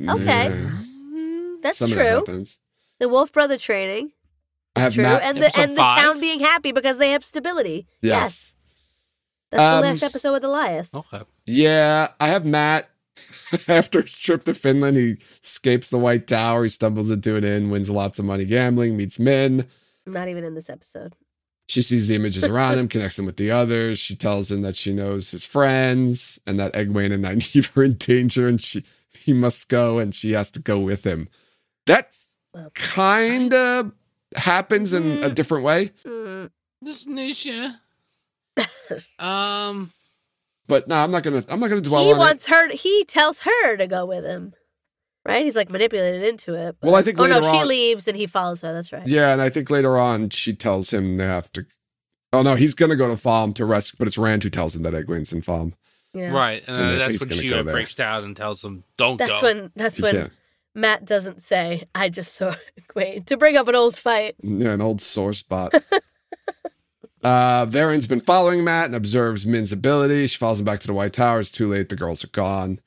Speaker 3: Okay.
Speaker 2: Yeah,
Speaker 1: Mm-hmm.
Speaker 3: That's
Speaker 2: some of that
Speaker 3: true.
Speaker 2: happens.
Speaker 3: The Wolf Brother training.
Speaker 2: I have
Speaker 3: True,
Speaker 2: not.
Speaker 3: and the
Speaker 1: Episode
Speaker 3: and the
Speaker 1: five?
Speaker 3: town being happy because they have stability.
Speaker 2: Yes.
Speaker 3: Yes, that's
Speaker 2: Um, oh.
Speaker 3: the last episode with Elias.
Speaker 1: Okay.
Speaker 2: Yeah, I have Matt. After his trip to Finland, he escapes the White Tower. He stumbles into an inn, wins lots of money gambling, meets Min.
Speaker 3: I'm not even in this episode.
Speaker 2: She sees the images around him, connects him with the others. She tells him that she knows his friends and that Egwene and Nynaeve are in danger and she he must go and she has to go with him. That
Speaker 3: Well, Hmm.
Speaker 2: kind of happens in a
Speaker 1: Mm.
Speaker 2: different way,
Speaker 3: mm,
Speaker 1: This Nisha. um.
Speaker 2: but no, I'm not gonna. I'm not gonna dwell
Speaker 3: he
Speaker 2: on it.
Speaker 3: wants her. He tells her to go with him. Right? He's like manipulated into it.
Speaker 2: Well, I think
Speaker 3: oh no,
Speaker 2: later
Speaker 3: she
Speaker 2: on-
Speaker 3: leaves and he follows her. That's right.
Speaker 2: Yeah, and I think later on she tells him they have to. Oh no, he's gonna go to Falm to rest, but it's Rand who tells him that Egwene's in Falm.
Speaker 3: Yeah.
Speaker 1: Right, and
Speaker 2: Then
Speaker 1: uh,
Speaker 2: that
Speaker 1: that's
Speaker 2: he's
Speaker 1: when
Speaker 2: gonna
Speaker 1: she
Speaker 2: go
Speaker 1: uh,
Speaker 2: there.
Speaker 1: breaks down and tells him, "Don't
Speaker 3: That's
Speaker 1: go."
Speaker 3: when. That's
Speaker 2: You
Speaker 3: when
Speaker 2: can't.
Speaker 3: Matt doesn't say. I just saw Egwene to bring up an old fight.
Speaker 2: Yeah, an old sore spot. uh, Varen's been following Matt and observes Min's ability. She follows him back to the White Tower. It's too late. The girls are gone.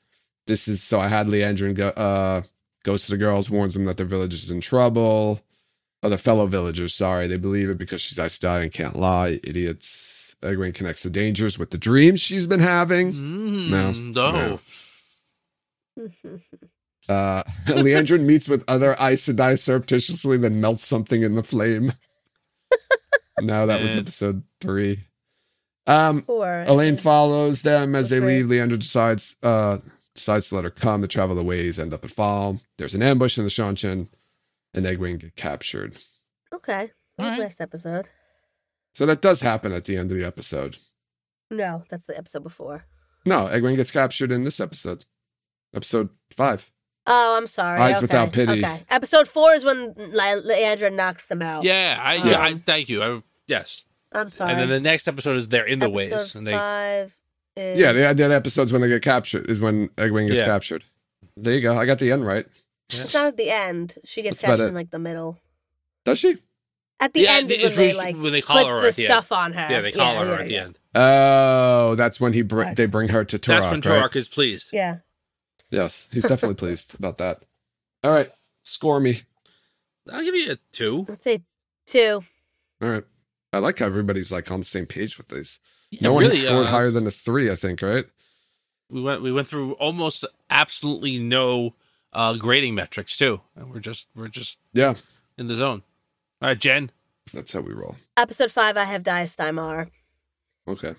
Speaker 2: This is so I had Leandrin go, uh, goes to the girls, warns them that their village is in trouble. Oh, their fellow villagers, sorry. They believe it because she's Aes Sedai and can't lie. Idiots. Egwene connects the dangers with the dreams she's been having.
Speaker 1: Mm,
Speaker 2: No.
Speaker 1: no.
Speaker 2: No. Uh, Leandrin meets with other Aes Sedai surreptitiously, then melts something in the flame. no, that was
Speaker 1: Man.
Speaker 2: episode three. Um,
Speaker 3: Or
Speaker 2: Elaine follows them as they
Speaker 3: Okay.
Speaker 2: leave. Leandrin decides uh, decides to let her come. They travel the ways, end up at Falm. There's an ambush in the Shanshan, and Egwene get captured.
Speaker 3: Okay.
Speaker 1: All right.
Speaker 3: Last episode.
Speaker 2: So that does happen at the end of the episode.
Speaker 3: No, that's the episode before.
Speaker 2: No, Egwene gets captured in this episode, episode five.
Speaker 3: Oh, I'm sorry.
Speaker 2: Eyes
Speaker 3: okay.
Speaker 2: Without Pity.
Speaker 3: Okay. Episode four is when Le- Leandra knocks them out.
Speaker 1: Yeah, I,
Speaker 3: Yeah.
Speaker 1: I thank you. I, yes,
Speaker 3: I'm sorry.
Speaker 1: and then the next episode is they're in the
Speaker 3: Episode
Speaker 1: ways, and they
Speaker 3: five And
Speaker 2: Yeah, the idea of the episode's when they get captured is when Eggwing gets
Speaker 1: Yeah.
Speaker 2: captured. There you go. I got the end right.
Speaker 3: It's not at the end. She gets
Speaker 2: That's about
Speaker 3: captured
Speaker 2: it.
Speaker 3: in like the middle.
Speaker 2: Does she?
Speaker 3: At the
Speaker 1: Yeah,
Speaker 3: end is
Speaker 1: it's
Speaker 3: when they
Speaker 1: when she-
Speaker 3: like
Speaker 1: when they collar her
Speaker 3: put the
Speaker 1: at the end.
Speaker 3: stuff on her.
Speaker 1: Yeah, they collar her
Speaker 3: yeah,
Speaker 1: at the
Speaker 3: yeah.
Speaker 1: end.
Speaker 2: Oh, that's when he br- they bring her to Turok.
Speaker 1: That's when Turok
Speaker 2: right?
Speaker 1: is pleased.
Speaker 3: Yeah.
Speaker 2: Yes, he's definitely pleased about that. All right, score me.
Speaker 1: I'll give you a two.
Speaker 3: Let's say two.
Speaker 2: All right, I like how everybody's like on the same page with these.
Speaker 1: Yeah,
Speaker 2: No one has
Speaker 1: really,
Speaker 2: scored
Speaker 1: uh,
Speaker 2: higher than a three, I think. Right?
Speaker 1: we went we went through almost absolutely no uh grading metrics too. And we're just we're just
Speaker 2: Yeah,
Speaker 1: in the zone. All right, Jen.
Speaker 2: that's how we roll.
Speaker 3: Episode five, I have Diastimar.
Speaker 2: Okay.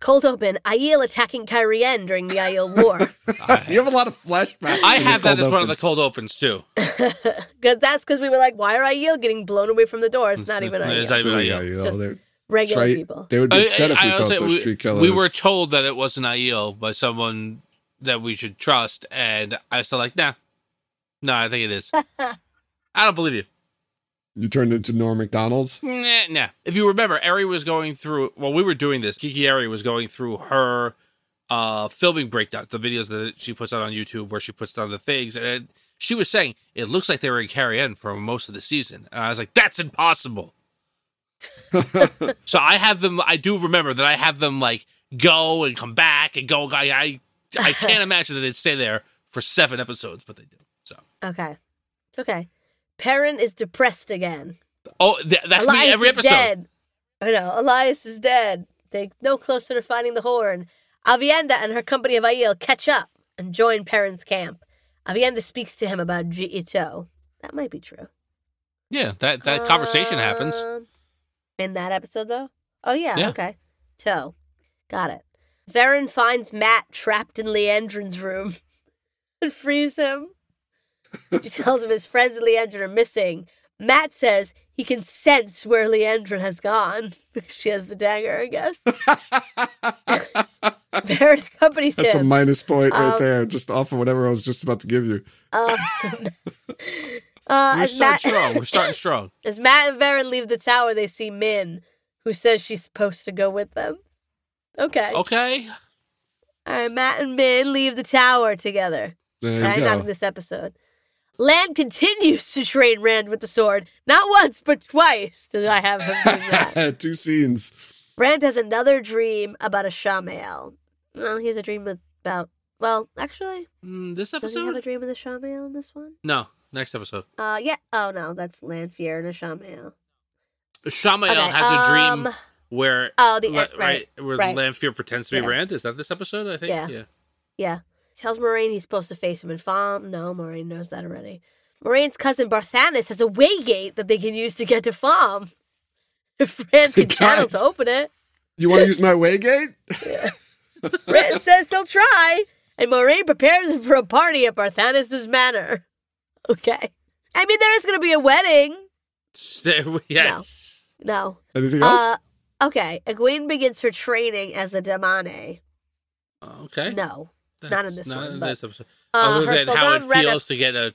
Speaker 3: Cold open, Aiel attacking Kyrien during the Aiel War.
Speaker 2: you
Speaker 1: I,
Speaker 2: have a lot of flashbacks.
Speaker 1: I
Speaker 2: to the
Speaker 1: have that
Speaker 2: cold
Speaker 1: as one of the
Speaker 2: opens.
Speaker 1: cold opens too.
Speaker 3: Because that's because we were like, why are Aiel getting blown away from the door? It's not even
Speaker 1: It's
Speaker 3: Aiel.
Speaker 1: not-
Speaker 2: So,
Speaker 1: Yeah,
Speaker 2: yeah,
Speaker 1: yeah,
Speaker 2: you know,
Speaker 3: just
Speaker 2: they're-
Speaker 3: Regular
Speaker 2: try-
Speaker 3: people.
Speaker 2: They would be upset if we
Speaker 1: I- I
Speaker 2: thought
Speaker 1: also-
Speaker 2: those
Speaker 1: we-
Speaker 2: street killers.
Speaker 1: We were told that it wasn't Aiel by someone that we should trust, and I was still like, nah. No, I think it is. I don't believe you.
Speaker 2: you turned into Norm McDonald's.
Speaker 1: Nah, nah. If you remember, Eri was going through while we were doing this, Kiki Eri was going through her uh filming breakdown, the videos that she puts out on YouTube where she puts down the things, and she was saying it looks like they were in Carrie Ann for most of the season. And I was like, That's impossible. so I have them I do remember that I have them like go and come back and go I I, I can't imagine that they'd stay there for seven episodes, but they do. So
Speaker 3: Okay. It's okay. Perrin is depressed again.
Speaker 1: Oh th- that's me
Speaker 3: Elias
Speaker 1: every
Speaker 3: is
Speaker 1: episode.
Speaker 3: dead. I know. Elias is dead. They no closer to finding the horn. Avienda and her company of Aiel catch up and join Perrin's camp. Avienda speaks to him about Giito. That might be true.
Speaker 1: Yeah, that, that conversation happens.
Speaker 3: Um, In that episode, though? Oh, yeah,
Speaker 1: Yeah.
Speaker 3: okay. Toe. Got it. Varen finds Matt trapped in Leandrin's room and frees him. She tells him his friends and Leandrin are missing. Matt says he can sense where Leandrin has gone. she has the dagger, I guess. Varen accompanies
Speaker 2: That's a
Speaker 3: him.
Speaker 2: minus point right
Speaker 3: Um,
Speaker 2: there, just off of whatever I was just about to give you.
Speaker 3: Uh, uh,
Speaker 1: We're
Speaker 3: as
Speaker 1: starting
Speaker 3: Matt-
Speaker 1: strong. We're starting strong.
Speaker 3: As Matt and Varen leave the tower, they see Min, who says she's supposed to go with them. Okay.
Speaker 1: Oh. Okay.
Speaker 3: All right, Matt and Min leave the tower together.
Speaker 2: There
Speaker 3: Right,
Speaker 2: you
Speaker 3: not in
Speaker 2: go.
Speaker 3: this episode. Land continues to train Rand with the sword. Not once, but twice did I have him do that.
Speaker 2: Two scenes.
Speaker 3: Rand has another dream about a Shamael. Well, he has a dream with- about. Well, actually,
Speaker 1: Mm, this
Speaker 3: does he have a
Speaker 1: episode?
Speaker 3: dream with a Shamael in this one?
Speaker 1: No, next episode.
Speaker 3: Uh, yeah. Oh no, that's Lanfear and a Shamael.
Speaker 1: Shamael
Speaker 3: Okay,
Speaker 1: has a dream
Speaker 3: um,
Speaker 1: where
Speaker 3: Oh, the
Speaker 1: le-
Speaker 3: right, right.
Speaker 1: where
Speaker 3: right.
Speaker 1: Lanfear pretends to be
Speaker 3: Yeah.
Speaker 1: Rand. Is that this episode? I think.
Speaker 3: Yeah. Yeah. Tells Moraine he's supposed to face him in Fom. No, Moraine knows that already. Moraine's cousin Barthanis has a way gate that they can use to get to Fom. If Rand can channel
Speaker 2: Guys.
Speaker 3: to open it.
Speaker 2: You want to use my waygate?
Speaker 3: Rand says he'll try, and Moraine prepares him for a party at Barthanis' manor. Okay. I mean, there is going to be a wedding.
Speaker 1: So, yes.
Speaker 3: No.
Speaker 2: Anything else?
Speaker 3: Uh, okay. Egwene begins her training as a Demane.
Speaker 1: Okay.
Speaker 3: No.
Speaker 1: That's
Speaker 3: not in this one,
Speaker 1: in
Speaker 3: but-
Speaker 1: this episode.
Speaker 3: Uh,
Speaker 1: Eh? Other
Speaker 3: her
Speaker 1: than how it
Speaker 3: Soldan Renna
Speaker 1: feels to get a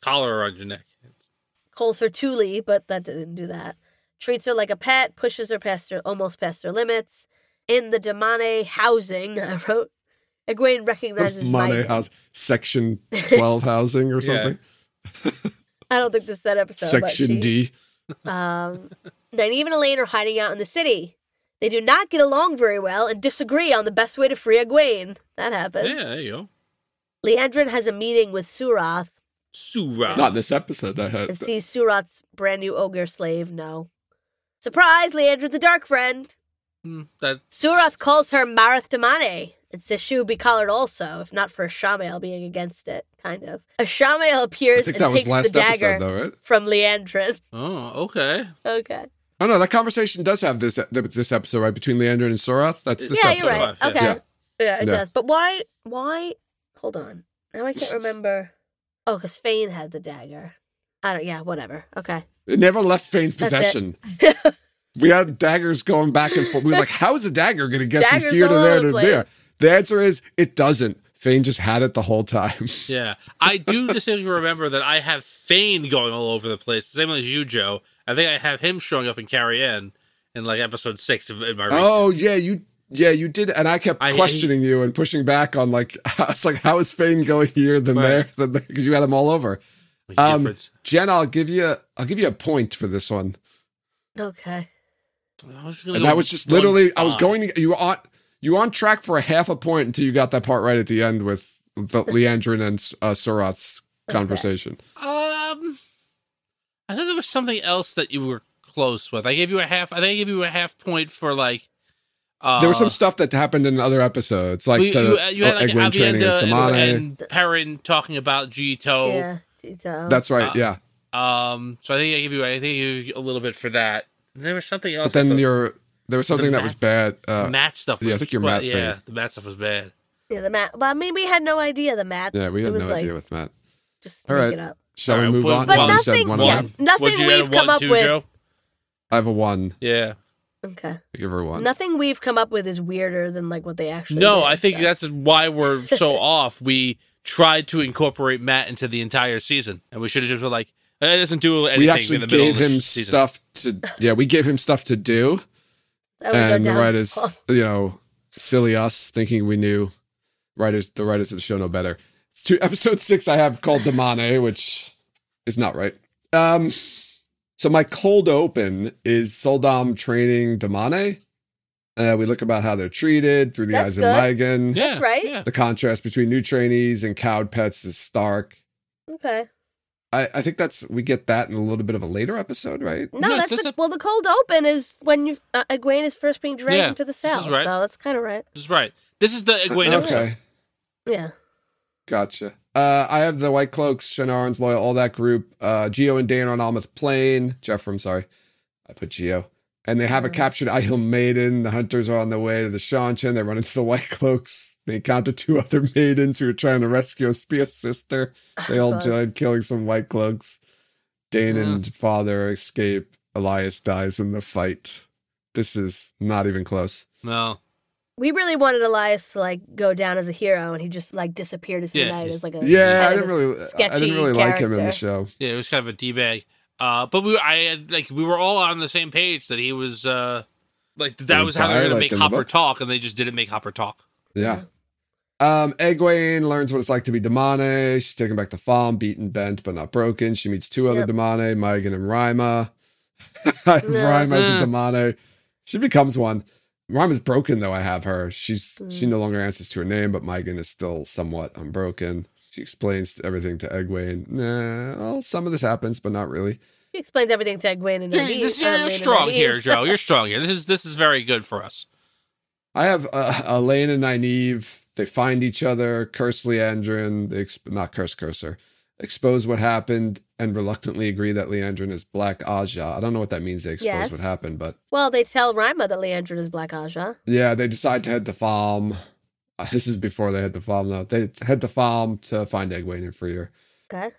Speaker 1: collar around your neck. It's-
Speaker 3: calls her Tuli, but that didn't do that. Treats her like a pet, pushes her past her almost past her limits. In the Demane housing, I wrote, Egwene recognizes
Speaker 2: Monet
Speaker 3: Maiden.
Speaker 2: house section twelve housing or
Speaker 1: Yeah.
Speaker 2: something.
Speaker 3: I don't think this is that episode. but
Speaker 2: section
Speaker 3: she-
Speaker 2: D.
Speaker 3: Um, Nynaeve and Elaine are hiding out in the city. They do not get along very well and disagree on the best way to free Egwene. That happens.
Speaker 1: Yeah, there you go.
Speaker 3: Leandrin has a meeting with Surath
Speaker 1: Surah.
Speaker 2: Not this episode. I hope.
Speaker 3: and sees Surath's brand new ogre slave. No. Surprise! Leandrin's a dark friend.
Speaker 1: Mm, that
Speaker 3: Surath calls her Marath Damane and says she would be collared also, if not for Shamael being against it, kind of. A Shamael
Speaker 2: I
Speaker 3: appears
Speaker 2: think
Speaker 3: and
Speaker 2: that was
Speaker 3: takes the
Speaker 2: last
Speaker 3: dagger
Speaker 2: episode, though, right?
Speaker 3: from Leandrin.
Speaker 1: Oh, okay.
Speaker 3: Okay.
Speaker 2: Oh no, that conversation does have this e-, this episode right between Leander and Soroth. That's this
Speaker 3: yeah,
Speaker 2: episode.
Speaker 3: you're right.
Speaker 1: Yeah.
Speaker 3: Okay. Yeah, it
Speaker 2: Yeah.
Speaker 3: does. But why why hold on. Now I can't remember. Oh, because Fane had the dagger. I don't yeah, whatever. Okay.
Speaker 2: It never left Fane's
Speaker 3: That's it.
Speaker 2: possession. we had daggers going back and forth. We were like, how is the dagger going to get
Speaker 3: Daggers
Speaker 2: from here to
Speaker 3: all
Speaker 2: there
Speaker 3: over
Speaker 2: to
Speaker 3: the place.
Speaker 2: there? The answer is it doesn't. Fane just had it the whole time.
Speaker 1: Yeah. I do distinctly remember that I have Fane going all over the place, same as you, Joe. I think I have him showing up in Carrie Ann in like episode six of in my
Speaker 2: oh yeah, you yeah, you did, and I kept
Speaker 1: I-
Speaker 2: questioning you and pushing back on like it's like how is Fane going here than
Speaker 1: Right.
Speaker 2: there than because you had them all over.
Speaker 1: Big
Speaker 2: Um,
Speaker 1: difference.
Speaker 2: Jen, I'll give you I'll give you a point for this one.
Speaker 3: Okay.
Speaker 1: I was, gonna
Speaker 2: And
Speaker 1: go
Speaker 2: that was just
Speaker 1: one
Speaker 2: literally I was
Speaker 1: five.
Speaker 2: going to you were on you were on track for a half a point until you got that part right at the end with the Leandrin and uh, Surat's
Speaker 3: Okay.
Speaker 2: conversation.
Speaker 1: Um, I thought there was something else that you were close with. I gave you a half. I think I gave you a half point for like. Uh,
Speaker 2: there was some stuff that happened in other episodes, like
Speaker 1: well, you,
Speaker 2: the uh,
Speaker 1: you, you had like
Speaker 2: Egwene training as
Speaker 1: Avienda
Speaker 2: demonic.
Speaker 1: uh, and, and Perrin talking about Gito.
Speaker 3: Yeah. Tito.
Speaker 2: That's right,
Speaker 1: uh,
Speaker 2: yeah.
Speaker 1: Um, so I think I gave you. I think I gave you a little bit for that. And there was something else.
Speaker 2: But then
Speaker 1: with
Speaker 2: your there was something that was bad.
Speaker 1: the
Speaker 2: Uh,
Speaker 1: Matt stuff. Was,
Speaker 2: yeah, I think your
Speaker 1: well,
Speaker 2: Matt thing.
Speaker 1: Yeah, the Matt stuff was bad.
Speaker 3: yeah, the mat. But I mean, we had no idea the mat.
Speaker 2: yeah, we
Speaker 3: It
Speaker 2: had
Speaker 3: was
Speaker 2: no
Speaker 3: like-
Speaker 2: idea with Matt.
Speaker 3: Just
Speaker 2: All
Speaker 3: make
Speaker 2: right.
Speaker 3: it up.
Speaker 2: Shall we
Speaker 1: All right,
Speaker 2: move
Speaker 1: well,
Speaker 2: on?
Speaker 3: But
Speaker 2: Well, you said
Speaker 3: nothing.
Speaker 2: one
Speaker 3: yeah,
Speaker 2: and a half.
Speaker 1: What'd
Speaker 3: nothing
Speaker 1: you get, a
Speaker 3: we've come
Speaker 1: one,
Speaker 3: up
Speaker 1: two,
Speaker 3: with.
Speaker 1: Joe?
Speaker 2: I have a one.
Speaker 1: Yeah.
Speaker 3: Okay.
Speaker 2: I give her one.
Speaker 3: Nothing we've come up with is weirder than like what they actually.
Speaker 1: No,
Speaker 3: did,
Speaker 1: I think
Speaker 3: so.
Speaker 1: that's why we're so off. We tried to incorporate Matt into the entire season, and we should have just been like, "Eh, "It doesn't do anything."
Speaker 2: we
Speaker 1: in
Speaker 2: actually
Speaker 1: the middle
Speaker 2: gave
Speaker 1: of the
Speaker 2: him
Speaker 1: season.
Speaker 2: stuff to yeah, we gave him stuff to do.
Speaker 3: That was our
Speaker 2: and the writers,
Speaker 3: downfall.
Speaker 2: you know, silly us thinking we knew writers, the writers of the show know better. It's two episode six. I have called Demane, which is not right. Um, so my cold open is Soldam training Demane. Uh, we look about how they're treated through the
Speaker 3: That's
Speaker 2: eyes of Megan.
Speaker 1: Yeah,
Speaker 3: That's right.
Speaker 1: Yeah.
Speaker 2: The contrast between new trainees and cowed pets is stark.
Speaker 3: Okay.
Speaker 2: I, I think that's we get that in a little bit of a later episode, right?
Speaker 3: No,
Speaker 1: No, it's
Speaker 3: that's
Speaker 1: just
Speaker 3: the,
Speaker 1: a-
Speaker 3: well. The cold open is when you uh, Egwene is first being dragged
Speaker 1: Yeah,
Speaker 3: into the
Speaker 1: this
Speaker 3: cell.
Speaker 1: is right.
Speaker 3: So that's kind of right.
Speaker 1: This is right. This is the Egwene episode.
Speaker 3: Yeah.
Speaker 2: Gotcha. Uh, I have the White Cloaks, Shannarans, Loyal, all that group. Uh, Geo and Dane on Almouth Plain. Jeff, I'm sorry. I put Geo. And they have a
Speaker 3: Mhm.
Speaker 2: captured Ihil Maiden. The hunters are on the way to the Shanchan. They run into the White Cloaks. They encounter two other maidens who are trying to rescue a spear sister. They all
Speaker 3: God.
Speaker 2: join, killing some White Cloaks. Dane and father escape. Elias dies in the fight. This is not even close.
Speaker 1: No,
Speaker 3: We really wanted Elias to like go down as a hero, and he just like disappeared as the
Speaker 1: Yeah,
Speaker 3: night
Speaker 1: he's-
Speaker 3: as like a
Speaker 2: Yeah, I
Speaker 3: kind
Speaker 2: didn't
Speaker 3: of a
Speaker 2: really, I
Speaker 3: sketchy
Speaker 2: didn't really like him in the
Speaker 3: character.
Speaker 2: show.
Speaker 1: yeah, it was kind of a d bag. Uh, but we, I had like we were all on the same page that he was uh, like that
Speaker 2: Gonna
Speaker 1: was how they were
Speaker 2: die,
Speaker 1: going
Speaker 2: like
Speaker 1: to make
Speaker 2: in the
Speaker 1: Hopper
Speaker 2: books?
Speaker 1: talk, and they just didn't make Hopper talk.
Speaker 2: Yeah. Um, Egwene learns what it's like to be Demane. She's taken back the farm, beaten, bent, but not broken. She meets two other
Speaker 3: Yep.
Speaker 2: Demane, Megan and Rima. Rima's a
Speaker 1: Yeah.
Speaker 2: Demane. She becomes one. Rima's broken, though, I have her. She's she
Speaker 3: Mm.
Speaker 2: no longer answers to her name, but Megan is still somewhat unbroken. She explains everything to Egwene. Nah, well, some of this happens, but not really.
Speaker 3: He explains everything to Egwene and
Speaker 1: You're,
Speaker 3: Nynaeve,
Speaker 1: this,
Speaker 3: uh,
Speaker 1: you're, you're
Speaker 3: Nynaeve.
Speaker 1: strong here, Joe. You're strong here. This is this is very good for us.
Speaker 2: I have uh, Elaine and Nynaeve. They find each other, curse Leandrin, they exp- not curse Cursor, expose what happened, and reluctantly agree that Leandrin is Black Aja. I don't know what that means, they expose
Speaker 3: Yes.
Speaker 2: what happened, but
Speaker 3: Well, they tell Rima that Leandrin is Black Aja.
Speaker 2: yeah, they decide to head to Falm. Uh, This is before they head to Falm, though. They head to Falm to find Egwene and free her.
Speaker 3: Okay.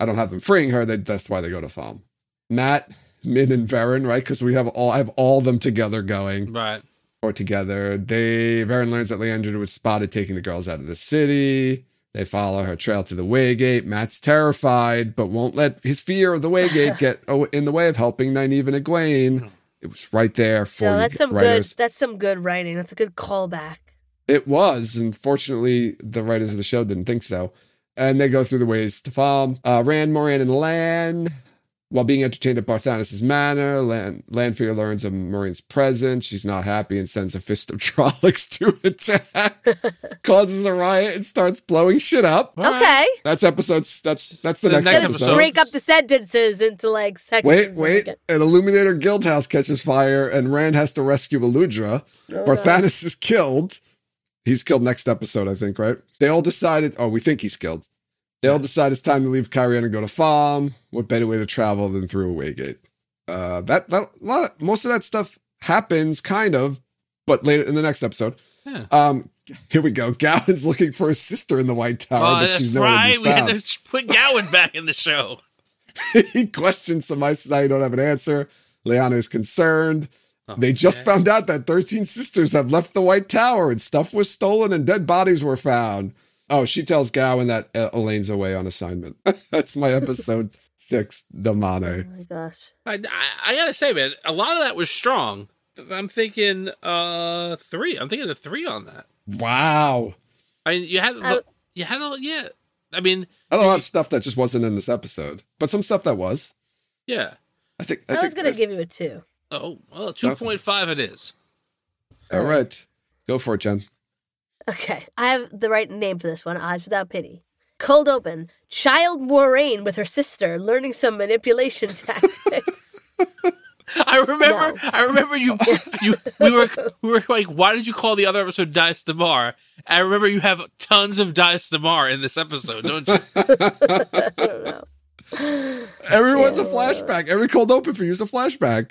Speaker 2: I don't have them freeing her. They, that's why they go to Falm. Matt, Min, and Varen, right? Because we have all, I have all of them together going.
Speaker 1: Right.
Speaker 2: or together. They Varen learns that Leandrin was spotted taking the girls out of the city. They follow her trail to the Waygate. Matt's terrified, but won't let his fear of the Waygate get o- in the way of helping Nynaeve and Egwene. It was right there for
Speaker 3: So
Speaker 2: you
Speaker 3: Hmm. that's some
Speaker 2: writers.
Speaker 3: good. That's some good writing. That's a good callback.
Speaker 2: It was, and fortunately, the writers of the show didn't think so. And they go through the ways to farm. Uh, Rand, Moran, and Lan, while being entertained at Barthanas's manor, Lan Lanfear learns of Moran's presence. She's not happy and sends a fist of Trollocs to attack, causes a riot, and starts blowing shit up.
Speaker 1: All right.
Speaker 3: okay.
Speaker 2: That's episodes. That's that's the,
Speaker 1: The
Speaker 2: next,
Speaker 1: next
Speaker 2: episode.
Speaker 1: episode.
Speaker 3: Break up the sentences into like sections.
Speaker 2: Wait,
Speaker 3: and
Speaker 2: wait.
Speaker 3: get-
Speaker 2: An Illuminator Guildhouse catches fire, and Rand has to rescue Eludra.
Speaker 3: Oh, no.
Speaker 2: Barthanis is killed. He's killed next episode, I think, right? They all decided, oh, we think he's killed. They all decide it's time to leave Kyrian and go to Farm. What better way to travel than through a waygate? Uh, that that a lot of, most of that stuff happens kind of, but later in the next episode.
Speaker 1: Yeah.
Speaker 2: Um, here we go. Gowan's looking for his sister in the White Tower,
Speaker 1: Well,
Speaker 2: but
Speaker 1: Oh, that's
Speaker 2: she's nowhere to
Speaker 1: right.
Speaker 2: be
Speaker 1: We had
Speaker 2: found.
Speaker 1: to put Gowan back in the show.
Speaker 2: he questions some ice. Now you don't have an answer. Liana is concerned. They just
Speaker 1: Okay.
Speaker 2: found out that 13 sisters have left the White Tower and stuff was stolen and dead bodies were found. Oh, she tells Gowan that uh, Elaine's away on assignment. That's my episode six,
Speaker 3: Oh
Speaker 2: Damane.
Speaker 3: my gosh.
Speaker 1: I, I, I gotta say, man, a lot of that was strong. I'm thinking uh three. I'm thinking a three on that.
Speaker 2: Wow.
Speaker 1: I mean, you had
Speaker 3: I-
Speaker 1: look, you had a yeah. I mean,
Speaker 2: I had a lot of stuff that just wasn't in this episode, but some stuff that was.
Speaker 1: yeah.
Speaker 2: I think. I,
Speaker 3: I,
Speaker 2: think
Speaker 3: was gonna give you a two.
Speaker 1: Oh well, two point five it is.
Speaker 2: All right, go for it, Jen.
Speaker 3: Okay, I have the right name for this one. Eyes without pity. Cold open. Child Moraine with her sister learning some manipulation tactics.
Speaker 1: I remember. I remember you. You. We were. We were like, why did you call the other episode Dice the Bar? I remember you have tons of Dice the Bar in this episode, don't you?
Speaker 3: I don't know.
Speaker 2: Everyone's a flashback. Every cold open for you is a flashback.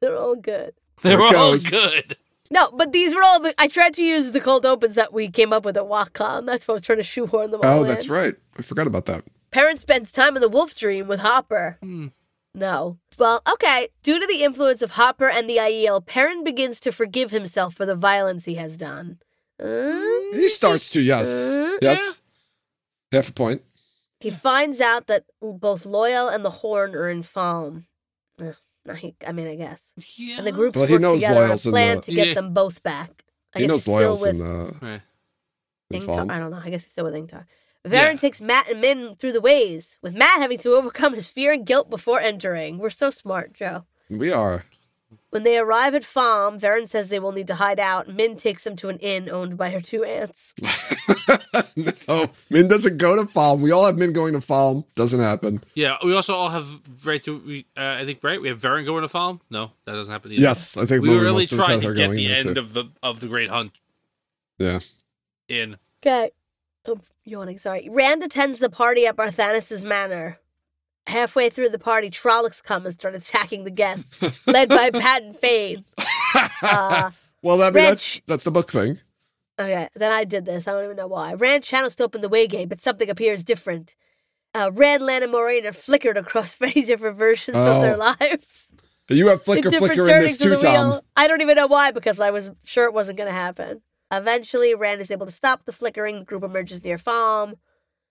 Speaker 3: They're all good.
Speaker 1: They
Speaker 2: Here
Speaker 1: were
Speaker 2: it
Speaker 1: all
Speaker 2: goes.
Speaker 1: good.
Speaker 3: No, but these were all the. I tried to use the cold opens that we came up with at WatCon. That's why I was trying to shoehorn them all
Speaker 2: Oh,
Speaker 3: in.
Speaker 2: that's right. I forgot about that.
Speaker 3: Parent spends time in the wolf dream with Hopper.
Speaker 1: Hmm.
Speaker 3: No. Well, okay. Due to the influence of Hopper and the IEL, Perrin begins to forgive himself for the violence he has done. Uh,
Speaker 2: He starts to yes,
Speaker 3: Uh,
Speaker 2: yes, half a point.
Speaker 3: he finds out that l- both Loyal and the Horn are in Falm. Ugh, no, he, I mean, I guess.
Speaker 1: Yeah.
Speaker 3: And the group
Speaker 2: Well,
Speaker 3: well,
Speaker 2: he knows
Speaker 3: together on a
Speaker 2: Loyal's in
Speaker 3: plan
Speaker 2: the-
Speaker 3: to get
Speaker 1: Yeah.
Speaker 3: them both back.
Speaker 2: he
Speaker 3: I guess
Speaker 2: knows
Speaker 3: he's
Speaker 2: loyals
Speaker 3: still with
Speaker 2: in the
Speaker 1: Right.
Speaker 2: in
Speaker 3: Ingtar-
Speaker 2: Falm.
Speaker 3: I don't know. I guess he's still with Ingtar. Varen
Speaker 1: Yeah.
Speaker 3: takes Matt and Min through the ways, with Matt having to overcome his fear and guilt before entering. We're so smart, Joe.
Speaker 2: We are.
Speaker 3: When they arrive at Farm, Varen says they will need to hide out. Min takes them to an inn owned by her two aunts.
Speaker 2: no, Min doesn't go to Falm. We all have Min going to Falm. Doesn't happen.
Speaker 1: Yeah. We also all have right to. We, uh, I think right. We have Varen going to Falm. No, that doesn't happen. Either.
Speaker 2: Yes, I think
Speaker 1: We
Speaker 2: Moon
Speaker 1: really
Speaker 2: must have
Speaker 1: tried
Speaker 2: said her
Speaker 1: to get
Speaker 2: going
Speaker 1: the
Speaker 2: there,
Speaker 1: end
Speaker 2: too.
Speaker 1: of the of the Great Hunt
Speaker 2: Yeah.
Speaker 1: in.
Speaker 3: Okay. Oh, yawning, sorry. Rand attends the party at Barthanas' manor. Halfway through the party, Trollocs come and start attacking the guests, led by Pat and Fane. Uh,
Speaker 2: Well, that, I mean, that's
Speaker 3: Rich.
Speaker 2: that's the book thing.
Speaker 3: Okay, then I did this. I don't even know why. Rand channels to open the way gate, but something appears different. Uh, Rand, Lan, and Moraine are flickered across many different versions
Speaker 2: Oh.
Speaker 3: of their lives.
Speaker 2: You have
Speaker 3: The
Speaker 2: flicker
Speaker 3: different
Speaker 2: flicker in this
Speaker 3: turnings of
Speaker 2: too,
Speaker 3: the
Speaker 2: Tom.
Speaker 3: wheel. I don't even know why, because I was sure it wasn't going to happen. Eventually, Rand is able to stop the flickering. The group emerges near Farm.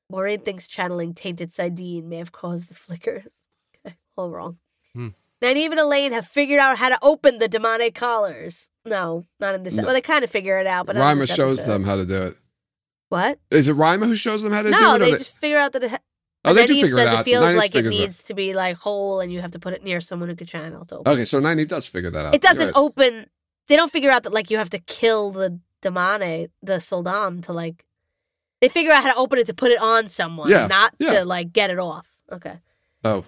Speaker 3: Moraine thinks channeling tainted Sidene may have caused the flickers. Okay, all wrong.
Speaker 1: Hmm.
Speaker 3: Nynaeve and Elaine have figured out how to open the demonic collars. No, not in this.
Speaker 2: No.
Speaker 3: Well, they kind of figure it out, but not in
Speaker 2: Rima
Speaker 3: this
Speaker 2: shows
Speaker 3: episode.
Speaker 2: them how to do it.
Speaker 3: What?
Speaker 2: Is it Rima who shows them how to do
Speaker 3: No,
Speaker 2: it?
Speaker 3: they
Speaker 2: or
Speaker 3: just figure out that it, ha-
Speaker 2: oh, they
Speaker 3: and
Speaker 2: do
Speaker 3: Nynaeve
Speaker 2: figure it
Speaker 3: says it,
Speaker 2: out.
Speaker 3: feels
Speaker 2: Nynaeve
Speaker 3: like it
Speaker 2: figures
Speaker 3: needs to be like whole, and you have to put it near someone who could channel to open.
Speaker 2: Okay, so Nynaeve does figure that out.
Speaker 3: it doesn't
Speaker 2: You're right.
Speaker 3: open. They don't figure out that like you have to kill the demone, the soldam, to like. They figure out how to open it to put it on someone,
Speaker 2: Yeah,
Speaker 3: not
Speaker 2: yeah.
Speaker 3: to like get it off. Okay,
Speaker 2: Oh,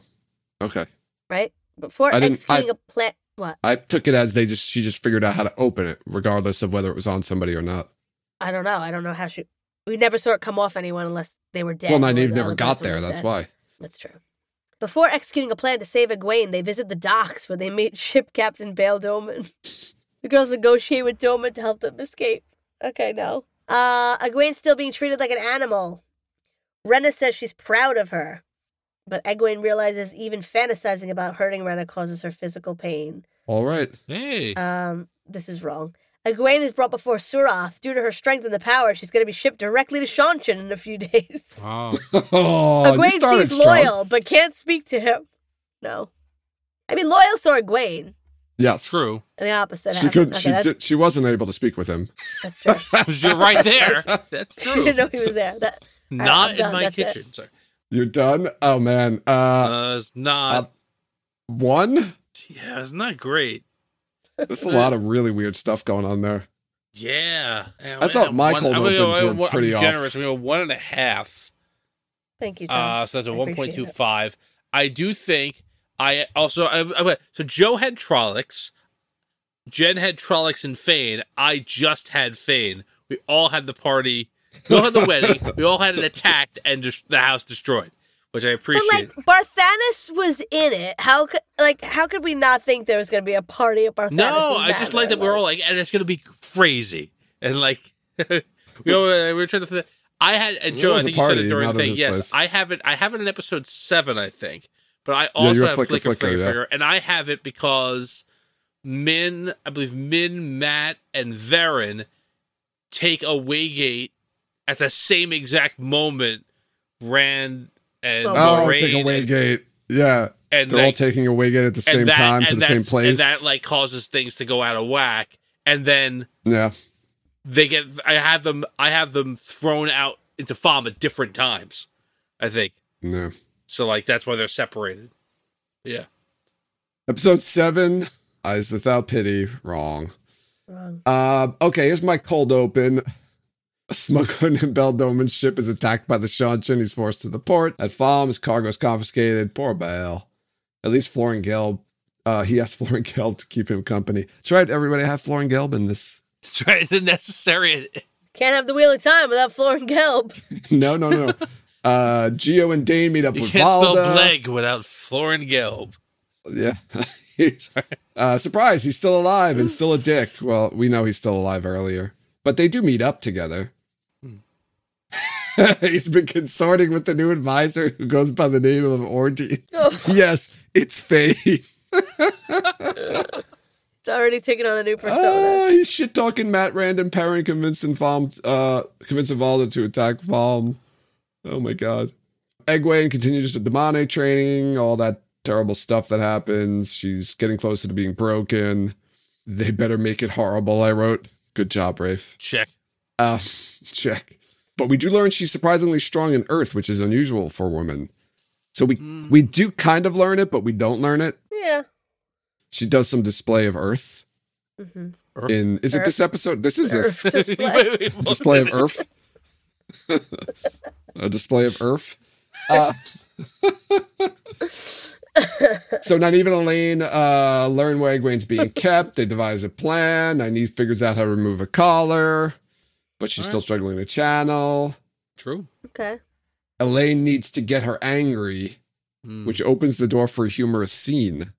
Speaker 2: okay.
Speaker 3: right before
Speaker 2: I didn't-
Speaker 3: executing a plant. What
Speaker 2: I took it as they just she just figured out how to open it, regardless of whether it was on somebody or not.
Speaker 3: I don't know. I don't know how she. We never saw it come off anyone unless they were dead.
Speaker 2: well,
Speaker 3: or
Speaker 2: Nynaeve
Speaker 3: the
Speaker 2: never
Speaker 3: other
Speaker 2: got
Speaker 3: person
Speaker 2: there.
Speaker 3: was
Speaker 2: That's
Speaker 3: dead.
Speaker 2: why.
Speaker 3: That's true. Before executing a plan to save Egwene, they visit the docks where they meet ship captain Bail Doman. the girls negotiate with Doman to help them escape. Okay, no. Uh, Egwene's still being treated like an animal. Renna says she's proud of her, but Egwene realizes even fantasizing about hurting Renna causes her physical pain.
Speaker 2: All right.
Speaker 1: Hey.
Speaker 3: Um, this is wrong. Egwene is brought before Surath. Due to her strength and the power, she's going to be shipped directly to Shanshan in a few days.
Speaker 1: Wow.
Speaker 2: oh, you
Speaker 3: Egwene
Speaker 2: started
Speaker 3: sees
Speaker 2: strong.
Speaker 3: Loyal, but can't speak to him. No. I mean, Loyal saw Egwene.
Speaker 2: Yes,
Speaker 1: True.
Speaker 3: The opposite
Speaker 2: She
Speaker 3: happened.
Speaker 2: couldn't.
Speaker 3: Okay,
Speaker 2: she
Speaker 3: that's,
Speaker 2: did, She wasn't able to speak with him.
Speaker 3: that's true.
Speaker 1: 'Cause you're right there. That's
Speaker 3: she
Speaker 1: true.
Speaker 3: didn't know he was there. That,
Speaker 1: Not
Speaker 3: I'm
Speaker 1: in
Speaker 3: done.
Speaker 1: my
Speaker 3: That's it.
Speaker 1: kitchen. Sorry.
Speaker 2: You're done. Oh man. Uh,
Speaker 1: Uh, it's not.
Speaker 2: uh, one.
Speaker 1: yeah, it's not great. Uh,
Speaker 2: That's a lot of really weird stuff going on there.
Speaker 1: Yeah.
Speaker 2: I thought my cold
Speaker 1: I'm gonna
Speaker 2: opens
Speaker 1: I'm
Speaker 2: were
Speaker 1: gonna- I'm
Speaker 2: pretty off.
Speaker 1: generous. We were one and a half.
Speaker 3: thank you, Tom.
Speaker 1: Uh, so that's a
Speaker 3: I
Speaker 1: one
Speaker 3: appreciate
Speaker 1: point two five. I do think I also I, I went- so Joe had Trollocs, Jen had Trollocs and Fane. I just had Fane. We all had the party. We all had the wedding. We all had it attacked and just the house destroyed, which I
Speaker 3: but
Speaker 1: appreciate.
Speaker 3: like Barthanas was in it. How could like how could we not think there was going to be a party at Barthanas?
Speaker 1: No, I just like that we're all like, and it's gonna be crazy, and like we all, we were trying to. Th- I had and
Speaker 2: There
Speaker 1: Joe, I
Speaker 2: was a
Speaker 1: think you said
Speaker 2: party,
Speaker 1: it during
Speaker 2: not
Speaker 1: the
Speaker 2: in
Speaker 1: thing.
Speaker 2: this
Speaker 1: Yes,
Speaker 2: place.
Speaker 1: I have it. I have it in episode seven, I think. But I
Speaker 2: you
Speaker 1: also
Speaker 2: have
Speaker 1: have
Speaker 2: Flicker
Speaker 1: flicker, flicker,
Speaker 2: Flicker,
Speaker 1: flicker,
Speaker 2: yeah.
Speaker 1: and I have it because Min, I believe Min, Matt, and Varen take a Waygate at the same exact moment. Rand and
Speaker 3: Oh,
Speaker 2: Oh,
Speaker 1: Moraine
Speaker 2: take away gate. Yeah,
Speaker 1: and
Speaker 2: They're all
Speaker 1: like,
Speaker 2: taking a wig in at the
Speaker 1: and
Speaker 2: same
Speaker 1: that-
Speaker 2: time to
Speaker 1: and
Speaker 2: the same
Speaker 1: that's- and
Speaker 2: place.
Speaker 1: that like causes things to go out of whack and then
Speaker 2: yeah.
Speaker 1: they get i have them i have them thrown out into farm at different times i think
Speaker 2: No.
Speaker 1: so like that's why they're separated yeah
Speaker 2: Episode seven, Eyes Without Pity. Wrong.
Speaker 3: Wrong.
Speaker 2: Uh, okay, here's my cold open. A smuggler named Beldoman's ship is attacked by the Shanshan. He's forced to the port. At Farm, his cargo is confiscated. Poor Bael. At least Florin Gelb, uh, he asked Florin Gelb to keep him company. That's right, everybody have Florin Gelb in this.
Speaker 1: that's right it's unnecessary
Speaker 3: Can't have the wheel of time without Florin Gelb.
Speaker 2: No, no, no. no. uh, Geo and Dane meet up
Speaker 1: you
Speaker 2: with
Speaker 1: can't spell
Speaker 2: Valda.
Speaker 1: Bleg without florin gelb
Speaker 2: Yeah. uh, surprise, he's still alive and still a dick. Well, we know he's still alive earlier, but they do meet up together. he's been consorting with the new advisor who goes by the name of Orgy.
Speaker 3: Oh,
Speaker 2: Yes, it's Faye.
Speaker 3: it's already taken on a new persona.
Speaker 2: Ah, he's shit talking Matt Random Perrin convincing Vom uh convincing Valda to attack Vom. Oh my god. Egwene continues the demonic training, all that terrible stuff that happens. She's getting closer to being broken. They better make it horrible, I wrote. Good job, Rafe.
Speaker 1: check
Speaker 2: Uh check. But we do learn she's surprisingly strong in earth, which is unusual for women. So we
Speaker 1: Mm.
Speaker 2: we do kind of learn it, but we don't learn it.
Speaker 3: yeah.
Speaker 2: She does some display of earth
Speaker 3: Mm-hmm.
Speaker 2: in is it this episode? This is this.
Speaker 3: display.
Speaker 2: A display of earth. a display of earth. Uh, so not even Elaine uh, learn where Egwene's being kept. They devise a plan. Nynaeve figures out how to remove a collar, but she's still struggling to channel.
Speaker 1: true
Speaker 3: Okay.
Speaker 2: Elaine needs to get her angry,
Speaker 3: Hmm.
Speaker 1: Mm.
Speaker 2: which opens the door for a humorous scene.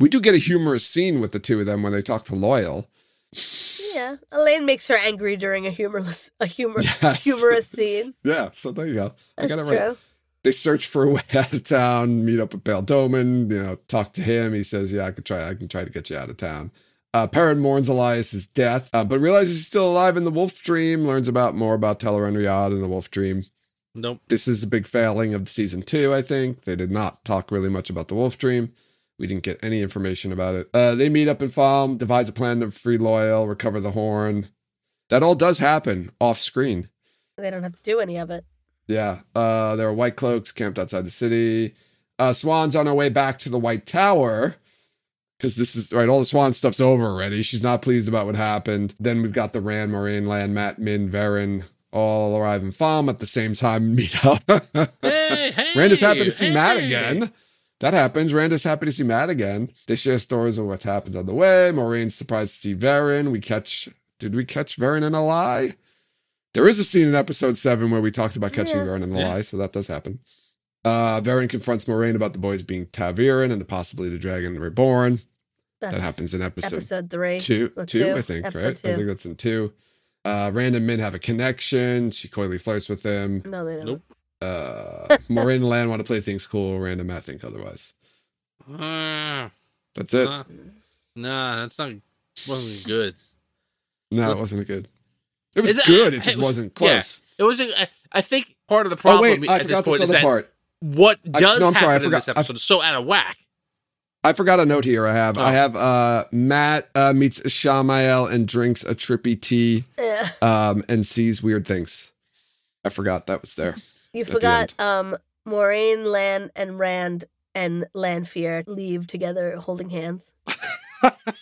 Speaker 2: We do get a humorous scene with the two of them when they talk to Loyal.
Speaker 3: Yeah. Elaine makes her angry during a humorless a humor
Speaker 2: Yes.
Speaker 3: humorous scene.
Speaker 2: Yeah, so there you go.
Speaker 3: That's
Speaker 2: I got it
Speaker 3: true.
Speaker 2: right. they search for a way out of town, meet up with Baldoman, you know, talk to him. He says, Yeah, I could try, I can try to get you out of town. Uh, Perrin mourns Elias's death, uh, but realizes he's still alive in the wolf dream, learns about more about Telerenriad and the wolf dream.
Speaker 1: nope
Speaker 2: This is a big failing of season two, I think. They did not talk really much about the wolf dream. We didn't get any information about it. Uh, they meet up in Falm, devise a plan to free Loyal, recover the horn. That all does happen off screen.
Speaker 3: They don't have to do any of it.
Speaker 2: Yeah. Uh, there are white cloaks camped outside the city. Uh, Swan's on her way back to the White Tower because this is right. All the Swan stuff's over already. She's not pleased about what happened. Then we've got the Rand, Moraine, Land, Matt, Min, Varen all arrive in Farm at the same time meet up.
Speaker 1: hey, hey,
Speaker 2: Rand is happy to see Matt
Speaker 1: hey.
Speaker 2: again. That happens. Rand is happy to see Matt again. They share stories of what's happened on the way. Maureen's surprised to see Varen. We catch. Did we catch Varen in a lie? There is a scene in episode seven where we talked about catching
Speaker 3: Yeah.
Speaker 2: Varen in a
Speaker 1: Yeah.
Speaker 2: lie, so that does happen. Uh, Varen confronts Moraine about the boys being Taviran and possibly the Dragon Reborn.
Speaker 3: That's
Speaker 2: that happens in episode,
Speaker 3: Episode three.
Speaker 2: two,
Speaker 3: or
Speaker 2: two,
Speaker 3: two,
Speaker 2: I think,
Speaker 3: episode
Speaker 2: right? I
Speaker 3: two.
Speaker 2: think that's in two. Uh, Rand and Min have a connection. She coyly flirts with him
Speaker 3: No, they don't.
Speaker 1: Nope.
Speaker 2: uh Maureen and Lan want to play things cool, random I think otherwise.
Speaker 1: Uh,
Speaker 2: That's it.
Speaker 1: nah, nah, that's not wasn't good
Speaker 2: no, it wasn't good. It was
Speaker 1: uh, Is it-
Speaker 2: good, it
Speaker 1: it
Speaker 2: just
Speaker 1: was-
Speaker 2: wasn't close.
Speaker 1: it was I, I think part of the
Speaker 2: oh
Speaker 1: problem
Speaker 2: wait, I
Speaker 1: at this
Speaker 2: forgot
Speaker 1: point
Speaker 2: this
Speaker 1: is
Speaker 2: other
Speaker 1: that
Speaker 2: part.
Speaker 1: what
Speaker 2: I-
Speaker 1: does
Speaker 2: no, I'm
Speaker 1: happen
Speaker 2: sorry, I
Speaker 1: in this
Speaker 2: forgot. I-
Speaker 1: episode is so out of whack
Speaker 2: I forgot a note here I have. I
Speaker 1: Oh.
Speaker 2: have uh Matt uh meets Shamael and drinks a trippy tea
Speaker 3: Yeah.
Speaker 2: um and sees weird things. I forgot that was there.
Speaker 3: You
Speaker 2: the
Speaker 3: forgot um Moraine, Lan, and Rand and Lanfear leave together holding hands.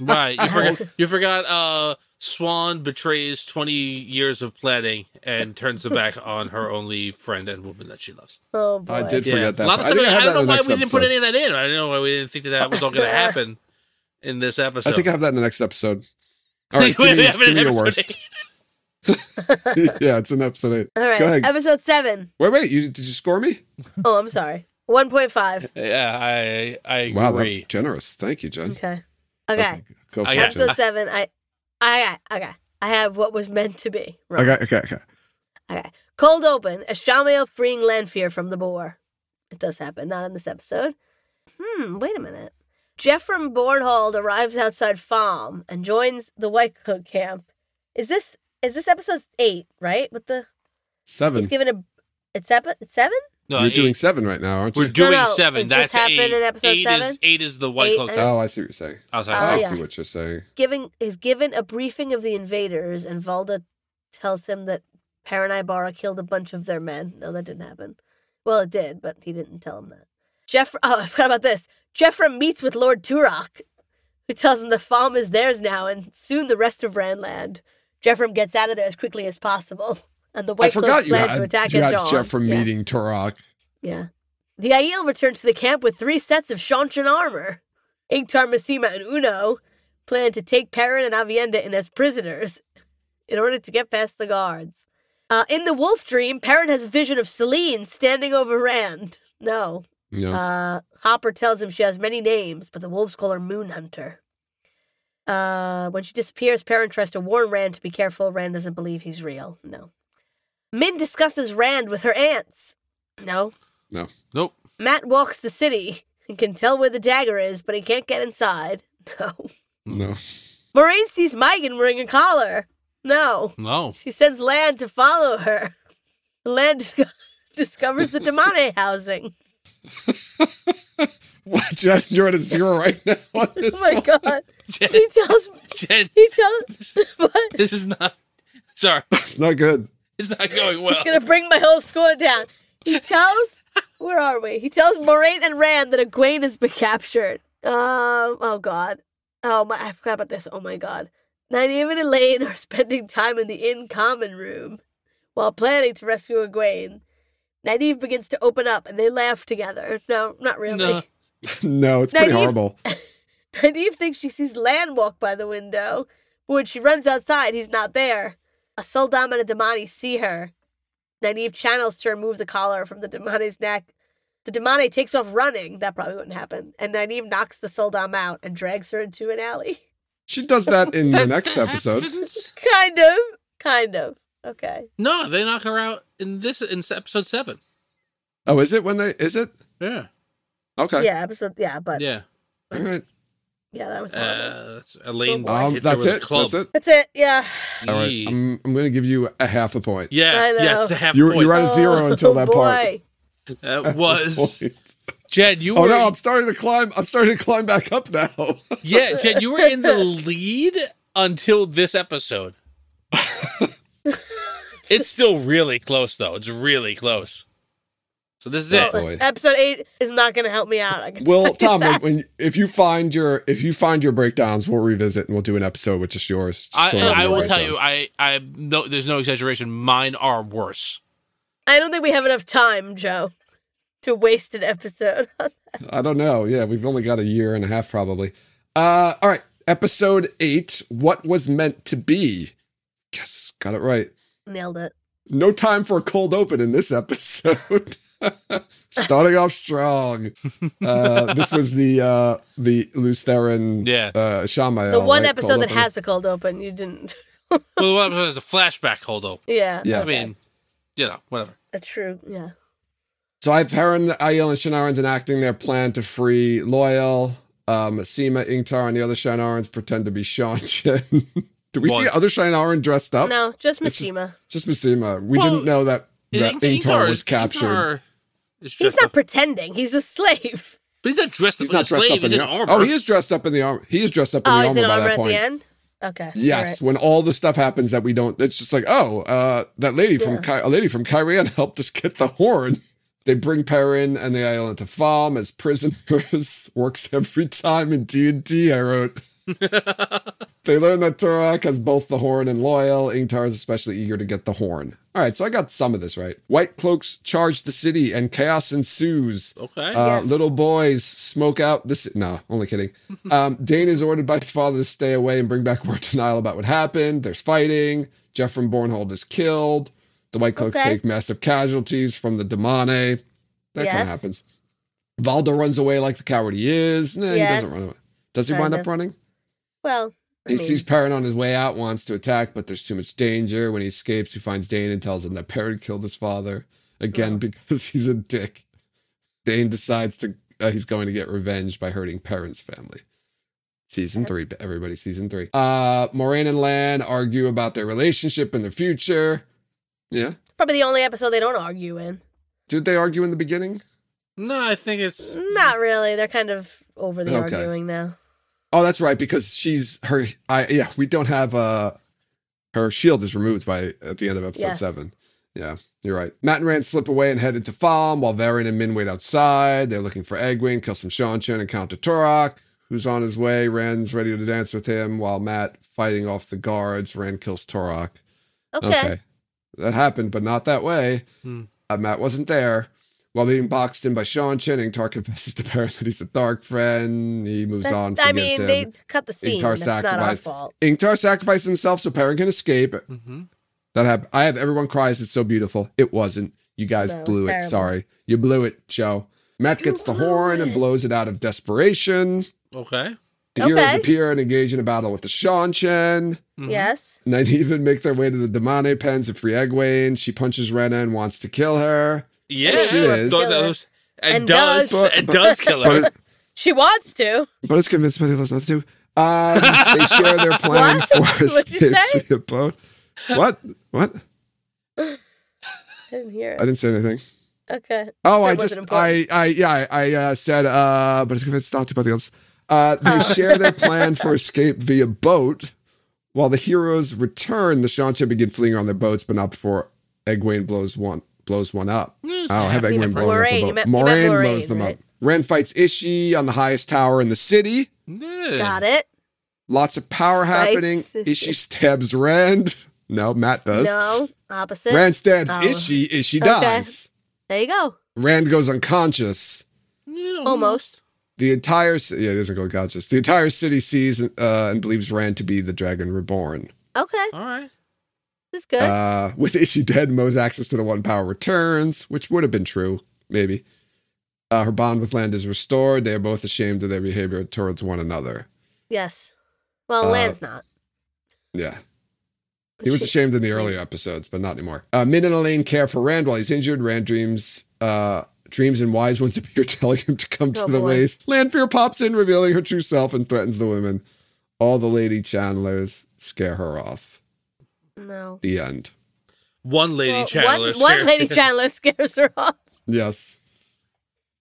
Speaker 1: Right. You forgot you forgot uh Swan betrays twenty years of planning and turns the back on her only friend and woman that she loves.
Speaker 3: Oh boy.
Speaker 2: I did
Speaker 1: Yeah.
Speaker 2: forget
Speaker 1: A
Speaker 2: that.
Speaker 1: lot of
Speaker 2: part. I,
Speaker 1: stuff,
Speaker 2: think
Speaker 1: I,
Speaker 2: I, have that
Speaker 1: don't know
Speaker 2: in the
Speaker 1: why
Speaker 2: next
Speaker 1: we didn't put
Speaker 2: episode.
Speaker 1: any of that in. I don't know why we didn't think that that was all gonna happen in this episode.
Speaker 2: I think I have that in the next episode. All right, give me,
Speaker 1: We have it
Speaker 2: give
Speaker 1: in
Speaker 2: me your
Speaker 1: episode
Speaker 2: worst.
Speaker 1: eight.
Speaker 2: yeah, it's in episode eight.
Speaker 3: All right.
Speaker 2: Go ahead.
Speaker 3: Episode seven.
Speaker 2: Wait, wait, you did you score me?
Speaker 3: Oh, I'm sorry. One point five.
Speaker 1: Yeah, I I agree.
Speaker 2: Wow, that's generous. Thank you, Jen.
Speaker 3: Okay. Okay.
Speaker 2: Go for
Speaker 1: I
Speaker 2: it,
Speaker 1: got-
Speaker 2: Jen.
Speaker 3: Episode seven. I. I got. Okay. I have what was meant to be. Right.
Speaker 2: Okay, okay, okay.
Speaker 3: Cold open. A Shamael freeing Lanfear from the boar. It does happen. Not in this episode. Hmm. Wait a minute. Jeff from Bornhold arrives outside Farm and joins the White Cloak camp. Is this is this episode eight? Right. With the
Speaker 2: Seven.
Speaker 3: he's given a. It's, epi- it's seven.
Speaker 1: No,
Speaker 2: You're
Speaker 1: eight.
Speaker 2: doing seven right now, aren't
Speaker 1: We're
Speaker 2: you?
Speaker 1: doing
Speaker 3: no,
Speaker 1: seven.
Speaker 3: is this
Speaker 1: That's
Speaker 3: happened
Speaker 1: eight.
Speaker 3: in episode
Speaker 1: eight
Speaker 3: seven?
Speaker 1: is eight is the white
Speaker 3: Eight
Speaker 1: cloak.
Speaker 3: and-
Speaker 2: oh, I see what you're saying.
Speaker 1: Oh, sorry.
Speaker 3: Oh,
Speaker 2: I
Speaker 1: sorry.
Speaker 3: yeah.
Speaker 2: see what you're saying.
Speaker 3: giving is given a briefing of the invaders, and Valda tells him that Paranibara killed a bunch of their men. No, that didn't happen. Well, it did, but he didn't tell him that. Jeff. Oh, I forgot about this. Jeffra meets with Lord Turok, who tells him the farm is theirs now, and soon the rest of Randland. Jeffram gets out of there as quickly as possible, and the
Speaker 2: I
Speaker 3: White Cloaks
Speaker 2: forgot you
Speaker 3: plan
Speaker 2: had,
Speaker 3: to attack
Speaker 2: you
Speaker 3: at
Speaker 2: had
Speaker 3: dawn.
Speaker 2: Jeff from
Speaker 3: yeah.
Speaker 2: meeting Turok.
Speaker 3: Yeah. The Aiel return to the camp with three sets of Shanshan armor. Inktar, Masima, and Uno plan to take Perrin and Avienda in as prisoners in order to get past the guards. Uh, in the wolf dream, Perrin has a vision of Celine standing over Rand. No.
Speaker 2: No.
Speaker 3: Uh, Hopper tells him she has many names, but the wolves call her Moon Hunter. Uh, when she disappears, Perrin tries to warn Rand to be careful. Rand doesn't believe he's real. No. Min discusses Rand with her aunts. No.
Speaker 1: Nope.
Speaker 3: Matt walks the city and can tell where the dagger is, but he can't get inside. No.
Speaker 2: no.
Speaker 3: Moraine sees Megan wearing a collar. No.
Speaker 1: No.
Speaker 3: She sends Land to follow her. Land disco- discovers the Demane housing.
Speaker 2: What? Jeff, you're at a zero right now. on this
Speaker 3: Oh my
Speaker 2: one.
Speaker 3: god.
Speaker 1: Jen,
Speaker 3: He tells
Speaker 1: Jen,
Speaker 3: he tells what?
Speaker 1: this is not. Sorry,
Speaker 2: It's not good.
Speaker 1: it's not going well.
Speaker 3: It's gonna bring my whole score down. He tells where are we? He tells Moraine and Rand that Egwene has been captured. Um oh god. Oh my I forgot about this. Oh my god. Nynaeve and Elaine are spending time in the inn common room while planning to rescue Egwene. Nynaeve begins to open up and they laugh together. No, not really.
Speaker 1: No.
Speaker 2: No, it's pretty
Speaker 3: Now, you've-
Speaker 2: horrible.
Speaker 3: Nynaeve thinks she sees Lan walk by the window, but when she runs outside, he's not there. A Soldam and a Damani see her. Nynaeve channels to remove the collar from the Damani's neck. The Damani takes off running. That probably wouldn't happen. And Nynaeve knocks the Soldam out and drags her into an alley.
Speaker 2: She does that in the next episode.
Speaker 1: Happens?
Speaker 3: kind of. Kind of. Okay.
Speaker 1: No, they knock her out in this in episode seven.
Speaker 2: Oh, is it when they? Is it?
Speaker 1: Yeah.
Speaker 2: Okay.
Speaker 3: Yeah, episode. Yeah, but yeah,
Speaker 1: Yeah.
Speaker 2: All right.
Speaker 3: that was horrible.
Speaker 1: Uh, that's- Elaine
Speaker 3: Boy,
Speaker 2: Um,
Speaker 1: hits her
Speaker 2: that's
Speaker 1: with a
Speaker 2: it.
Speaker 1: club.
Speaker 2: That's it.
Speaker 3: That's it. Yeah.
Speaker 2: All right.
Speaker 1: Yee.
Speaker 2: I'm, I'm going to give you a half a point.
Speaker 1: yeah.
Speaker 3: I know.
Speaker 1: Yes. The half
Speaker 2: You were-
Speaker 1: point
Speaker 2: you were at a zero
Speaker 3: Oh,
Speaker 2: until that part.
Speaker 3: boy.
Speaker 1: that was
Speaker 2: Point.
Speaker 1: Jen. You
Speaker 2: Oh
Speaker 1: were.
Speaker 2: no, I'm starting to climb. I'm starting to climb back up now.
Speaker 1: yeah, Jen. You were in the lead until this episode. it's still really close, though. It's really close. So this is
Speaker 2: Yeah.
Speaker 1: it.
Speaker 2: Oh, boy.
Speaker 3: Episode eight is not going to help me out. I can
Speaker 2: Well, Tom, when, when if you find your if you find your breakdowns, we'll revisit and we'll do an episode which is yours. Just
Speaker 1: I,
Speaker 2: going over
Speaker 1: I
Speaker 2: your
Speaker 1: will tell you,
Speaker 2: breakdowns.
Speaker 1: I, I no, there's no exaggeration. Mine are worse.
Speaker 3: I don't think we have enough time, Joe, to waste an episode.
Speaker 2: I don't know. Yeah, we've only got a year and a half probably. Uh, all right, episode eight. What was meant to be? Yes, got it right.
Speaker 3: Nailed it.
Speaker 2: No time for a cold open in this episode. Starting off strong. Uh, this was the uh, the Lutheran
Speaker 1: Yeah.
Speaker 2: uh, Shamael.
Speaker 3: The one
Speaker 2: right,
Speaker 3: episode
Speaker 2: cold
Speaker 3: that
Speaker 2: open.
Speaker 3: has a cold open, you didn't.
Speaker 1: well, the one episode has a flashback hold up.
Speaker 3: Yeah.
Speaker 2: Yeah.
Speaker 1: I mean, you know, whatever.
Speaker 3: a true. Yeah.
Speaker 2: So I have Perrin, Aiel, and Shanarans enacting their plan to free Loyal. Um, Seema, Ingtar, and the other Shanarans pretend to be Sean Chen. Do we see
Speaker 1: One.
Speaker 2: other Shanaran dressed up?
Speaker 3: No, just
Speaker 2: Oh, It's just-
Speaker 3: Mishima.
Speaker 2: Just Masima. We
Speaker 1: Well,
Speaker 2: didn't know that, that
Speaker 1: Ing-
Speaker 2: Ingtar
Speaker 1: is-
Speaker 2: was captured.
Speaker 1: Ingtar is
Speaker 3: He's
Speaker 1: dressed
Speaker 3: not
Speaker 1: up-
Speaker 3: pretending. He's a slave.
Speaker 1: but he's not dressed up
Speaker 2: He's
Speaker 1: like a
Speaker 2: not dressed
Speaker 1: slave.
Speaker 2: up in
Speaker 1: He's
Speaker 2: the
Speaker 1: in
Speaker 2: armor.
Speaker 1: armor.
Speaker 2: Oh, he is dressed up in the armor. He is dressed up in
Speaker 3: Oh,
Speaker 2: the
Speaker 3: he's in
Speaker 2: armor by
Speaker 3: armor
Speaker 2: that
Speaker 3: at
Speaker 2: point.
Speaker 3: the end? Okay.
Speaker 2: Yes,
Speaker 3: alright.
Speaker 2: when all the stuff happens that we don't, it's just like, oh, uh, that lady from
Speaker 3: Yeah.
Speaker 2: Ky- a lady from Kyrian helped us get the horn. They bring Perrin and the island to farm as prisoners. Works every time in D and D. I wrote. they learn that Turok has both the horn and loyal. Ingtar is especially eager to get the horn. All right, so I got some of this right. White cloaks charge the city, and chaos ensues.
Speaker 1: Okay.
Speaker 2: Uh,
Speaker 3: Yes.
Speaker 2: Little boys smoke out the. ci- No, only kidding. Um, Dane is ordered by his father to stay away and bring back word to Niall about what happened. There's fighting. Jeff from Bornhold is killed. The White Cloaks
Speaker 3: Okay.
Speaker 2: take massive casualties from the Demane. That kind of
Speaker 3: Yes.
Speaker 2: happens. Valda runs away like the coward he is. Nah, he
Speaker 3: Yes.
Speaker 2: doesn't run away. Does he
Speaker 3: Kind
Speaker 2: wind
Speaker 3: of.
Speaker 2: up running?
Speaker 3: Well, I
Speaker 2: He
Speaker 3: mean,
Speaker 2: sees Perrin on his way out, wants to attack, but there's too much danger. When he escapes, he finds Dane and tells him that Perrin killed his father again because he's a dick. Dane decides to uh, he's going to get revenge by hurting Perrin's family. Season three, everybody, season three. Uh, Moraine and Lan argue about their relationship and their future. Yeah,
Speaker 3: it's probably the only episode they don't argue in.
Speaker 2: Did they argue in the beginning?
Speaker 1: No, I think it's
Speaker 3: Not really. They're kind of over the
Speaker 2: Okay.
Speaker 3: arguing now.
Speaker 2: Oh, that's right, because she's her. I yeah, we don't have uh her shield is removed by at the end of episode
Speaker 3: Yes.
Speaker 2: seven. Yeah, you're right. Matt and Rand slip away and head into Falm while Varian and Min wait outside. They're looking for Egwene, kills some Shanshan and Counter Turok, who's on his way. Rand's ready to dance with him while Matt fighting off the guards. Rand kills Turok.
Speaker 3: Okay.
Speaker 2: That happened, but not that way.
Speaker 1: Hmm.
Speaker 2: Uh, Matt wasn't there. While being boxed in by Sean Chinning, Tar confesses to Baron that he's a dark friend. He moves
Speaker 3: That-
Speaker 2: on.
Speaker 3: I
Speaker 2: forgives
Speaker 3: mean,
Speaker 2: him.
Speaker 3: they cut the scene.
Speaker 2: Entire
Speaker 3: That's not our
Speaker 2: sacrifice.
Speaker 3: fault.
Speaker 2: Ingtar sacrificed himself so Perrin can escape.
Speaker 1: Mhm.
Speaker 2: That happened. I have everyone cries. It's so beautiful. It wasn't. You guys
Speaker 3: No, it was
Speaker 2: blew it.
Speaker 3: terrible.
Speaker 2: Sorry, you blew it, Joe. Matt gets the
Speaker 3: blew
Speaker 2: horn and
Speaker 3: it.
Speaker 2: blows it out of desperation.
Speaker 1: okay.
Speaker 2: The
Speaker 3: Okay.
Speaker 2: heroes appear and engage in a battle with the Shanchen.
Speaker 3: Mm-hmm.
Speaker 1: Mhm.
Speaker 3: Yes.
Speaker 2: Nynaeve make their way to the Demane pens of free Egwene. She punches Rena and wants to kill her.
Speaker 1: Yeah,
Speaker 2: She is.
Speaker 1: Those-
Speaker 3: Killer.
Speaker 1: those- and,
Speaker 3: And
Speaker 1: does,
Speaker 3: does.
Speaker 1: and does kill her.
Speaker 2: But,
Speaker 3: She wants to.
Speaker 2: but it's convinced by the others not to. Um, they share their plan
Speaker 3: What?
Speaker 2: for
Speaker 3: What'd you
Speaker 2: escape
Speaker 3: say?
Speaker 2: via boat. What? What?
Speaker 3: I didn't hear
Speaker 2: I
Speaker 3: it.
Speaker 2: didn't say anything.
Speaker 3: Okay.
Speaker 2: Oh,
Speaker 3: That
Speaker 2: I
Speaker 3: wasn't
Speaker 2: just, I,
Speaker 3: important.
Speaker 2: I, yeah, I uh, said, uh, but it's convinced not to by the others. Uh, they
Speaker 3: Oh.
Speaker 2: share their plan for escape via boat. While the heroes return, the Shancha begin fleeing on their boats, but not before Egwene blows one blows one up.
Speaker 1: Mm, so
Speaker 2: Oh, have
Speaker 1: happy
Speaker 2: Egwene
Speaker 1: to-
Speaker 2: blow up
Speaker 3: Moraine,
Speaker 2: the
Speaker 3: you
Speaker 2: boat.
Speaker 3: meant- you meant
Speaker 2: Moraine
Speaker 3: Moraine,
Speaker 2: blows them
Speaker 3: right?
Speaker 2: up. Ren fights Ishi on the highest tower in the city.
Speaker 1: Yeah.
Speaker 3: Got it.
Speaker 2: Lots of power
Speaker 3: Fights
Speaker 2: happening.
Speaker 3: Ishi.
Speaker 2: Ishi stabs Rand. No, Matt does.
Speaker 3: No. Opposite.
Speaker 2: Rand stabs
Speaker 3: Oh.
Speaker 2: Ishi. Ishi
Speaker 3: Okay.
Speaker 2: dies.
Speaker 3: There you go.
Speaker 2: Rand goes unconscious.
Speaker 1: Yeah,
Speaker 3: Almost.
Speaker 2: The entire ci- yeah, it doesn't go conscious. The entire city sees uh, and believes Rand to be the Dragon Reborn.
Speaker 3: Okay.
Speaker 1: All right.
Speaker 3: This is good.
Speaker 2: Uh, with Ishi dead, Mo's access to the One Power returns, which would have been true, maybe. Uh, her bond with Land is restored. They are both ashamed of their behavior towards one another.
Speaker 3: yes. Well,
Speaker 2: uh,
Speaker 3: Lan's not.
Speaker 2: Yeah, he was ashamed in the earlier episodes, but not anymore. Uh, Min and Elaine care for Rand while he's injured. Rand dreams. Uh, Dreams and wise ones appear telling him to come to
Speaker 3: Oh,
Speaker 2: the
Speaker 3: boy.
Speaker 2: waste. Lanfear pops in, revealing her true self, and threatens the women. all the Lady Chandlers scare her off.
Speaker 3: No.
Speaker 2: The end.
Speaker 1: One lady
Speaker 3: Well,
Speaker 1: Chandler.
Speaker 3: One, one
Speaker 1: scared-
Speaker 3: Lady Chandler scares her off.
Speaker 2: Yes.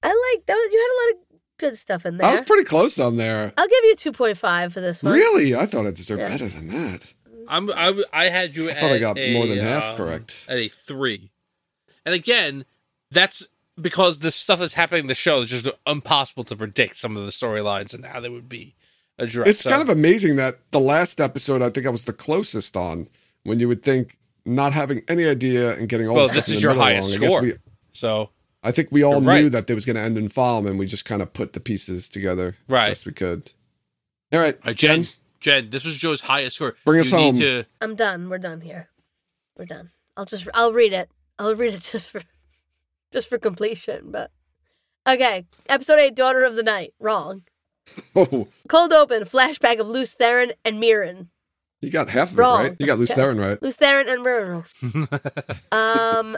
Speaker 3: I like that. was- You had a lot of good stuff in there.
Speaker 2: I was pretty close on there.
Speaker 3: I'll give you 2.5 for this one.
Speaker 2: Really? I thought I deserved
Speaker 3: Yeah.
Speaker 2: better than that.
Speaker 1: I'm, I, I had you.
Speaker 2: I thought I
Speaker 1: at
Speaker 2: got
Speaker 1: a,
Speaker 2: more than half
Speaker 1: um,
Speaker 2: correct.
Speaker 1: At a three, and again, that's because the stuff that's happening in the show is just impossible to predict some of the storylines and how they would be addressed.
Speaker 2: It's kind of amazing that the last episode I think I was the closest on when you would think not having any idea and getting all
Speaker 1: Well,
Speaker 2: the
Speaker 1: this
Speaker 2: stuff in
Speaker 1: is
Speaker 2: the
Speaker 1: your
Speaker 2: middle
Speaker 1: highest
Speaker 2: wrong. I guess
Speaker 1: score.
Speaker 2: we-
Speaker 1: so
Speaker 2: I think we all
Speaker 1: You're right.
Speaker 2: knew that it was going to end in Falm, and we just kind of put the pieces together
Speaker 1: Right.
Speaker 2: as best we could. All right,
Speaker 1: Uh, Jen, Jen, this was Joe's highest score.
Speaker 2: Bring us
Speaker 1: you
Speaker 2: home.
Speaker 1: Need to,
Speaker 3: I'm done. We're done here. We're done. I'll just I'll read it. I'll read it just for just for completion, but Okay. Episode eight, Daughter of the Night. Wrong.
Speaker 2: Oh,
Speaker 3: Cold open, flashback of Luce Theron and Mirren.
Speaker 2: you got half of
Speaker 3: Wrong.
Speaker 2: it right. You got Luce
Speaker 3: Yeah.
Speaker 2: Theron right.
Speaker 3: Luce Theron and Mirren. um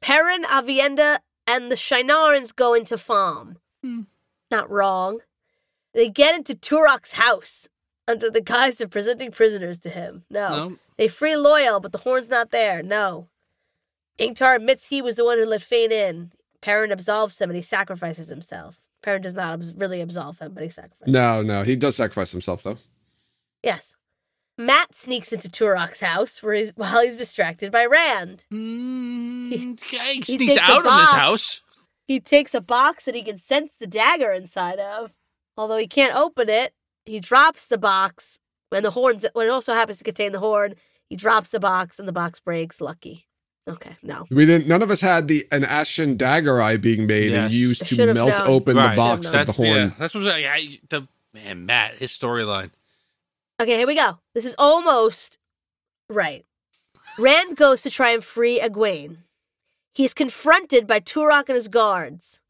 Speaker 3: Perrin, Avienda, and the Shinarans go into farm.
Speaker 1: Hmm.
Speaker 3: Not wrong. They get into Turok's house under the guise of presenting prisoners to him.
Speaker 1: no,
Speaker 3: They free Loyal, but the horn's not there. No. Ingtar admits he was the one who let Fane in. Perrin absolves him and he sacrifices himself. Perrin does not abs- really absolve him, but he sacrifices
Speaker 2: No, no, he does sacrifice himself though.
Speaker 3: Yes. Matt sneaks into Turok's house where he's, while he's distracted by Rand.
Speaker 1: Mm, he
Speaker 3: takes
Speaker 1: sneaks
Speaker 3: a
Speaker 1: out of this
Speaker 3: box.
Speaker 1: house.
Speaker 3: He takes a box that he can sense the dagger inside of. Although he can't open it, he drops the box. When the horn's, when it also happens to contain the horn, he drops the box and the box breaks. Lucky. Okay, no.
Speaker 2: We didn't. None of us had the an ashen dagger eye being made and
Speaker 1: Yes.
Speaker 2: used
Speaker 3: I should
Speaker 2: to
Speaker 3: have
Speaker 2: melt
Speaker 3: known.
Speaker 2: open
Speaker 1: Right.
Speaker 2: the box
Speaker 3: Should
Speaker 2: of
Speaker 3: have
Speaker 2: the
Speaker 1: That's yeah,
Speaker 2: horn.
Speaker 1: that's what I, I the man Matt his storyline.
Speaker 3: Okay, here we go. This is almost right. Rand goes to try and free Egwene. He is confronted by Turok and his guards.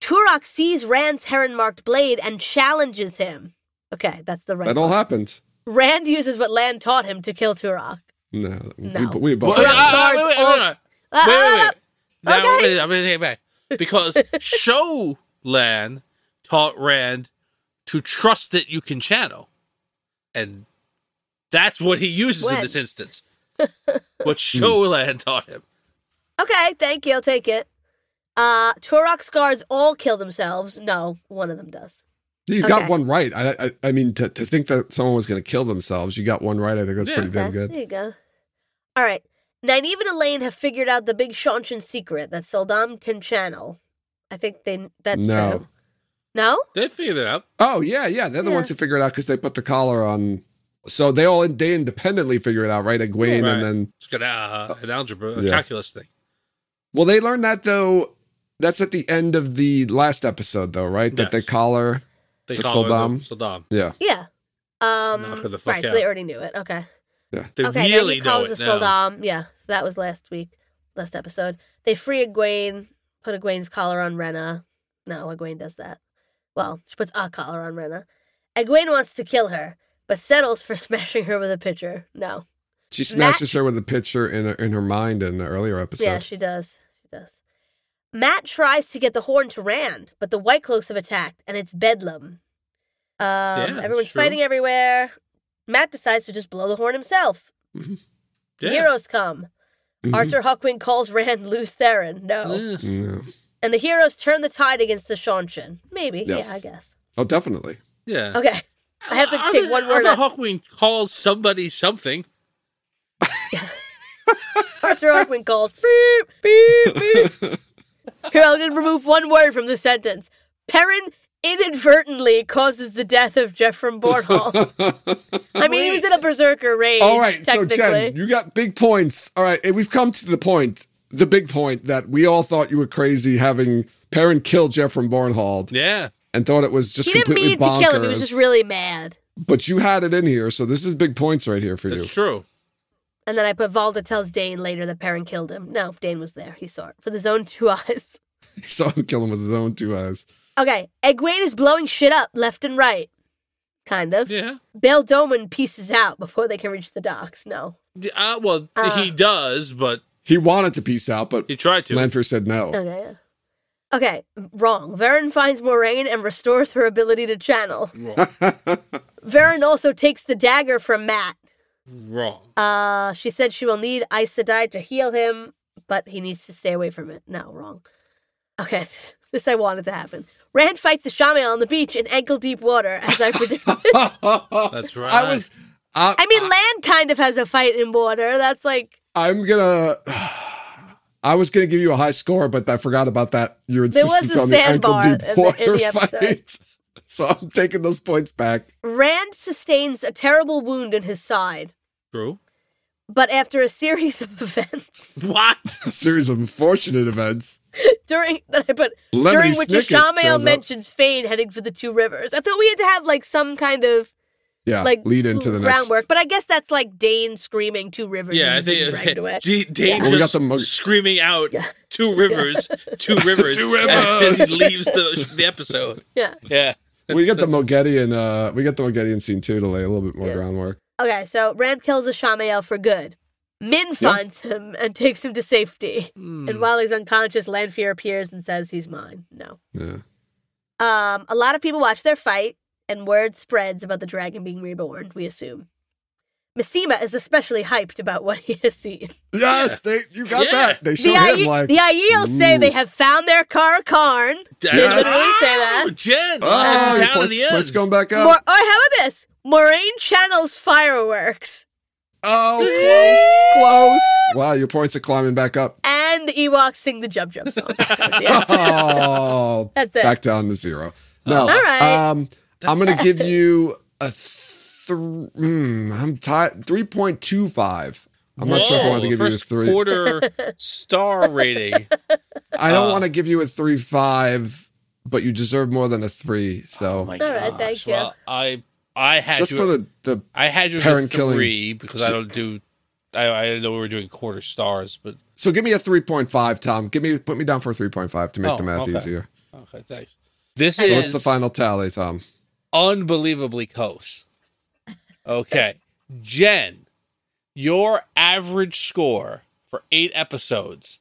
Speaker 3: Turok sees Rand's heron marked blade and challenges him. Okay, that's the right.
Speaker 2: That all
Speaker 3: one.
Speaker 2: happened.
Speaker 3: Rand uses what Land taught him to kill Turok.
Speaker 2: No,
Speaker 3: No.
Speaker 2: We, we both.
Speaker 1: Well,
Speaker 3: Turok
Speaker 1: uh, uh,
Speaker 3: guards
Speaker 1: wait, wait,
Speaker 3: all-
Speaker 1: wait, wait.
Speaker 3: Ah,
Speaker 1: wait,
Speaker 3: ah,
Speaker 1: wait, wait. Now,
Speaker 3: Okay.
Speaker 1: wait, I'm gonna take it back because Showland taught Rand to trust that you can channel, and that's what he uses
Speaker 3: When?
Speaker 1: in this instance. Hmm. what Showland taught him.
Speaker 3: uh, ah. Okay, thank you. I'll take it. Uh, Turok's guards all kill themselves. No, one of them does.
Speaker 2: You got
Speaker 3: Okay.
Speaker 2: one right. I, I, I mean, to, to think that someone was going to kill themselves, you got one right. I think that's
Speaker 1: Yeah.
Speaker 2: pretty damn
Speaker 3: Okay,
Speaker 2: good.
Speaker 3: There you go. All right. Nynaeve and Elaine have figured out the big Shanshan secret that Seldom can channel. I think they that's
Speaker 2: No.
Speaker 3: true. No?
Speaker 1: They figured it out.
Speaker 2: Oh yeah, yeah. They're the
Speaker 3: Yeah.
Speaker 2: ones who figure it out because they put the collar on. So they all they independently figure it out, right? Egwene
Speaker 1: Right.
Speaker 2: and then
Speaker 1: It's got uh, an algebra, a
Speaker 2: Yeah.
Speaker 1: calculus thing.
Speaker 2: well, they learned that though. That's at the end of the last episode, though, right? That the
Speaker 1: Yes.
Speaker 2: collar.
Speaker 1: They
Speaker 2: The
Speaker 1: call
Speaker 2: Saddam?
Speaker 1: it the Saddam.
Speaker 2: Yeah.
Speaker 3: Yeah. Um
Speaker 1: Knock her the fuck
Speaker 3: right, so they
Speaker 1: out.
Speaker 3: already knew it. Okay.
Speaker 1: They
Speaker 3: okay, then
Speaker 1: really
Speaker 3: he
Speaker 1: know
Speaker 3: calls
Speaker 1: it
Speaker 3: us
Speaker 1: now.
Speaker 3: Soldam. Yeah, so that was last week, last episode. They free Egwene, put Egwene's collar on Renna. No, Egwene does that. Well, she puts a collar on Renna. Egwene wants to kill her, but settles for smashing her with a pitcher. No.
Speaker 2: She smashes her with a picture in her, in her mind in the earlier episode.
Speaker 3: Yeah, she does. She does. Matt tries to get the horn to Rand, but the White Cloaks have attacked, and it's bedlam. Um,
Speaker 1: that's
Speaker 3: everyone's
Speaker 1: true.
Speaker 3: fighting everywhere. Matt decides to just blow the horn himself.
Speaker 1: Yeah.
Speaker 3: Heroes come.
Speaker 2: Mhm.
Speaker 3: Arthur Huckwing calls Rand Luz Theron. No.
Speaker 2: Mm.
Speaker 1: Yeah.
Speaker 2: Yeah.
Speaker 3: And the heroes turn the tide against the Shanshan. Maybe.
Speaker 2: Yes.
Speaker 3: Yeah, I guess.
Speaker 2: Oh, definitely.
Speaker 1: Yeah.
Speaker 3: Okay. I have to
Speaker 1: Arthur-
Speaker 3: take one word
Speaker 1: Arthur
Speaker 3: out.
Speaker 1: Hawkwing calls somebody something.
Speaker 3: Arthur Huckwing calls. Beep, beep, beep. Here, I'm going to remove one word from the sentence. Perrin inadvertently causes the death of Jeffrey Bornholm. I mean, he was in a berserker rage,
Speaker 2: All right, so
Speaker 3: technically.
Speaker 2: Jen, you got big points. All right, and we've come to the point, the big point that we all thought you were crazy having Perrin kill Jeff from Bornhold
Speaker 1: Yeah.
Speaker 2: and thought it was just
Speaker 3: he didn't
Speaker 2: completely
Speaker 3: mean
Speaker 2: bonkers.
Speaker 3: to kill him. He was just really mad.
Speaker 2: but you had it in here, so this is big points right here for
Speaker 1: That's
Speaker 2: you.
Speaker 1: true.
Speaker 3: And then I put Valda tells Dane later that Perrin killed him. No, Dane was there. He saw it with his own two eyes.
Speaker 2: He saw him kill him with his own two eyes.
Speaker 3: Okay, Egwene is blowing shit up left and right. Kind of.
Speaker 1: Yeah.
Speaker 3: Bail Doman pieces out before they can reach the docks. No.
Speaker 1: D- Uh, well,
Speaker 3: Uh.
Speaker 1: he does, but
Speaker 2: He wanted to peace out, but
Speaker 1: he tried to.
Speaker 2: Lanfear said no.
Speaker 3: Okay, yeah. Okay, wrong. Varen finds Moraine and restores her ability to channel.
Speaker 1: Wrong.
Speaker 3: Varen also takes the dagger from Matt.
Speaker 1: Wrong.
Speaker 3: Uh, she said she will need Aes Sedai to heal him, but he needs to stay away from it. No, wrong. Okay, this I wanted to happen. Rand fights a shaman on the beach in ankle deep water, as I predicted.
Speaker 1: That's right.
Speaker 2: I was. I,
Speaker 3: I mean, Land kind of has a fight in water. That's like
Speaker 2: I'm gonna. I was gonna give you a high score, but I forgot about that. Your
Speaker 3: There was
Speaker 2: insistence
Speaker 3: a
Speaker 2: on the ankle
Speaker 3: sandbar
Speaker 2: deep
Speaker 3: in the- in
Speaker 2: water
Speaker 3: the episode.
Speaker 2: fight. So I'm taking those points back.
Speaker 3: Rand sustains a terrible wound in his side,
Speaker 1: True.
Speaker 3: but after a series of events
Speaker 1: What?
Speaker 2: A series of unfortunate events.
Speaker 3: during that I put
Speaker 2: Lemony
Speaker 3: during which
Speaker 2: Snicket shows up.
Speaker 3: Ishamael mentions Fane heading for the two rivers. I thought we had to have like some kind of
Speaker 2: Yeah,
Speaker 3: like
Speaker 2: Uh, lead into the next.
Speaker 3: groundwork, but I guess that's like Dane screaming two rivers.
Speaker 1: Yeah, I
Speaker 3: as he's being
Speaker 1: think
Speaker 3: dragged away.
Speaker 1: D- Dane
Speaker 2: Well, we got
Speaker 1: just
Speaker 2: the mo-
Speaker 1: screaming out two rivers, two rivers,
Speaker 2: Two rivers!
Speaker 1: as he leaves the, the episode.
Speaker 3: yeah.
Speaker 1: Yeah,
Speaker 2: We get the Mogedian. Uh, we get the Mogedian scene too to lay a little bit more
Speaker 3: Yeah.
Speaker 2: groundwork.
Speaker 3: Okay, so Rand kills Ishamael for good. Min finds him and takes him to safety.
Speaker 1: Hmm.
Speaker 3: And while he's unconscious, Lanfear appears and says he's mine. No.
Speaker 2: Yeah.
Speaker 3: Um, a lot of people watch their fight, and word spreads about the dragon being reborn, we assume. Massima is especially hyped about what he has seen.
Speaker 2: Yes, they. You got
Speaker 1: Yeah.
Speaker 2: that. They
Speaker 3: The,
Speaker 2: show
Speaker 3: Ie-
Speaker 2: him like.
Speaker 3: the Aiel say
Speaker 2: ooh.
Speaker 3: they have found their Karakarn.
Speaker 1: Yes.
Speaker 2: Yes.
Speaker 3: literally say that.
Speaker 1: Oh, Jen,
Speaker 2: Oh,
Speaker 1: down to
Speaker 2: points,
Speaker 1: the
Speaker 2: points
Speaker 1: end.
Speaker 2: going back up.
Speaker 3: Mor- or how about this? Moraine channels fireworks,
Speaker 2: Oh, close, close. Wow, your points are climbing back up.
Speaker 3: and the Ewoks sing the Jump Jump song. Yeah.
Speaker 2: Oh,
Speaker 3: That's it.
Speaker 2: back down to zero. No,
Speaker 3: All right.
Speaker 2: Um, I'm gonna give you a thr Mm, I'm tired. Three point two five. I'm not sure if I want to
Speaker 1: Whoa,
Speaker 2: give you a
Speaker 1: first
Speaker 2: three.
Speaker 1: quarter star rating.
Speaker 2: I don't
Speaker 1: uh,
Speaker 2: want to give you a three five, but you deserve more than a three. So
Speaker 1: Oh my
Speaker 3: All right,
Speaker 1: gosh.
Speaker 3: thank you.
Speaker 1: Well, I I had
Speaker 2: just
Speaker 1: you
Speaker 2: for the the
Speaker 1: I had you
Speaker 2: Parent
Speaker 1: at
Speaker 2: killing.
Speaker 1: three because I don't do. I, I didn't know we were doing quarter stars, but
Speaker 2: so give me a three point five, Tom. Give me put me down for a three point five to make
Speaker 1: Oh,
Speaker 2: the math
Speaker 1: okay.
Speaker 2: easier.
Speaker 1: okay, thanks. This
Speaker 3: Okay.
Speaker 2: What's
Speaker 1: is
Speaker 2: the final tally, Tom?
Speaker 1: unbelievably close. Okay. Jen, your average score for eight episodes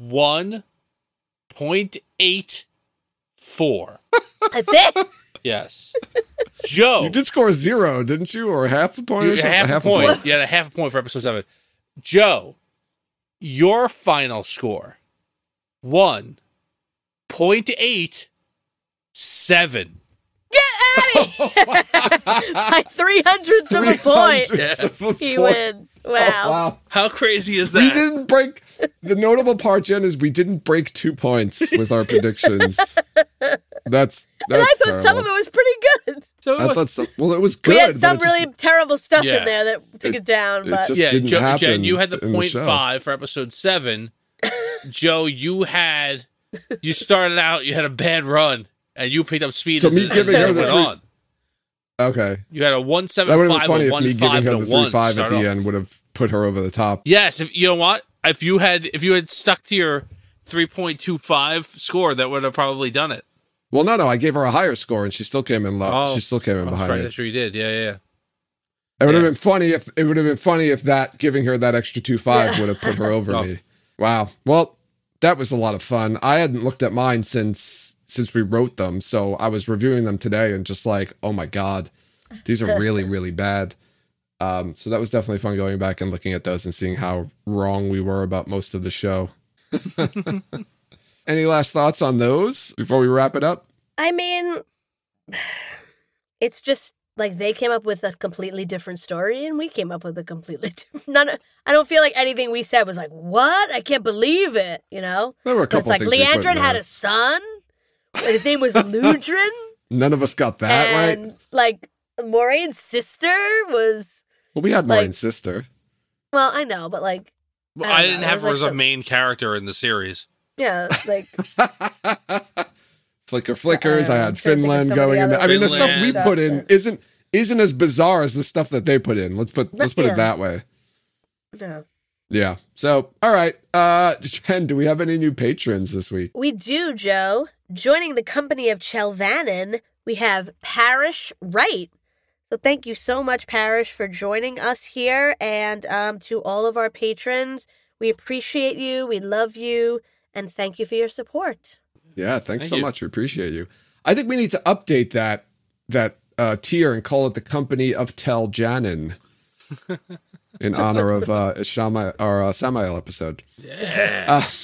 Speaker 1: 1.84.
Speaker 3: That's it.
Speaker 1: Yes. Joe,
Speaker 2: You did score a zero, didn't you, or half a point?
Speaker 1: Oh. you-
Speaker 2: or
Speaker 1: half,
Speaker 2: something?
Speaker 1: a point. You had a half a point for episode seven. Joe, your final score 1.86. 0.87.
Speaker 3: Get out of here! By three hundredths of a point,
Speaker 2: Hundredths of a
Speaker 3: he
Speaker 2: point.
Speaker 3: wins.
Speaker 2: Oh,
Speaker 3: Wow.
Speaker 2: wow.
Speaker 1: How crazy is
Speaker 2: We
Speaker 1: that?
Speaker 2: didn't break the notable part, Jen, is we didn't break two points with our predictions. That's that's
Speaker 3: And I thought
Speaker 2: terrible.
Speaker 3: some of it was pretty good.
Speaker 1: So
Speaker 2: I thought some, well, it was good.
Speaker 3: we had
Speaker 2: but
Speaker 3: some
Speaker 2: it just-
Speaker 3: really terrible stuff
Speaker 1: Yeah.
Speaker 3: in there that took it, down,
Speaker 2: it
Speaker 3: but
Speaker 2: just-
Speaker 1: yeah,
Speaker 2: didn't
Speaker 1: Joe, Jen,
Speaker 2: happen
Speaker 1: you had the
Speaker 2: in the
Speaker 1: point
Speaker 2: show.
Speaker 1: five for episode seven. Joe, you had you started out, you had a bad run, and you picked up speed.
Speaker 2: So
Speaker 1: as
Speaker 2: me
Speaker 1: the- as
Speaker 2: giving
Speaker 1: the
Speaker 2: her
Speaker 1: day
Speaker 2: the
Speaker 1: went
Speaker 2: three-
Speaker 1: on.
Speaker 2: okay.
Speaker 1: You had a one
Speaker 2: That
Speaker 1: seven
Speaker 2: would have
Speaker 1: five,
Speaker 2: been funny
Speaker 1: a
Speaker 2: if
Speaker 1: one
Speaker 2: me giving
Speaker 1: five,
Speaker 2: her
Speaker 1: and
Speaker 2: the
Speaker 1: a
Speaker 2: three
Speaker 1: one.
Speaker 2: five at
Speaker 1: start
Speaker 2: the
Speaker 1: off.
Speaker 2: end would have put her over the top.
Speaker 1: Yes, if you know what, if you had if you had stuck to your three point two five score, that would have probably done it.
Speaker 2: Well, no, no, I gave her a higher score and she still came in low.
Speaker 1: Oh.
Speaker 2: she still came in
Speaker 1: I'm
Speaker 2: behind.
Speaker 1: sorry,
Speaker 2: me.
Speaker 1: that's what you did. Yeah, yeah.
Speaker 2: It would have
Speaker 1: Yeah.
Speaker 2: been funny if it would have been funny if that giving her that extra two five would have put her over
Speaker 1: Oh.
Speaker 2: me. Wow. Well, that was a lot of fun. I hadn't looked at mine since since we wrote them, so I was reviewing them today and just like, oh my god, these are really really bad. Um, so that was definitely fun going back and looking at those and seeing how wrong we were about most of the show. Any last thoughts on those before we wrap it up?
Speaker 3: I mean, it's just like they came up with a completely different story, and we came up with a completely different. None. Of, I don't feel like anything we said was like, "What? I can't believe it." You know,
Speaker 2: There were a
Speaker 3: But it's
Speaker 2: couple
Speaker 3: like
Speaker 2: things. we put in
Speaker 3: Leandrin had
Speaker 2: there.
Speaker 3: a son. and His name was Ludrin,
Speaker 2: None of us got that right.
Speaker 3: and like Moraine's sister was.
Speaker 2: Well, we had
Speaker 3: like-
Speaker 2: Maureen's sister.
Speaker 3: Well, I know, but like,
Speaker 1: Well,
Speaker 3: I
Speaker 1: I,
Speaker 3: don't
Speaker 1: didn't
Speaker 3: know,
Speaker 1: have
Speaker 3: it
Speaker 1: her as
Speaker 3: was like
Speaker 1: a
Speaker 3: some-
Speaker 1: main character in the series.
Speaker 3: yeah, like
Speaker 2: Flicker flickers. I
Speaker 3: Uh,
Speaker 2: had
Speaker 3: I'm trying to think of some
Speaker 2: Finland
Speaker 3: of
Speaker 2: going
Speaker 3: the
Speaker 2: in there. I
Speaker 1: other
Speaker 2: mean, the stuff we
Speaker 1: Finland.
Speaker 2: put in isn't isn't as bizarre as the stuff that they put in. Let's put
Speaker 3: But
Speaker 2: let's put
Speaker 3: yeah.
Speaker 2: it that way.
Speaker 3: yeah.
Speaker 2: Yeah. So, all right. Uh Jen, do we have any new patrons this week?
Speaker 3: We do, Joe. Joining the company of Chelvanin, we have Parish Wright. So thank you so much, Parish, for joining us here. And um, to all of our patrons, we appreciate you, we love you, and thank you for your support.
Speaker 2: Yeah, thanks
Speaker 1: Thank
Speaker 2: so
Speaker 1: you.
Speaker 2: much. We appreciate you. I think we need to update that that uh tier and call it the company of Tel Janin. In honor of uh Shama or uh, Samael episode. Uh,
Speaker 1: Yeah.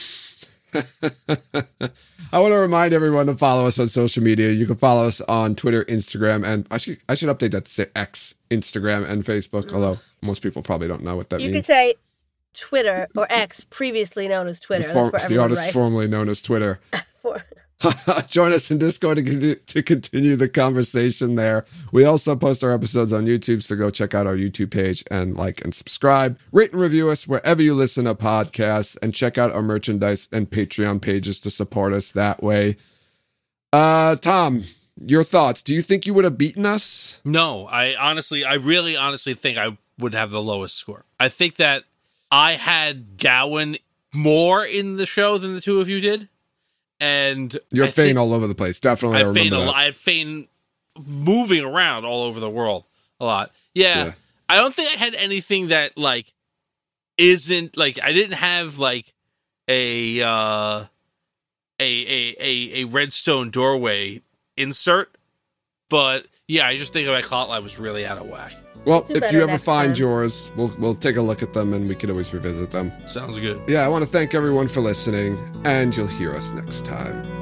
Speaker 2: I want to remind everyone to follow us on social media. You can follow us on Twitter, Instagram, and I should I should update that to say X, Instagram, and Facebook. Although most people probably don't know what that
Speaker 3: you can
Speaker 2: means.
Speaker 3: say Twitter or X, previously known as Twitter.
Speaker 2: the, form-
Speaker 3: That's where
Speaker 2: the
Speaker 3: everyone
Speaker 2: artist
Speaker 3: writes.
Speaker 2: formerly known as Twitter.
Speaker 3: For-
Speaker 2: Join us in Discord to, con- to continue the conversation there. We also post our episodes on YouTube, so go check out our YouTube page and like and subscribe. Rate and review us wherever you listen to podcasts, and check out our merchandise and Patreon pages to support us that way. Uh, Tom, your thoughts? Do you think you would have beaten us?
Speaker 1: No, I honestly, I really honestly think I would have the lowest score. I think that I had Gowan more in the show than the two of you did. And I
Speaker 2: You're faint
Speaker 1: think
Speaker 2: all over the place. Definitely, I,
Speaker 1: I
Speaker 2: remember
Speaker 1: feigned a
Speaker 2: that.
Speaker 1: lot. I feigned moving around all over the world a lot. Yeah.
Speaker 2: Yeah.
Speaker 1: I don't think I had anything that like isn't like I didn't have like a uh a a a, a redstone doorway insert, but yeah, I just think my clot line was really out of whack.
Speaker 2: Well,
Speaker 3: Do
Speaker 2: if
Speaker 3: better
Speaker 2: you ever
Speaker 3: next
Speaker 2: find
Speaker 3: time.
Speaker 2: yours, we'll we'll take a look at them and we can always revisit them.
Speaker 1: Sounds good.
Speaker 2: Yeah, I want to thank everyone for listening, and you'll hear us next time.